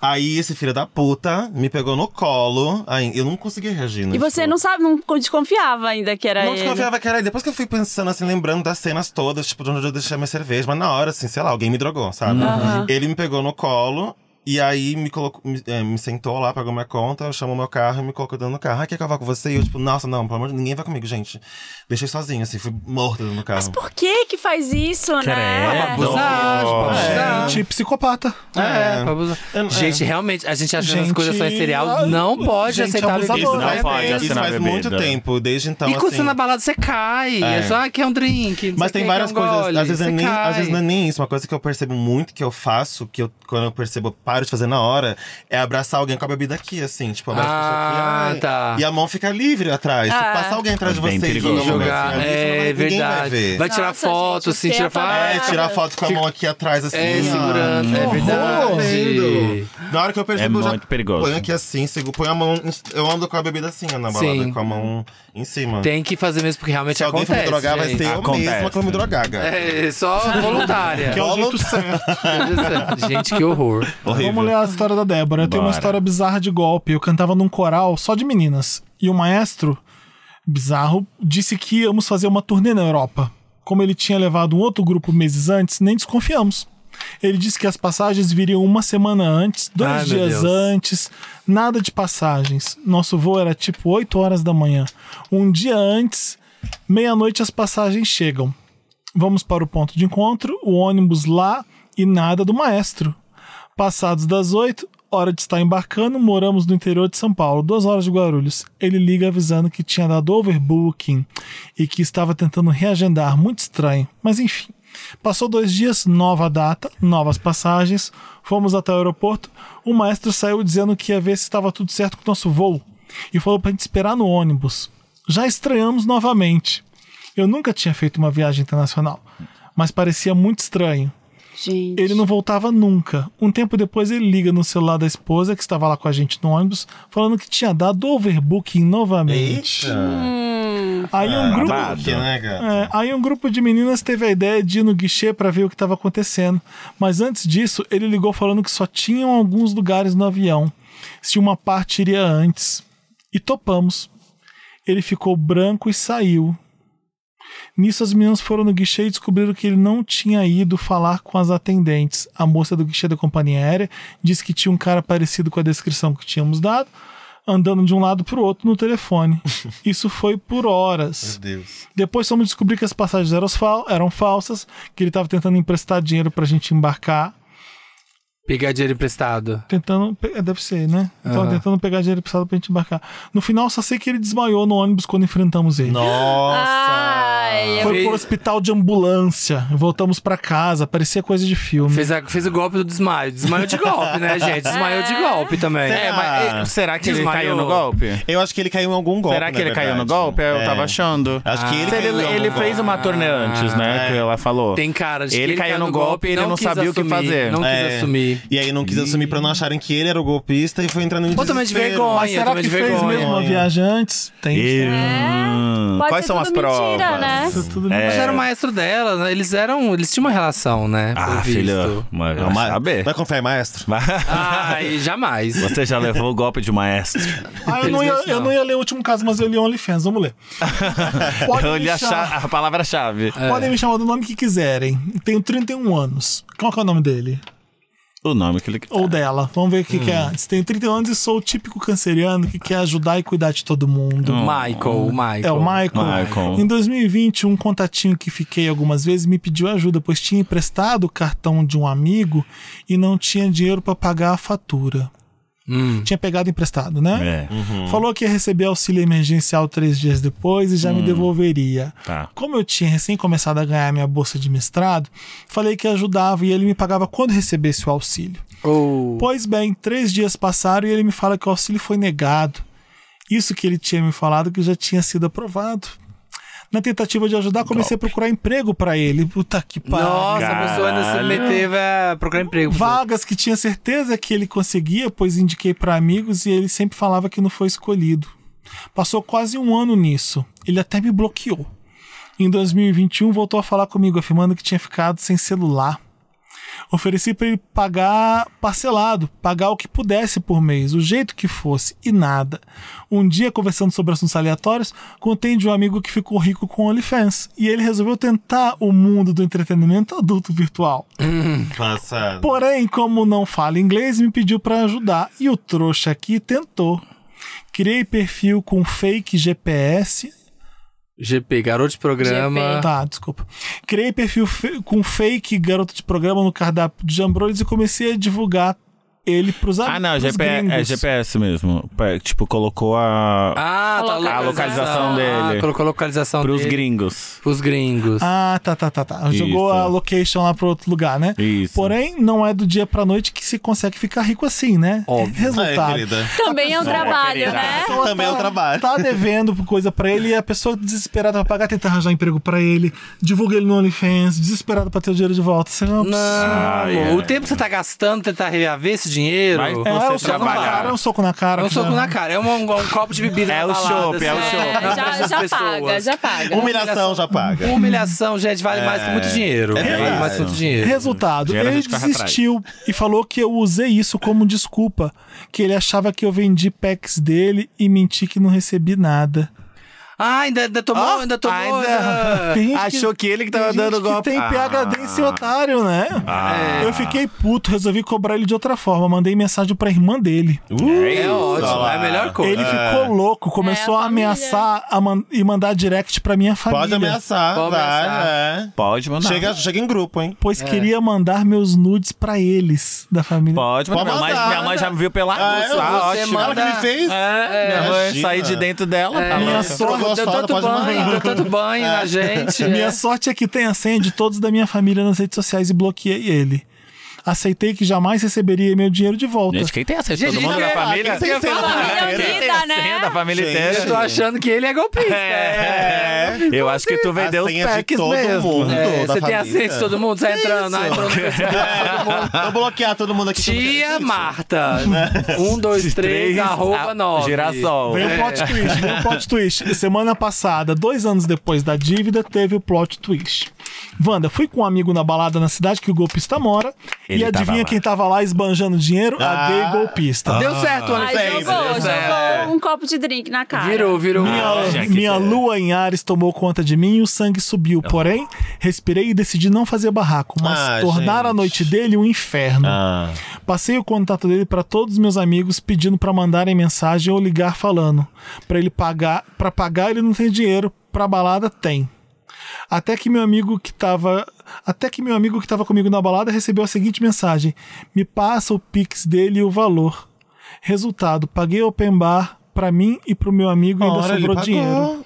E: Aí esse filho da puta me pegou no colo, aí eu não conseguia reagir. né?
B: E você
E: Tipo,
B: não sabe, não desconfiava ainda que era
E: não
B: ele.
E: desconfiava que era ele. Depois que eu fui pensando, assim, lembrando das cenas todas, tipo, de onde eu deixei minha cerveja. Mas na hora, assim, sei lá, alguém me drogou, sabe?
B: Aham.
E: Ele me pegou no colo. E aí me colocou, me, eh, me sentou lá, pagou minha conta, chamou meu carro e me colocou dentro do carro. Ah, quer que eu vá com você? E eu, tipo, nossa, não, pelo amor de ninguém vai comigo, gente. Deixei sozinho, assim, fui morto dentro do carro.
B: Mas por que que faz isso, né?
C: Pra abusar, tipo, pra
E: É.
C: abusar.
A: Gente, psicopata.
C: É, pra abusar.
E: Eu- é,
C: Gente, realmente, a gente acha que
A: Gente,
C: essas coisas são em serial.
A: ai,
C: Não pode
A: gente,
C: aceitar
A: abusador.
G: Isso não
E: Faz
G: pode
E: tempo, Isso
G: assinar
E: faz
G: bebida.
E: muito tempo, desde então,
C: E quando
E: assim.
C: você na balada, você cai. É só, ah, quer um drink. não
E: Mas
C: sei o quê,
E: tem
C: quer
E: várias
C: um
E: coisas.
C: gole,
E: às, vezes
C: você
E: é nem,
C: cai.
E: às vezes não é nem isso. Uma coisa que eu percebo muito que eu faço, que eu, quando eu percebo, eu paro de fazer na hora, é abraçar alguém com a bebida aqui, assim. Tipo, abraço a pessoa aqui.
C: Ah,
E: ai,
C: tá.
E: E a mão fica livre atrás. Se
B: Ah.
E: passar alguém atrás de
G: É Bem
E: você e jogar
G: perigoso.
E: uma mão
C: Jogar,
E: assim, ali, você não vai
C: é,
E: vai-
I: é
E: ninguém vai
I: verdade.
E: ver.
I: Vai tirar
H: Nossa,
I: foto,
H: gente,
I: assim,
H: você
I: tirar
H: é
I: foto.
E: É,
H: parada.
E: tirar foto com a mão aqui atrás, assim.
I: É,
E: ó.
I: segurando,
E: Que
I: é
E: horror,
I: verdade.
E: lindo. Na hora que eu percebo,
G: É
E: eu já
G: muito perigoso.
E: Põe aqui assim, sigo, põe a mão. em- Eu ando com a bebida assim, ó, na balada,
I: Sim.
E: com a mão em cima.
I: Tem que fazer mesmo, porque realmente
E: Se alguém
I: acontece.
E: for me drogar, vai
I: gente.
E: ser eu
G: Acontece.
E: mesma que vou me drogar, cara.
I: É, só voluntária.
A: Que é o jeito certo.
I: Gente, que horror.
A: Vamos ler a história da Débora. Eu tenho uma
G: Bora.
A: história bizarra de golpe. Eu cantava num coral só de meninas. E o maestro, bizarro, disse que íamos fazer uma turnê na Europa. Como ele tinha levado um outro grupo meses antes, nem desconfiamos. Ele disse que as passagens viriam uma semana antes, dois
I: Ai, meu
A: dias
I: Deus.
A: antes, nada de passagens. Nosso voo era tipo 8 horas da manhã. Um dia antes, meia-noite as passagens chegam. Vamos para o ponto de encontro, o ônibus lá e nada do maestro. Passados das oito, hora de estar embarcando, moramos no interior de São Paulo, duas horas de Guarulhos. Ele liga avisando que tinha dado overbooking e que estava tentando reagendar, muito estranho, mas enfim. Passou dois dias, nova data, novas passagens, fomos até o aeroporto. O maestro saiu dizendo que ia ver se estava tudo certo com o nosso voo e falou para gente esperar no ônibus. Já estranhamos novamente. Eu nunca tinha feito uma viagem internacional, mas parecia muito estranho.
B: Gente.
A: Ele não voltava nunca. Um tempo depois ele liga no celular da esposa, que estava lá com a gente no ônibus, falando que tinha dado overbooking novamente.
E: Eita.
A: Aí
G: Ah,
A: um grupo.
E: Porque, né, gata?
A: É, aí um grupo de meninas teve a ideia de ir no guichê para ver o que estava acontecendo. Mas antes disso, ele ligou falando que só tinham alguns lugares no avião. Se uma parte iria antes. E topamos. Ele ficou branco e saiu. Nisso, as meninas foram no guichê e descobriram que ele não tinha ido falar com as atendentes. A moça do guichê da companhia aérea disse que tinha um cara parecido com a descrição que tínhamos dado, andando de um lado para o outro no telefone. Isso foi por horas.
E: Meu Deus.
A: Depois fomos descobrir que as passagens eram, fal- eram falsas, que ele tava tentando emprestar dinheiro pra gente embarcar.
I: Pegar dinheiro emprestado.
A: Tentando. pe- é, Deve ser, né? Então, tentando pegar dinheiro emprestado pra gente embarcar. No final, só sei que ele desmaiou no ônibus quando enfrentamos ele.
E: Nossa!
H: Ai, eu...
A: Foi pro hospital de ambulância. Voltamos pra casa, parecia coisa de filme.
I: Fez, a- fez o golpe do desmaio. Desmaiou de golpe, né, gente? Desmaiou de golpe também.
G: É, mas, eh, será que ele
I: Desmaiou.
G: caiu no golpe?
E: Eu acho que ele caiu em algum golpe.
G: será que
E: na
G: ele caiu no
E: verdade.
G: golpe? Eu
E: É.
G: tava achando.
E: Acho que ele
G: Se
E: caiu
G: ele,
E: em algum
G: ele
E: golpe.
G: fez uma turnê antes, né?
E: É.
G: Que ela falou.
I: Tem cara de que
G: Ele caiu no golpe e ele não
I: quis
G: sabia o que
I: assumir,
G: fazer.
I: Não quis
E: É.
I: assumir.
E: E aí não quis assumir pra não acharem que ele era o golpista e foi entrando em
I: Ou também de
E: desespero.
I: vergonha,
E: Mas
A: Será
I: também
A: que
I: de
A: fez
I: vergonha.
A: mesmo uma viagem antes? Tem isso.
G: Hum,
H: É. Pode
G: quais
H: ser
G: são as
H: tudo mentira,
G: provas?
H: né?
A: Isso tudo
G: É.
I: Mas era o maestro dela, né? Eles eram. Eles tinham uma relação, né? pelo
G: Ah,
I: visto.
G: filha, mas
E: Não,
G: vai
E: mas-
G: saber.
E: Vai confiar em maestro?
I: Ai, jamais.
G: Você já levou o golpe de maestro.
A: Ah, eu não, ia, eu não ia ler o último caso, mas eu li OnlyFans. Vamos ler. Podem
G: Eu li a,
A: me chamar-
G: cha- a palavra-chave.
I: É.
A: Podem me chamar do nome que quiserem. Tenho 31 anos. Qual que é o nome dele?
G: O nome que ele.
A: Ou dela. Vamos ver o que, que
G: Hum.
A: é antes. Tenho 30 anos e sou o típico canceriano que quer ajudar e cuidar de todo mundo.
I: Michael, o Michael.
A: É o Michael.
G: Michael.
A: Em 2020, um contatinho que fiquei algumas vezes me pediu ajuda, pois tinha emprestado o cartão de um amigo e não tinha dinheiro para pagar a fatura.
C: Hum.
A: Tinha pegado emprestado, né?
G: É.
A: Falou que ia receber auxílio emergencial três dias depois e já me devolveria.
G: Hum. Tá.
A: Como eu tinha recém começado a ganhar minha bolsa de mestrado, falei que ajudava e ele me pagava quando recebesse o auxílio.
I: Ou-
A: Pois bem, três dias passaram e ele me fala que o auxílio foi negado. Isso que ele tinha me falado que já tinha sido aprovado. Na tentativa de ajudar, comecei a procurar emprego pra ele. Puta que
I: Nossa,
A: pariu.
G: Caralho.
I: a pessoa ainda se meteu a procurar emprego.
A: Vagas que tinha certeza que ele conseguia, pois indiquei pra amigos e ele sempre falava que não foi escolhido. Passou quase um ano nisso. Ele até me bloqueou. Em 2021, voltou a falar comigo, afirmando que tinha ficado sem celular. Ofereci para ele pagar parcelado, pagar o que pudesse por mês, o jeito que fosse, e nada. Um dia, conversando sobre assuntos aleatórios, contei de um amigo que ficou rico com OnlyFans, e ele resolveu tentar o mundo do entretenimento adulto virtual.
E: Passado.
A: Porém, como não fala inglês, me pediu pra ajudar e o trouxa aqui tentou. Criei perfil com fake GPS.
I: GP, garoto de
G: Ah.
I: programa.
A: Tá, desculpa. Criei perfil fe- com fake garoto de programa no cardápio de Jambrolhos e comecei a divulgar ele pros amigos.
G: Ah, não, GPS, é GPS mesmo. Pe- Tipo, colocou a.
C: Ah, tá
G: A localização dele.
C: Ah, colocou a localização
G: pros
C: dele.
G: gringos.
C: Os gringos.
A: Ah, tá, tá, tá, tá. Jogou
G: Isso.
A: a location lá pra outro lugar, né?
G: Isso.
A: Porém, não é do dia pra noite que se consegue ficar rico assim, né?
C: Óbvio.
E: É,
A: Resultado.
E: querida.
B: Também é um trabalho,
G: querida.
B: né?
A: pessoa
E: Também é um trabalho.
A: Tá devendo coisa pra ele e a pessoa desesperada pra pagar tenta arranjar emprego pra ele, divulga ele no OnlyFans, desesperada pra ter o dinheiro de volta. Você não,
C: Não,
G: Ah, é.
C: o tempo que você tá gastando tentar reaver esse dinheiro.
G: Vai
A: É,
G: você
A: é um soco na
G: trabalhar.
A: cara, é um soco na cara.
C: É um
A: que
C: soco
A: dá.
C: na cara. É um, um- um copo de bebida.
G: É
C: na
G: o
C: balada,
G: chopp, é o
C: assim.
G: chopp.
B: É, já,
C: Essas
B: já
C: pessoas.
B: paga, já paga.
E: Humilhação já paga.
C: Humilhação, gente, vale mais que muito dinheiro. vale
G: É. verdade.
C: mais que muito dinheiro.
A: Resultado,
G: Gera
A: ele
G: gente corre atrás.
A: desistiu e falou que eu usei isso como desculpa, que ele achava que eu vendi packs dele e menti que não recebi nada.
C: Ah, ainda, ainda tomou,
G: Ah,
C: ainda tomou.
G: ainda.
C: Ainda...
A: Tem gente
G: Achou que ele que
E: Tá
G: tava
A: tem gente
G: dando
A: que
G: golpe.
A: tem PHD em ser otário, né?
G: Ah.
A: Eu fiquei puto, resolvi cobrar ele de outra forma. Mandei mensagem pra irmã dele.
C: É ótimo, é a melhor coisa.
A: Ele ficou louco, começou
B: É, a
A: a, ameaçar a man- e mandar direct pra minha família.
E: Pode ameaçar,
C: Pode
E: vai,
C: ameaçar.
E: é.
G: Pode mandar.
E: Chega, chega em grupo, hein?
A: Pois queria mandar meus nudes pra eles da família.
G: Pode mandar.
E: Pode
G: Minha mãe,
E: mandar.
G: minha mãe já me viu pela
E: Ah,
G: luz.
E: eu
G: Ah,
E: vou-
G: ótimo.
E: você manda que ele fez?
C: "Ah,
G: É, minha mãe
E: Imagina.
G: sair de dentro dela.
A: Minha
G: tá louca.
A: sorte-
E: Trocou as
C: Deu
E: fotos,
C: tanto
E: pode
C: banho, deu
E: mandar.
C: tanto banho na gente.
A: Minha
C: é.
A: sorte é que tem a senha de todos da minha família nas redes sociais e bloqueei ele. Aceitei que jamais receberia meu dinheiro de volta.
G: Gente, quem tem acesso?
C: Gente,
G: Todo mundo
C: quem-
G: da família?
C: quem tem acesso?
B: Família
G: Quem tem
B: unida,
G: acesso
B: né?
G: Da família
E: Gente.
G: inteira.
C: Eu tô achando que ele é golpista.
G: É, eu acho que tu vendeu os
E: A senha de
G: packs
E: todo
G: mesmo.
E: mundo.
G: né?
C: É,
E: da
C: você tem
E: família.
C: acesso de todo mundo? Você entrando, ah, entrou no Facebook, todo mundo.
E: Vou bloquear todo mundo aqui.
C: Tia Marta. Um, dois, três,
G: Três,
C: arroba
G: a-
C: nove.
G: Girassol.
A: Veio
E: É.
A: o plot twist, veio o plot twist. Semana passada, dois anos depois da dívida, teve o plot twist. Wanda, fui com um amigo na balada na cidade que o golpista mora.
G: Ele
A: e
G: tava
A: adivinha
G: lá.
A: quem tava lá esbanjando dinheiro?
E: Ah.
A: A gay golpista.
C: Deu certo, Ana
B: Aí
C: Fez.
B: jogou,
C: Deu certo.
G: né?
B: jogou um copo de drink na cara.
C: Virou, virou.
E: Ah,
G: já
A: Minha,
G: que
A: minha
G: tem.
A: lua em Ares tomou conta de mim e o sangue subiu. Porém, respirei e decidi não fazer barraco, mas
E: Ah,
A: tornar a
E: gente.
A: noite dele um inferno.
E: Ah.
A: Passei o contato dele pra todos os meus amigos pedindo pra mandarem mensagem ou ligar falando. Pra ele pagar, para pagar ele não tem dinheiro, pra balada tem. Até que meu amigo que tava, até que meu amigo que tava comigo na balada recebeu a seguinte mensagem: "Me passa o pix dele e o valor". Resultado: paguei open bar pra mim e pro meu amigo e ainda
E: Ora, ele
A: sobrou
E: pagou.
A: dinheiro.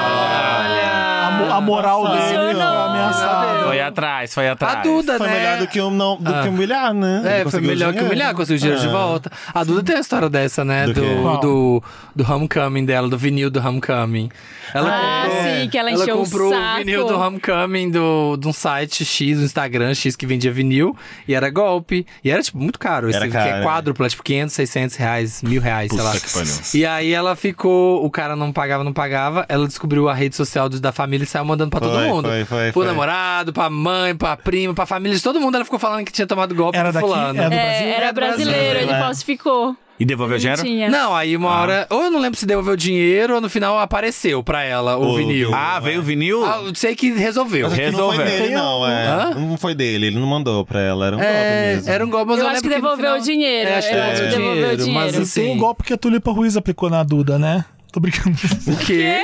A: A, mo- a moral
E: Nossa,
A: dele foi
E: funcionou.
A: ameaçada.
G: Foi atrás, foi atrás.
C: A Duda,
E: Foi
C: né?
E: melhor do que, um não, do que humilhar, né?
C: É,
E: Ele
C: foi
E: conseguiu
C: melhor que
E: dinheiro.
C: humilhar, conseguiu o dinheiro de
E: Ah.
C: volta. A Duda tem a história dessa, né?
E: Do
C: Do,
E: quê?
A: Qual?
C: do, do Homecoming dela, do vinil do Homecoming. Ela
B: Ah,
C: comprou,
B: sim, que ela encheu o
C: comprou
B: saco.
C: vinil do Homecoming do, de um site X, do Instagram X, que vendia vinil. E era golpe. E era, tipo, muito caro. Esse
E: Era
C: que
E: caro,
C: é
E: né?
C: quadrupla, tipo, 500, 600 reais, mil reais, sei lá.
G: que pariu.
C: E aí ela ficou, o cara não pagava, não pagava. Ela descobriu a rede social do- da família e saiu mandando pra todo
E: Foi,
C: mundo.
E: foi, foi,
C: Pro
E: foi.
C: namorado, pra mãe, pra prima, pra família de todo mundo. Ela ficou falando que tinha tomado golpe
A: Era
C: pro
A: daqui,
C: fulano.
A: era do Brasil.
B: É,
G: né?
B: era brasileiro, ele falsificou.
G: E devolveu o
B: Não
G: dinheiro?
B: tinha.
C: Não, aí uma hora. Ou eu não lembro se devolveu dinheiro, ou no final apareceu pra ela o,
E: O
C: vinil.
E: vinil.
G: Ah, veio o vinil?
C: Ah, eu sei que resolveu.
E: Mas acho que
G: Resolveu.
E: Não foi dele, não, é.
C: Hã?
E: Não foi dele, ele não mandou pra ela. Era um golpe
C: É,
E: mesmo.
C: era um golpe, mas
B: Eu
C: eu,
B: acho que
C: lembro no
B: devolveu
C: final-
B: o dinheiro,
C: É, acho que
B: eu
C: devolveu,
B: acho que devolveu
C: o
B: o
C: dinheiro. Mas
B: dinheiro.
C: assim,
A: Tem um golpe que a Tulipa Ruiz aplicou na Duda, né? Tô brincando.
C: o quê?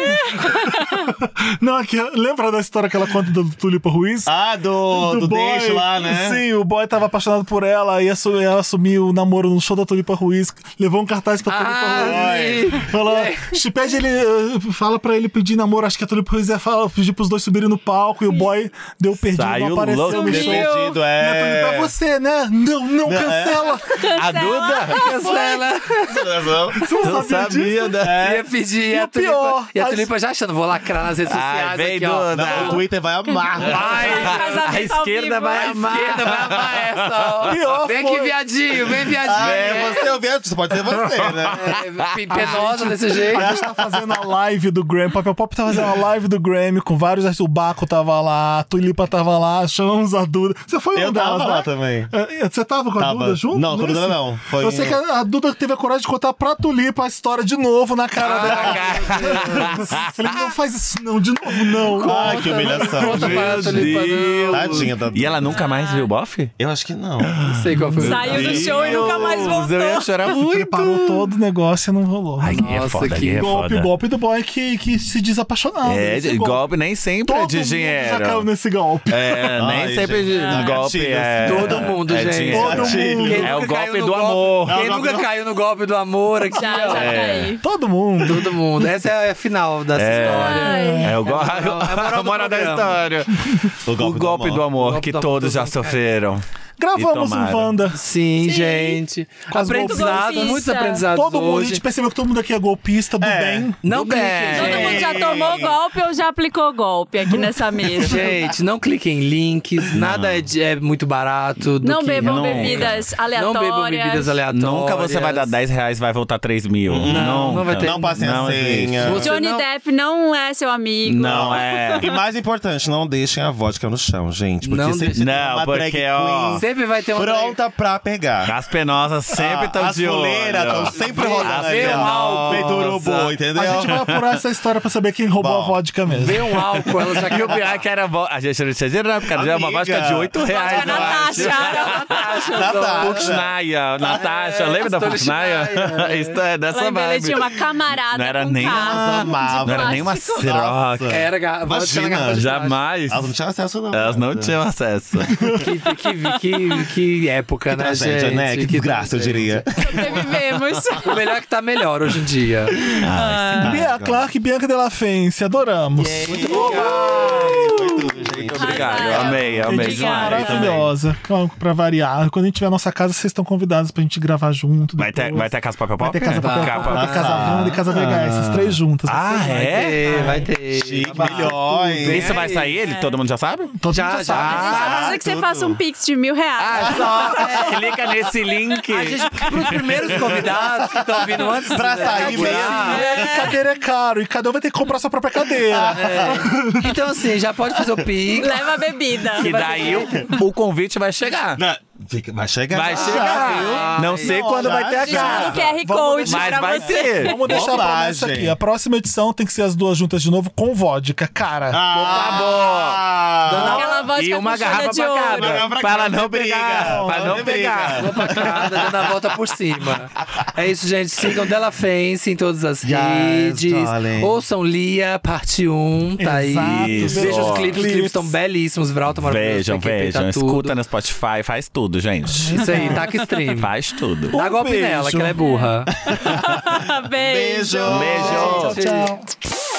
A: Não, é que lembra da história que ela conta do Tulipa Ruiz?
E: Ah, do, do, deixo lá, né?
A: Sim, o boy tava apaixonado por ela e assu- ela assumiu o namoro no show da Tulipa Ruiz, levou um cartaz pra Tulipa
C: Ah,
A: Ruiz.
C: sim.
A: Falou, "Te pede ele, eh, fala pra ele pedir namoro, acho que a Tulipa Ruiz ia falar, pedir pros dois subirem no palco e o boy deu perdido,
G: Saiu
A: não apareceu
G: louco,
A: no
G: deu
A: show.
B: perdido.
E: Perdido,
A: E a Tulipa, é
E: é.
A: você, né? Não, não, cancela.
G: A Duda?
C: Cancela.
E: tá
A: Você não
G: Não
A: sabia disso?
G: sabia, né?
C: Ia pedir. E
A: E
C: a
A: o pior,
C: tulipa, e a
A: as-
C: tulipa já achando, vou lacrar nas redes
G: Ai,
C: sociais
G: vem,
C: aqui, ó.
G: Duda.
E: O Twitter vai amar.
C: Ai,
B: um Casamento
G: A
B: ao
G: esquerda
B: vivo.
G: vai
C: a
G: amar.
C: esquerda vai amar essa, ó.
A: Pior
C: vem
A: foi-
C: aqui, viadinho, vem, viadinho.
E: Ah, é você ouvindo, isso pode ser você, né?
C: É, pe- Penosa desse jeito.
A: A gente tá fazendo a live do Grammy. Papel Pop tá fazendo a live do Grammy com vários artistas. O Baco tava lá, a Tulipa tava lá, chamamos a Duda. Você foi uma
E: Eu
A: delas,
E: tava
A: né?
E: lá também.
A: É, é, Você tava com a
E: Tava.
A: Duda junto?
E: Não, com a Duda
A: nesse?
E: não. Foi-
A: Eu sei que a a Duda
G: Ah,
A: teve a coragem de contar pra Tulipa a história de novo na cara dela.
C: Ah,
A: Falei, não faz isso isso? Não, de novo, não.
E: Ai, que humilhação.
C: Conta pra Tulipa, não.
E: Tadinha da
G: E ela nunca mais viu o bofe?
E: Eu acho que não.
C: Não sei qual foi.
B: Saiu do show e nunca mais voltou.
G: Eu ia chorar muito.
A: Preparou todo o negócio e não rolou.
G: Ai, é
C: Nossa,
G: foda,
C: que
G: é
A: golpe,
G: foda.
A: golpe do boy que, que se diz apaixonado.
G: É,
A: Esse golpe.
G: golpe nem sempre é
A: Todo
G: de
A: mundo já caiu
G: dinheiro.
A: nesse golpe.
G: É, nem
E: Ai,
G: sempre
E: gente,
G: de
E: dá
G: golpe
E: gatilho,
G: é.
E: assim.
C: Todo mundo,
G: é
C: gente.
G: dinheiro.
A: Todo
E: gatilho.
A: mundo.
G: É o
C: Nunca caiu
G: golpe
C: no
G: do
C: golpe.
G: amor.
C: Quem
E: É o golpe
C: nunca
E: do-
C: caiu no golpe do amor aqui,
B: Já,
C: ó.
B: já tá
G: É.
B: caí.
A: Todo mundo.
C: Todo mundo. Essa é a final dessa história.
G: É o golpe.
C: moral- é a moral
G: A
C: do
G: moral da
C: programa.
G: história.
E: O
G: O golpe do amor
C: golpe
G: que
C: do amor
G: todos já
C: todo mundo
G: sofreram.
A: Gravamos um
G: tomaram.
A: Wanda.
C: Sim, gente.
A: As
C: Aprendizados,
B: golpistas.
C: muitos aprendizados
A: Todo mundo, a
C: hoje.
A: gente percebeu que todo mundo aqui é golpista do
E: É.
A: bem.
C: Não cliquem,
B: Todo
C: gente.
B: mundo já tá tomou golpe ou já aplicou golpe aqui nessa mesa.
C: Gente, não cliquem em links, nada é, de- é muito barato. do
B: Não
C: que-
B: bebam
G: Nunca.
B: bebidas
C: Não
B: aleatórias.
C: bebam bebidas aleatórias.
G: Nunca você vai dar 10 reais e vai voltar 3 mil.
C: Não, não vai ter.
E: Não passem a
G: Não existe.
E: senha.
C: Você
B: Johnny
C: não-
B: Depp não é seu amigo.
G: Não, é.
E: E mais importante, não deixem a vodka no chão, gente. Porque
C: Não
E: sempre
C: deixem.
E: tem
G: Não,
E: uma drag
G: porque, ó,
E: queen
C: Sempre vai ter um.
E: pronta pra pegar.
G: As penosas sempre estão
E: As
G: de olho.
E: fuleiras estão sempre rolando.
G: Vê
E: ali,
G: um
E: ó,
G: álcool.
E: Feito urubu, entendeu? É.
A: A gente vai apurar essa história pra saber quem roubou
E: Bom.
A: a vodka mesmo.
C: Vê um álcool, ela já
G: Só que o pior é que era vo- A gente não tinha dinheiro, não, porque era uma
E: Amiga.
G: vasca de 8 reais.
B: Vodka
G: É, eu acho.
B: é Natasha.
E: Natasha.
G: Fuxnaia, Natasha, lembra da
C: Astolfo
G: Fuxnaia?
C: Schneier.
G: Isso é dessa
B: Lá em Belém
G: vibe.
B: tinha uma camarada
G: Não era
B: com
G: nem
B: carro.
G: uma-
E: amava.
G: Não era nem uma
E: Nossa.
G: siroca.
C: Era ga- vodka
E: Imagina,
C: na garrafa de plástico.
G: Jamais.
E: Elas não tinham acesso, não.
G: Elas não tinham acesso.
C: Que, que, que, que época, né,
E: Tragédia,
C: gente?
E: né? Que desgraça, eu diria.
B: Sobrevivemos.
C: O melhor é que tá melhor hoje em dia.
A: Bia Clark e Bianca Della Fence, adoramos.
G: Obrigado,
B: Rafael.
G: eu amei, eu amei.
B: Obrigada.
G: demais também.
A: Maravilhosa. Calma, Pra variar. Quando a gente tiver a nossa casa, vocês estão convidados pra gente gravar junto.
G: Vai ter,
A: depois.
G: vai ter casa papel pop?
A: Vai ter casa papel,
G: Capa-
A: Papel, casa Wanda e casa VHS, essas três juntas.
G: Ah, é?
C: É, vai ter.
E: Chique, milhões.
G: Isso vai sair ele? Todo mundo já sabe?
A: Todo
C: Já,
A: mundo
C: já.
A: sabe.
G: Ah,
B: A
E: Ah.
B: não ser que você faça um pix de mil reais.
G: Clica nesse link.
C: A gente, pros primeiros convidados que estão vindo antes.
E: Pra
C: né?
E: sair,
A: Porque,
E: Ah.
A: assim, é, cadeira é caro e cada um vai ter que comprar sua própria cadeira.
C: É. Então, assim, já pode fazer o pix.
B: Leva a bebida.
G: E daí o, o convite vai chegar.
E: Não, fica- Vai chegar.
G: Vai chegar. Não sei
E: Não,
G: quando
E: já
G: vai ter a
E: chega.
G: casa.
B: O QR
A: Vamos
B: Code
G: Mas
B: pra
G: vai
B: você.
G: ter.
A: Vamos deixar a promessa
E: Bobagem.
A: aqui. A próxima edição tem que ser as duas juntas de novo com vodka, cara.
E: Ah, tá bom.
B: Aquela voz
G: Tá e uma garrafa
B: de
G: pra
B: ouro.
G: cada.
E: Garrafa
G: Pra ela
E: cada,
G: não
E: briga.
G: brigar. Pra
E: Não,
G: não
E: não
G: brigar.
E: briga.
C: Vou pra casa, dando a volta por cima. É isso, gente. Sigam Della Fence em todas as redes.
E: darling.
C: Ouçam Lia, parte 1, tá aí.
A: Exato,
G: Isso.
C: Veja os
G: Ó.
C: clipes, os clipes estão belíssimos. Vralta maravilhoso.
G: Vejam,
C: PQP,
G: vejam.
C: tá tudo.
G: Escuta no Spotify, faz tudo, gente.
C: Isso aí, taca tá stream.
G: Faz tudo.
C: Dá golpe
A: beijo.
C: nela, que ela é burra.
B: Beijo.
E: Beijo.
G: Um Beijo.
C: Ah,
A: Tchau, tchau.